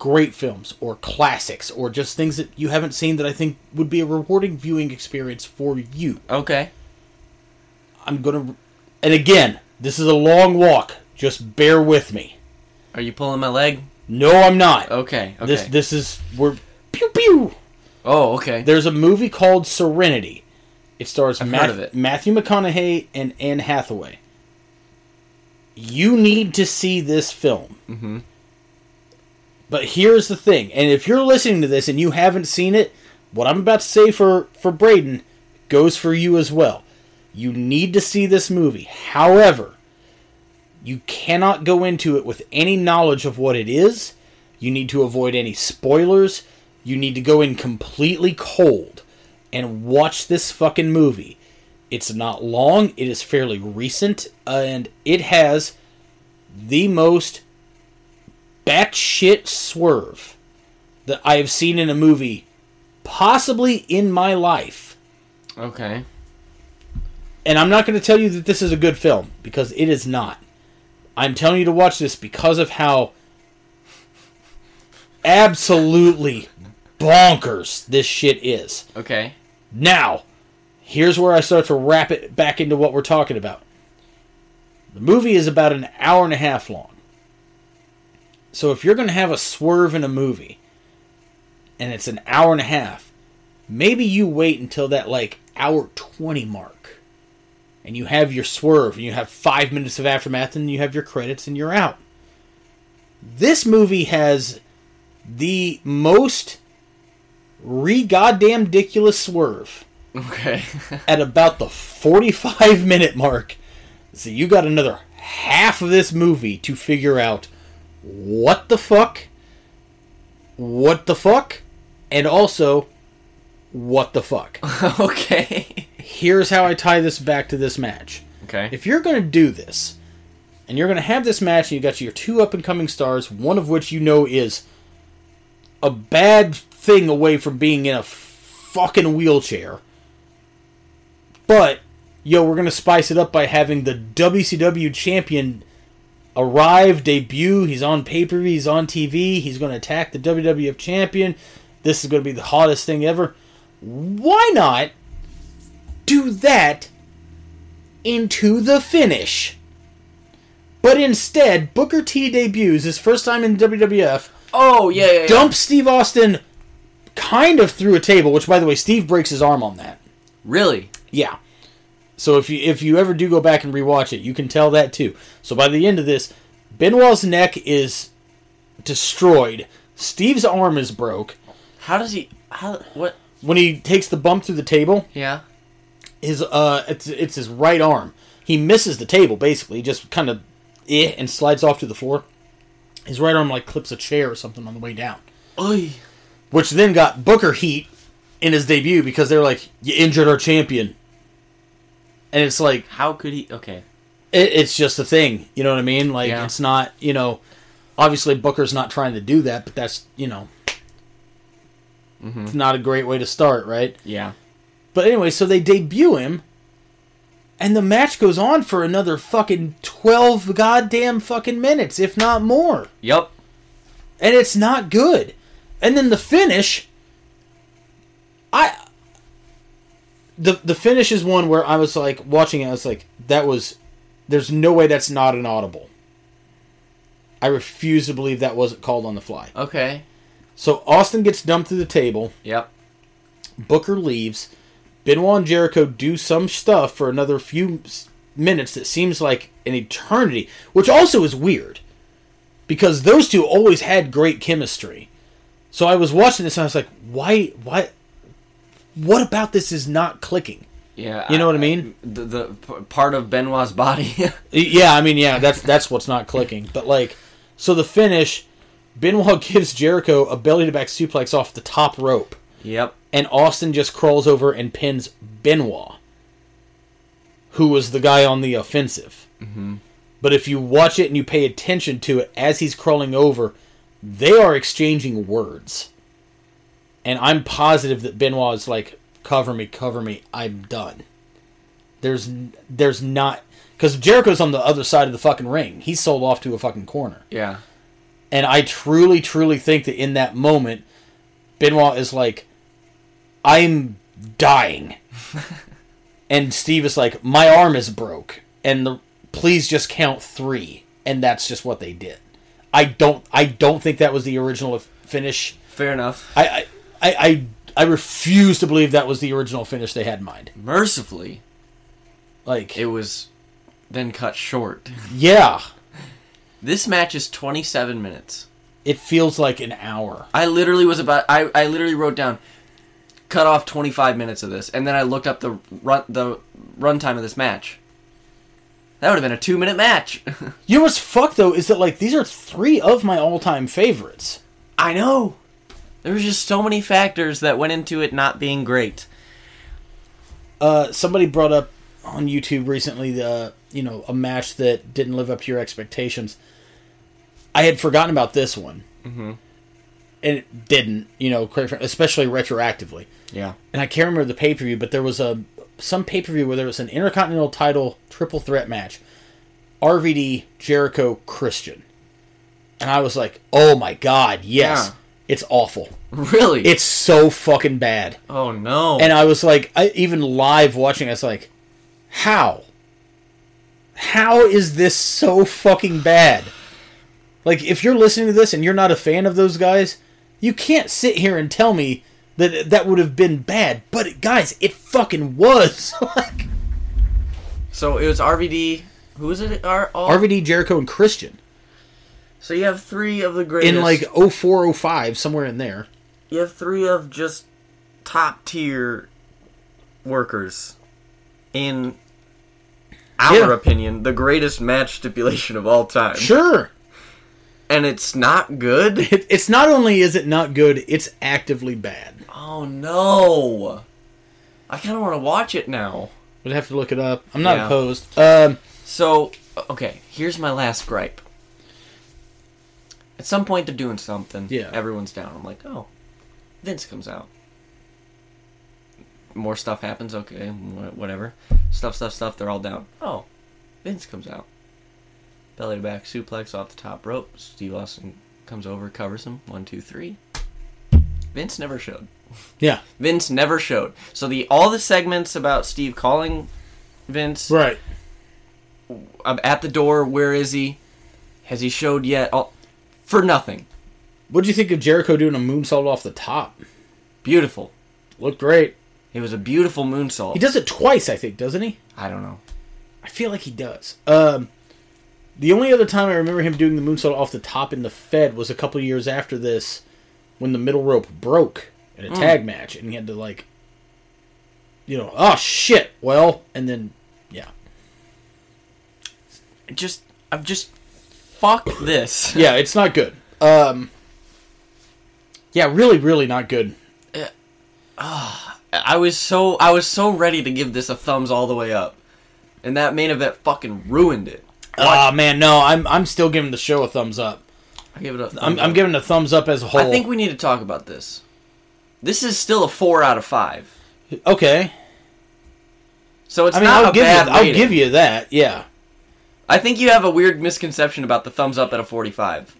Speaker 1: great films or classics or just things that you haven't seen that I think would be a rewarding viewing experience for you.
Speaker 2: Okay.
Speaker 1: I'm going to. And again, this is a long walk. Just bear with me.
Speaker 2: Are you pulling my leg?
Speaker 1: No, I'm not.
Speaker 2: Okay. Oh, Okay.
Speaker 1: This this is we're pew pew.
Speaker 2: oh, okay.
Speaker 1: There's a movie called Serenity. It stars
Speaker 2: I've
Speaker 1: Math-
Speaker 2: heard of it.
Speaker 1: Matthew McConaughey and Anne Hathaway. You need to see this film.
Speaker 2: Mhm.
Speaker 1: But here's the thing, and if you're listening to this and you haven't seen it, what I'm about to say for for Braden goes for you as well. You need to see this movie. However, you cannot go into it with any knowledge of what it is. You need to avoid any spoilers. You need to go in completely cold and watch this fucking movie. It's not long, it is fairly recent, and it has the most batshit swerve that I have seen in a movie, possibly in my life.
Speaker 2: okay.
Speaker 1: And I'm not going to tell you that this is a good film, because it is not. I'm telling you to watch this because of how absolutely bonkers this shit is.
Speaker 2: Okay.
Speaker 1: Now, here's where I start to wrap it back into what we're talking about. The movie is about an hour and a half long. So if you're going to have a swerve in a movie and it's an hour and a half, maybe you wait until that like hour 20 mark and you have your swerve and you have 5 minutes of aftermath and you have your credits and you're out. This movie has the most re goddamn ridiculous swerve
Speaker 2: Okay.
Speaker 1: at about the 45 minute mark. So you got another half of this movie to figure out what the fuck, what the fuck, and also what the fuck.
Speaker 2: okay.
Speaker 1: Here's how I tie this back to this match.
Speaker 2: Okay.
Speaker 1: If you're going to do this, and you're going to have this match, and you got your two up and coming stars, one of which you know is a bad thing away from being in a fucking wheelchair. But, yo, we're going to spice it up by having the WCW champion arrive, debut. He's on pay per view, he's on TV, he's going to attack the WWF champion. This is going to be the hottest thing ever. Why not do that into the finish. But instead, Booker T debuts his first time in WWF,
Speaker 2: Oh yeah, yeah, yeah.
Speaker 1: dumps Steve Austin kind of through a table, which by the way, Steve breaks his arm on that.
Speaker 2: Really?
Speaker 1: Yeah. So if you if you ever do go back and rewatch it, you can tell that too. So by the end of this, Benoit's neck is destroyed. Steve's arm is broke.
Speaker 2: How does he? How? What?
Speaker 1: When he takes the bump through the table,
Speaker 2: Yeah.
Speaker 1: his uh it's, it's his right arm. He misses the table basically, just kind of eh, and slides off to the floor. His right arm like clips a chair or something on the way down,
Speaker 2: Oy.
Speaker 1: which then got Booker heat in his debut because they were like, "You injured our champion," and it's like
Speaker 2: How could he? Okay.
Speaker 1: it, it's just a thing. You know what I mean? Like
Speaker 2: Yeah.
Speaker 1: it's not. You know, obviously Booker's not trying to do that, but that's you know, it's not a great way to start, right?
Speaker 2: Yeah.
Speaker 1: But anyway, so they debut him, and the match goes on for another fucking twelve goddamn fucking minutes, if not more,
Speaker 2: Yup.
Speaker 1: and it's not good. And then the finish, I. The, the finish is one where I was like watching it. I was like, that was, there's no way that's not an audible. I refuse to believe that wasn't called on the fly.
Speaker 2: Okay.
Speaker 1: So Austin gets dumped through the table.
Speaker 2: Yep.
Speaker 1: Booker leaves. Benoit and Jericho do some stuff for another few s- minutes that seems like an eternity, which also is weird because those two always had great chemistry. So I was watching this and I was like, why, why, what about this is not clicking?
Speaker 2: Yeah.
Speaker 1: You know what I mean?
Speaker 2: The, the p- part of Benoit's body.
Speaker 1: Y- Yeah, I mean, yeah, that's that's what's not clicking. But like, so the finish, Benoit gives Jericho a belly to back suplex off the top rope.
Speaker 2: yep.
Speaker 1: and Austin just crawls over and pins Benoit, who was the guy on the offensive. Mm-hmm. But if you watch it and you pay attention to it as he's crawling over, they are exchanging words. And I'm positive that Benoit is like, cover me, cover me, I'm done. There's n- there's not because Jericho's on the other side of the fucking ring. He's sold off to a fucking corner.
Speaker 2: Yeah.
Speaker 1: And I truly, truly think that in that moment, Benoit is like, I'm dying. and Steve is like, my arm is broke. And the, please just count three. And that's just what they did. I don't, I don't think that was the original finish.
Speaker 2: Fair enough.
Speaker 1: I, I, I, I, I refuse to believe that was the original finish they had in mind.
Speaker 2: Mercifully,
Speaker 1: Like,
Speaker 2: it was then cut short.
Speaker 1: yeah,
Speaker 2: this match is 27 minutes.
Speaker 1: it feels like an hour.
Speaker 2: I literally was about. I, I literally wrote down, cut off 25 minutes of this, and then I looked up the run the runtime of this match. That would have been a two minute match.
Speaker 1: You know what's fucked though is that like these are three of my all-time favorites.
Speaker 2: I know. There was just so many factors that went into it not being great.
Speaker 1: uh, somebody brought up on YouTube recently the you know a match that didn't live up to your expectations. I had forgotten about this one, mm-hmm. and it didn't. You know, quite frankly, especially retroactively.
Speaker 2: Yeah.
Speaker 1: And I can't remember the pay per view, but there was a some pay per view where there was an intercontinental title triple threat match: RVD, Jericho, Christian. And I was like, "Oh my god, yes,
Speaker 2: Yeah.
Speaker 1: it's awful.
Speaker 2: Really?
Speaker 1: It's so fucking bad."
Speaker 2: oh no.
Speaker 1: and I was like, I even live watching, I was like, how? How is this so fucking bad? Like, if you're listening to this and you're not a fan of those guys, you can't sit here and tell me that that would have been bad. But it- guys, it fucking was. like
Speaker 2: so it was RVD. Who was it? R- all-
Speaker 1: RVD, Jericho, and Christian
Speaker 2: so you have three of the greatest.
Speaker 1: in like 04, 05, somewhere in there.
Speaker 2: you have three of just top tier workers. In our
Speaker 1: Yeah.
Speaker 2: opinion, the greatest match stipulation of all time,
Speaker 1: Sure.
Speaker 2: and it's not good.
Speaker 1: It, it's not only is it not good, it's actively bad.
Speaker 2: Oh no! I kind of want to watch it now.
Speaker 1: We'd have to look it up. I'm not
Speaker 2: Yeah.
Speaker 1: opposed. Um,
Speaker 2: So, okay, here's my last gripe. At some point, they're doing something.
Speaker 1: Yeah.
Speaker 2: Everyone's down. I'm like, oh, Vince comes out. More stuff happens. Okay, wha- whatever. Stuff, stuff, stuff. They're all down. Oh, Vince comes out. Belly to back suplex off the top rope. Steve Austin comes over, covers him. One, two, three. Vince never showed.
Speaker 1: yeah.
Speaker 2: Vince never showed. So the all the segments about Steve calling Vince
Speaker 1: Right.
Speaker 2: I'm at the door. Where is he? Has he showed yet? All, for nothing.
Speaker 1: What do you think of Jericho doing a moonsault off the top?
Speaker 2: Beautiful.
Speaker 1: Looked great.
Speaker 2: It was a beautiful moonsault.
Speaker 1: He does it twice, I think, doesn't he?
Speaker 2: I don't know.
Speaker 1: I feel like he does. Um, the only other time I remember him doing the moonsault off the top in the Fed was a couple years after this, when the middle rope broke in
Speaker 2: Mm.
Speaker 1: a tag match, and he had to like, you know, oh shit, well, and then yeah,
Speaker 2: It Just I'm just fuck this.
Speaker 1: yeah, it's not good. Um, yeah, really, really not good.
Speaker 2: I was so I was so ready to give this a thumbs all the way up, and that main event fucking ruined it.
Speaker 1: Ah man, no, I'm I'm still giving the show a thumbs up.
Speaker 2: I give it a thumbs
Speaker 1: I'm,
Speaker 2: up.
Speaker 1: I'm giving it a thumbs up as a whole.
Speaker 2: Uh-huh. I think we need to talk about this. This is still a four out of five,
Speaker 1: okay.
Speaker 2: so it's
Speaker 1: I mean,
Speaker 2: not
Speaker 1: I'll
Speaker 2: a
Speaker 1: give you
Speaker 2: bad.
Speaker 1: I'll
Speaker 2: rating.
Speaker 1: give you that. Yeah,
Speaker 2: I think you have a weird misconception about the thumbs up at a 45.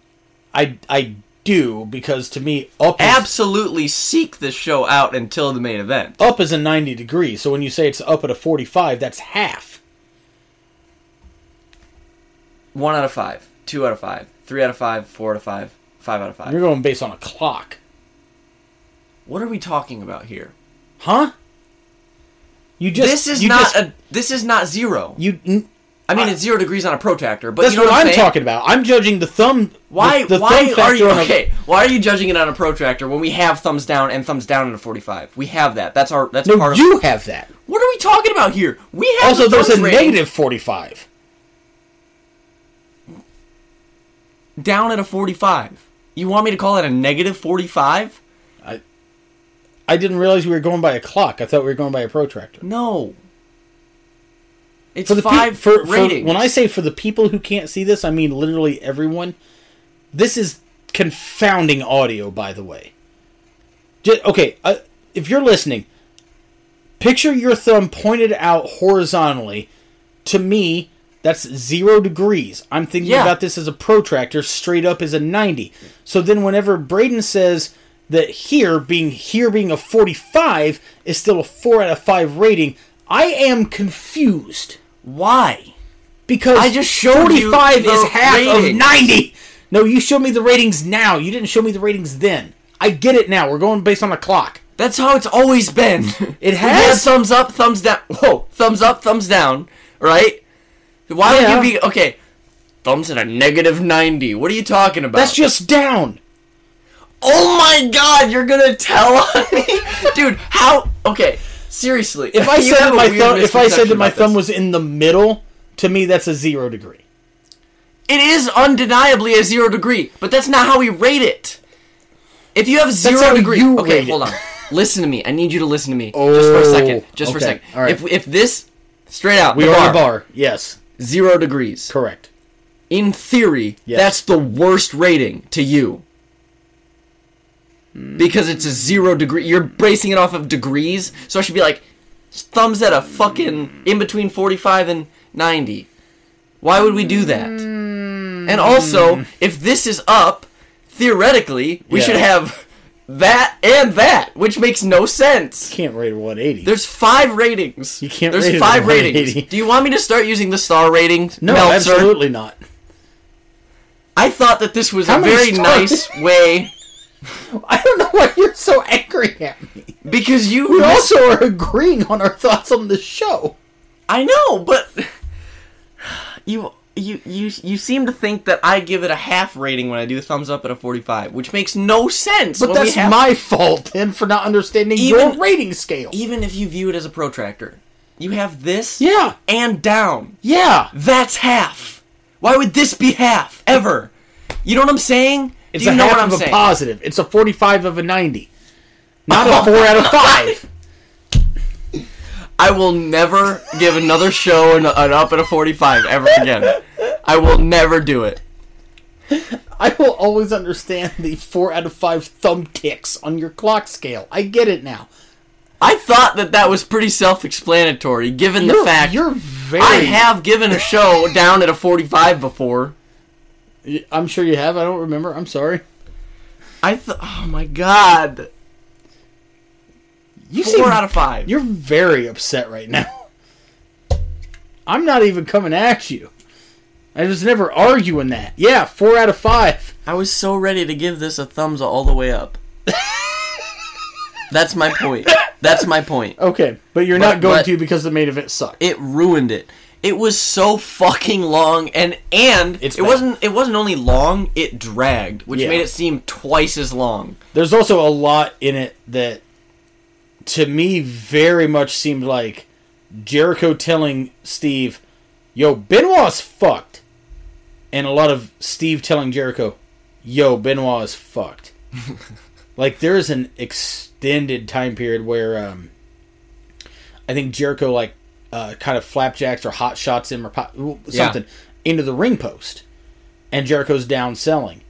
Speaker 1: I I do because to me up is
Speaker 2: Absolutely seek this show out until the main event.
Speaker 1: up is a 90 degree so when you say it's up at a 45 that's half
Speaker 2: One out of five, two out of five, three out of five, four out of five, five out of
Speaker 1: you're
Speaker 2: five.
Speaker 1: going based on a clock
Speaker 2: What are we talking about here?
Speaker 1: huh you just
Speaker 2: this is
Speaker 1: you
Speaker 2: not
Speaker 1: just-
Speaker 2: a. This is not zero.
Speaker 1: you n-
Speaker 2: I mean, it's zero degrees on a protractor, but
Speaker 1: that's
Speaker 2: you know
Speaker 1: what,
Speaker 2: what,
Speaker 1: i'm
Speaker 2: I'm saying?
Speaker 1: talking about i'm judging the thumb
Speaker 2: Why?
Speaker 1: the, the
Speaker 2: why
Speaker 1: thumb
Speaker 2: are you
Speaker 1: factor on a-
Speaker 2: okay? Why are you judging it on a protractor when we have thumbs down and thumbs down at a 45? We have that. That's our. That's
Speaker 1: no
Speaker 2: part of.
Speaker 1: you have that
Speaker 2: What are we talking about here? We have.
Speaker 1: also
Speaker 2: the
Speaker 1: there's a
Speaker 2: thumbs rating
Speaker 1: negative 45
Speaker 2: down at a 45. You want me to call it a negative 45?
Speaker 1: i i didn't realize we were going by a clock i thought we were going by a protractor
Speaker 2: No. It's
Speaker 1: for the
Speaker 2: five
Speaker 1: peop- for, for-
Speaker 2: ratings.
Speaker 1: when I say for the people who can't see this, I mean literally everyone. This is confounding audio, by the way. Ju- okay, uh, if you're listening, picture your thumb pointed out horizontally. To me, that's zero degrees. I'm thinking
Speaker 2: Yeah.
Speaker 1: about this as a protractor. Straight up is a ninety. So then, whenever Braden says that here being here being a forty-five is still a four out of five rating, I am confused.
Speaker 2: why?
Speaker 1: Because
Speaker 2: I just showed you
Speaker 1: 45
Speaker 2: the
Speaker 1: is half of
Speaker 2: ratings.
Speaker 1: 90. No, you showed me the ratings now. You didn't show me the ratings then. I get it now. We're going based on a clock.
Speaker 2: That's how it's always been.
Speaker 1: It
Speaker 2: We
Speaker 1: has?
Speaker 2: had thumbs up, thumbs down. Whoa, thumbs up, thumbs down. Right? Why
Speaker 1: Yeah.
Speaker 2: would you be okay? Thumbs at a negative ninety. What are you talking about?
Speaker 1: That's just down.
Speaker 2: oh my god! You're gonna tell on me, dude? How? Okay, seriously.
Speaker 1: If I
Speaker 2: you
Speaker 1: said that
Speaker 2: have a
Speaker 1: my
Speaker 2: weird
Speaker 1: thumb, if I said
Speaker 2: misconception
Speaker 1: that my
Speaker 2: about
Speaker 1: thumb
Speaker 2: this.
Speaker 1: was in the middle, to me that's a zero degree.
Speaker 2: It is undeniably a zero degree, but that's not how we rate it. If you have zero
Speaker 1: how
Speaker 2: degree,
Speaker 1: you
Speaker 2: okay,
Speaker 1: rate it.
Speaker 2: hold on. listen to me. I need you to listen to me just for a second.
Speaker 1: Oh,
Speaker 2: Just for a
Speaker 1: okay,
Speaker 2: second.
Speaker 1: all right.
Speaker 2: If if this straight out,
Speaker 1: We
Speaker 2: the
Speaker 1: are
Speaker 2: bar,
Speaker 1: on a bar. Yes,
Speaker 2: zero degrees.
Speaker 1: correct.
Speaker 2: In theory,
Speaker 1: Yes.
Speaker 2: that's the worst rating to you.
Speaker 1: Hmm.
Speaker 2: Because it's a zero degree. You're bracing it off of degrees, so I should be like, thumbs at a fucking in between 45 and 90. Why would we do that?
Speaker 1: Hmm.
Speaker 2: And also, if this is up, theoretically, we
Speaker 1: Yeah.
Speaker 2: should have that and that, which makes no sense.
Speaker 1: Can't rate a 180.
Speaker 2: There's five ratings. You
Speaker 1: can't
Speaker 2: There's
Speaker 1: rate it
Speaker 2: five
Speaker 1: at 180.
Speaker 2: ratings. Do you want me to start using the star ratings?
Speaker 1: no,
Speaker 2: Meltzer?
Speaker 1: absolutely not.
Speaker 2: I thought that this was
Speaker 1: How
Speaker 2: a
Speaker 1: many
Speaker 2: very
Speaker 1: stars?
Speaker 2: nice way
Speaker 1: I don't know why you're so angry at me.
Speaker 2: because you.
Speaker 1: We also are agreeing on our thoughts on the show.
Speaker 2: I know, but you you you you seem to think that I give it a half rating when I do a thumbs up at a forty-five, which makes no sense.
Speaker 1: But
Speaker 2: when we
Speaker 1: that's
Speaker 2: have-
Speaker 1: my fault then for not understanding
Speaker 2: Even- e
Speaker 1: your rating scale.
Speaker 2: Even if you view it as a protractor, you have this.
Speaker 1: Yeah.
Speaker 2: And down.
Speaker 1: Yeah.
Speaker 2: That's half. Why would this be half ever? You know what I'm saying?
Speaker 1: It's
Speaker 2: do
Speaker 1: a
Speaker 2: you know
Speaker 1: half
Speaker 2: what I'm
Speaker 1: of a
Speaker 2: saying?
Speaker 1: positive. It's a 45 of a 90. Not a 4 out of 5.
Speaker 2: I will never give another show an, an up and a 45 ever again. I will never do it.
Speaker 1: I will always understand the 4 out of 5 thumb ticks on your clock scale. I get it now.
Speaker 2: I thought that that was pretty self-explanatory, given the
Speaker 1: You're,
Speaker 2: fact
Speaker 1: you're very.
Speaker 2: I have given a show down at a 45 before.
Speaker 1: I'm sure you have. I don't remember. I'm sorry.
Speaker 2: I th- oh my god,
Speaker 1: You
Speaker 2: four out of five.
Speaker 1: You're very upset right now. I'm not even coming at you. I was never arguing that. Yeah, four out of five.
Speaker 2: I was so ready to give this a thumbs all the way up. That's my point. That's my point.
Speaker 1: Okay, but you're
Speaker 2: But-
Speaker 1: not going
Speaker 2: but-
Speaker 1: to because the main event sucked.
Speaker 2: It ruined it. It was so fucking long and and
Speaker 3: It's
Speaker 2: it
Speaker 3: bad.
Speaker 2: wasn't it wasn't only long, it dragged, which
Speaker 3: Yeah.
Speaker 2: made it seem twice as long.
Speaker 1: There's also a lot in it that, to me, very much seemed like Jericho telling Steve, "Yo, Benoit's fucked," and a lot of Steve telling Jericho, "Yo, Benoit is fucked." like there is an extended time period where um, I think Jericho like uh, kind of flapjacks or hot shots him or pop- something into the ring post, and Jericho's down selling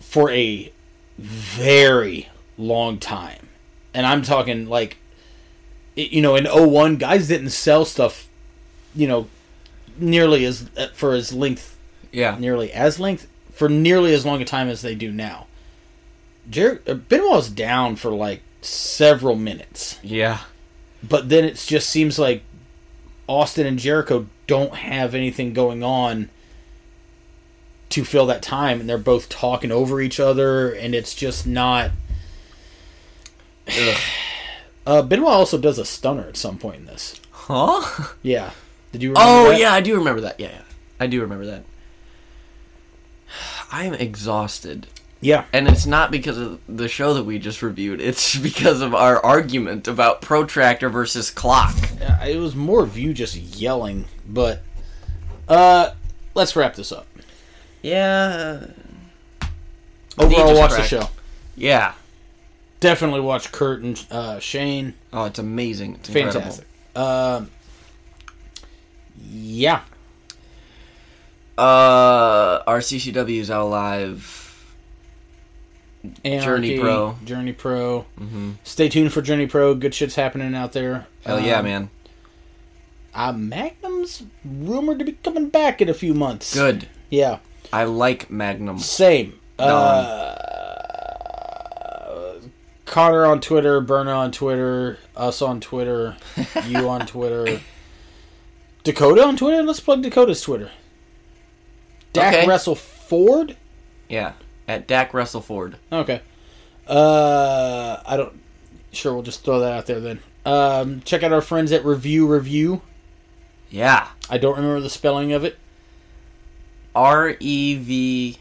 Speaker 1: for a very long time. And I'm talking like, it- you know, in 01, guys didn't sell stuff, you know, nearly as uh, for as length,
Speaker 2: Yeah.
Speaker 1: nearly as length, for nearly as long a time as they do now. Jer- uh, Benoit's down for like several minutes,
Speaker 2: Yeah.
Speaker 1: but then it just seems like Austin and Jericho don't have anything going on to fill that time, and they're both talking over each other, and it's just not.
Speaker 2: Ugh.
Speaker 1: Uh, Benoit also does a stunner at some point in this.
Speaker 2: Huh?
Speaker 1: Yeah. Did you? Remember
Speaker 2: Oh
Speaker 1: that?
Speaker 2: yeah, I do remember that. Yeah, yeah. I do remember that. I'm exhausted.
Speaker 1: Yeah.
Speaker 2: And it's not because of the show that we just reviewed. It's because of our argument about protractor versus clock.
Speaker 1: Yeah, It was more of you just yelling, but uh, let's wrap this up.
Speaker 2: Yeah.
Speaker 1: Overall,
Speaker 2: just
Speaker 1: watch
Speaker 2: cracked.
Speaker 1: the show.
Speaker 2: Yeah.
Speaker 1: Definitely watch Kurt and uh, Shane.
Speaker 2: Oh, it's amazing. It's incredible.
Speaker 1: Fantastic. Um, yeah.
Speaker 2: Uh, our CCW is out live.
Speaker 1: Anarchy,
Speaker 2: Pro. Mm-hmm.
Speaker 1: Journey Pro. Stay tuned for Journey Pro. Good shit's happening out there.
Speaker 2: Hell yeah,
Speaker 1: Um,
Speaker 2: man.
Speaker 1: Uh, Magnum's rumored to be coming back in a few months.
Speaker 2: Good.
Speaker 1: Yeah.
Speaker 2: I like Magnum.
Speaker 1: Same. Uh, Connor on Twitter, Berna on Twitter, us on Twitter, you on Twitter, Dakota on Twitter. Let's plug Dakota's Twitter. Dak
Speaker 2: Okay.
Speaker 1: Wrestle Ford.
Speaker 2: Yeah. At Dak Russell Ford.
Speaker 1: Okay. Uh, I don't. Sure, we'll just throw that out there then. Um, check out our friends at Review Review.
Speaker 2: Yeah.
Speaker 1: I don't remember the spelling of it.
Speaker 2: R E V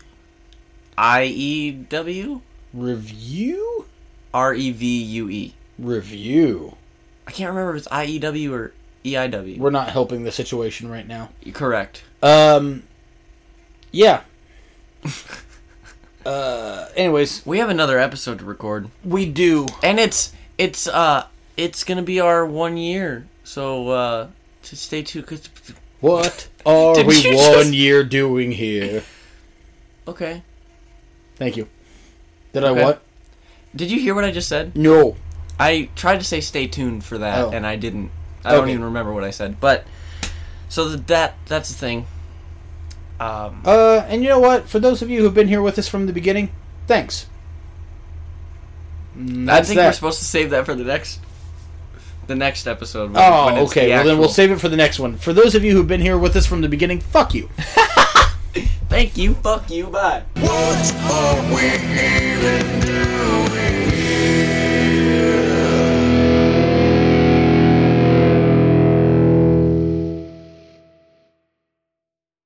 Speaker 2: I E W?
Speaker 1: Review
Speaker 2: R E V U E.
Speaker 1: Review.
Speaker 2: I can't remember if it's I E W or E I W.
Speaker 1: We're not helping the situation right now.
Speaker 2: Correct.
Speaker 1: Um. Yeah. uh. Anyways,
Speaker 2: We have another episode to record,
Speaker 1: we do.
Speaker 2: and it's it's uh it's gonna be our one year. So uh, to stay tuned. 'cause-
Speaker 1: What are
Speaker 2: Did
Speaker 1: we
Speaker 2: you
Speaker 1: one
Speaker 2: just-
Speaker 1: year doing here?
Speaker 2: Okay.
Speaker 1: Thank you. Did I
Speaker 2: Okay.
Speaker 1: what?
Speaker 2: Did you hear what I just said?
Speaker 1: No.
Speaker 2: I tried to say stay tuned for that,
Speaker 1: Oh.
Speaker 2: and I didn't. I don't
Speaker 1: Okay.
Speaker 2: even remember what I said. But so th- that that's the thing. Um,
Speaker 1: Uh. And you know what? For those of you who've been here with us from the beginning, thanks. Mm,
Speaker 2: I
Speaker 1: That's
Speaker 2: think
Speaker 1: that.
Speaker 2: we're supposed to save that for the next the next episode. when- when
Speaker 1: Oh,
Speaker 2: it's
Speaker 1: okay.
Speaker 2: the
Speaker 1: Well, then we'll
Speaker 2: actual-
Speaker 1: save it for the next one. For those of you who've been here with us from the beginning, fuck you.
Speaker 2: Thank you. Fuck you. Bye.
Speaker 4: What are we even doing?